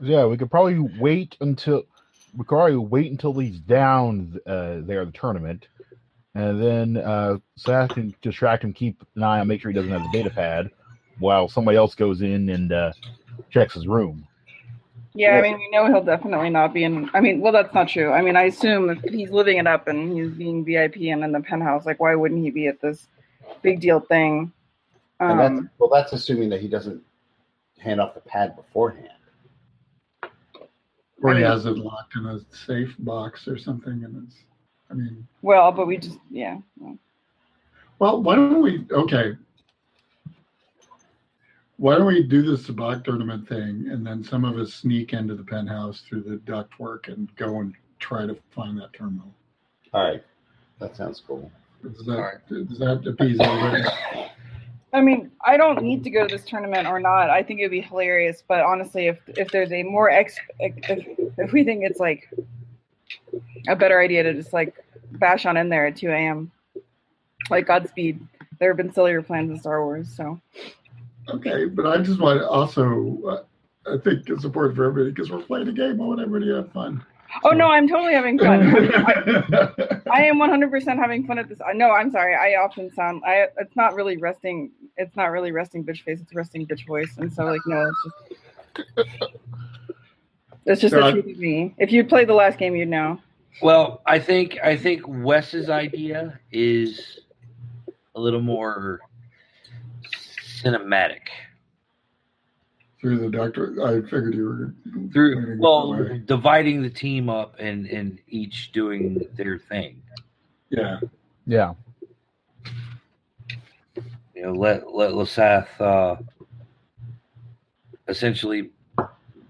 H: Yeah, we could probably wait until we could probably wait until he's down uh, there at the tournament, and then uh, Sath can distract him, keep an eye on, make sure he doesn't have the data pad, while somebody else goes in and uh, checks his room.
D: Yeah, I mean, we know he'll definitely not be in. I mean, well, that's not true. I mean, I assume if he's living it up and he's being VIP and in the penthouse, like, why wouldn't he be at this big deal thing?
C: And that's,
D: Um,
C: well, that's assuming that he doesn't hand off the pad beforehand.
F: Or he has it locked in a safe box or something, and it's. I mean,
D: well, but we just, yeah.
F: Well, why don't we? Okay. Why don't we do this sabacc tournament thing, and then some of us sneak into the penthouse through the ductwork and go and try to find that terminal.
C: All right, that sounds cool.
F: Does that,
E: All right.
F: does that appease everybody?
D: I mean, I don't need to go to this tournament or not. I think it'd be hilarious. But honestly, if if there's a more ex, if, if we think it's like a better idea to just like bash on in there at 2 a.m. Like Godspeed. There have been sillier plans in Star Wars, so
F: Okay, but I just want to also, uh, I think it's important for everybody because we're playing a game. I want everybody to have fun.
D: Oh no, I'm totally having fun. I am 100% having fun at this. uh, No, I'm sorry. I often sound. I it's not really resting. It's not really resting bitch face. It's resting bitch voice. And so like no, it's just. It's just the
F: God.
D: truth of me. If you played the last game, you'd know.
E: Well, I think I think Wes's idea is a little more cinematic.
F: through the ductwork. I figured you were
E: Through
F: planning that
E: well,
F: way.
E: dividing the team up and and each doing their thing.
F: Yeah.
H: Yeah,
E: You know, let let Lasath uh, essentially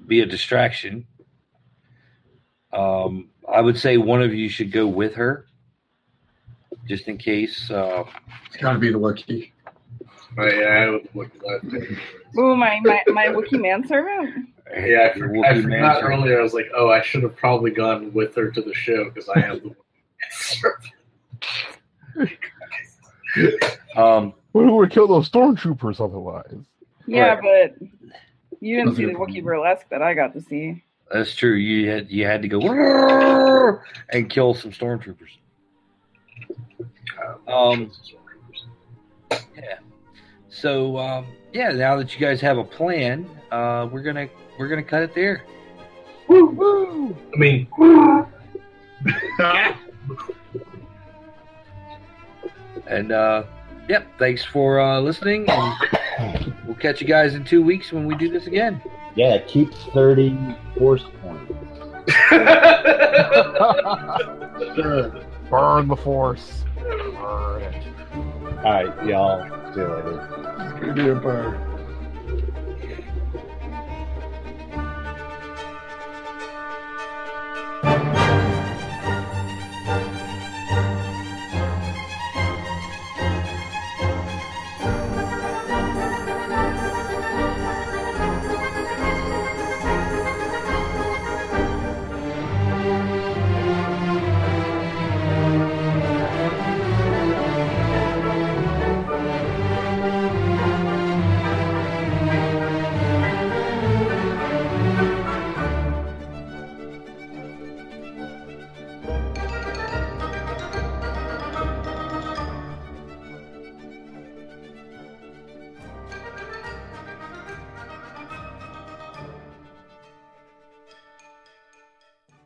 E: be a distraction. Um, I would say one of you should go with her, just in case. Uh,
F: It's got to be the lucky.
G: But Oh, yeah, I would look at that.
D: Ooh, my my my Wookiee manservant.
G: Yeah, I, for,
E: Wookiee
G: I forgot
E: Mansour.
G: earlier. I was like, oh, I should have probably gone with her to the show because I have the
E: Um,
H: we would kill those stormtroopers otherwise.
D: Yeah, but you didn't
F: Those
D: see
F: are
D: the
F: fun.
D: Wookiee burlesque that I got to see.
E: That's true. You had you had to go "Roar!" and kill some stormtroopers. Um, So um, yeah, now that you guys have a plan, uh, we're gonna we're gonna cut it there.
G: I mean,
E: And uh, yep, thanks for uh, listening. And we'll catch you guys in two weeks when we do this again.
C: Yeah, keep 30 force points.
F: Sure.
H: Burn the force. Burn it.
C: All right, y'all. See you later.
F: It's going to be a bar.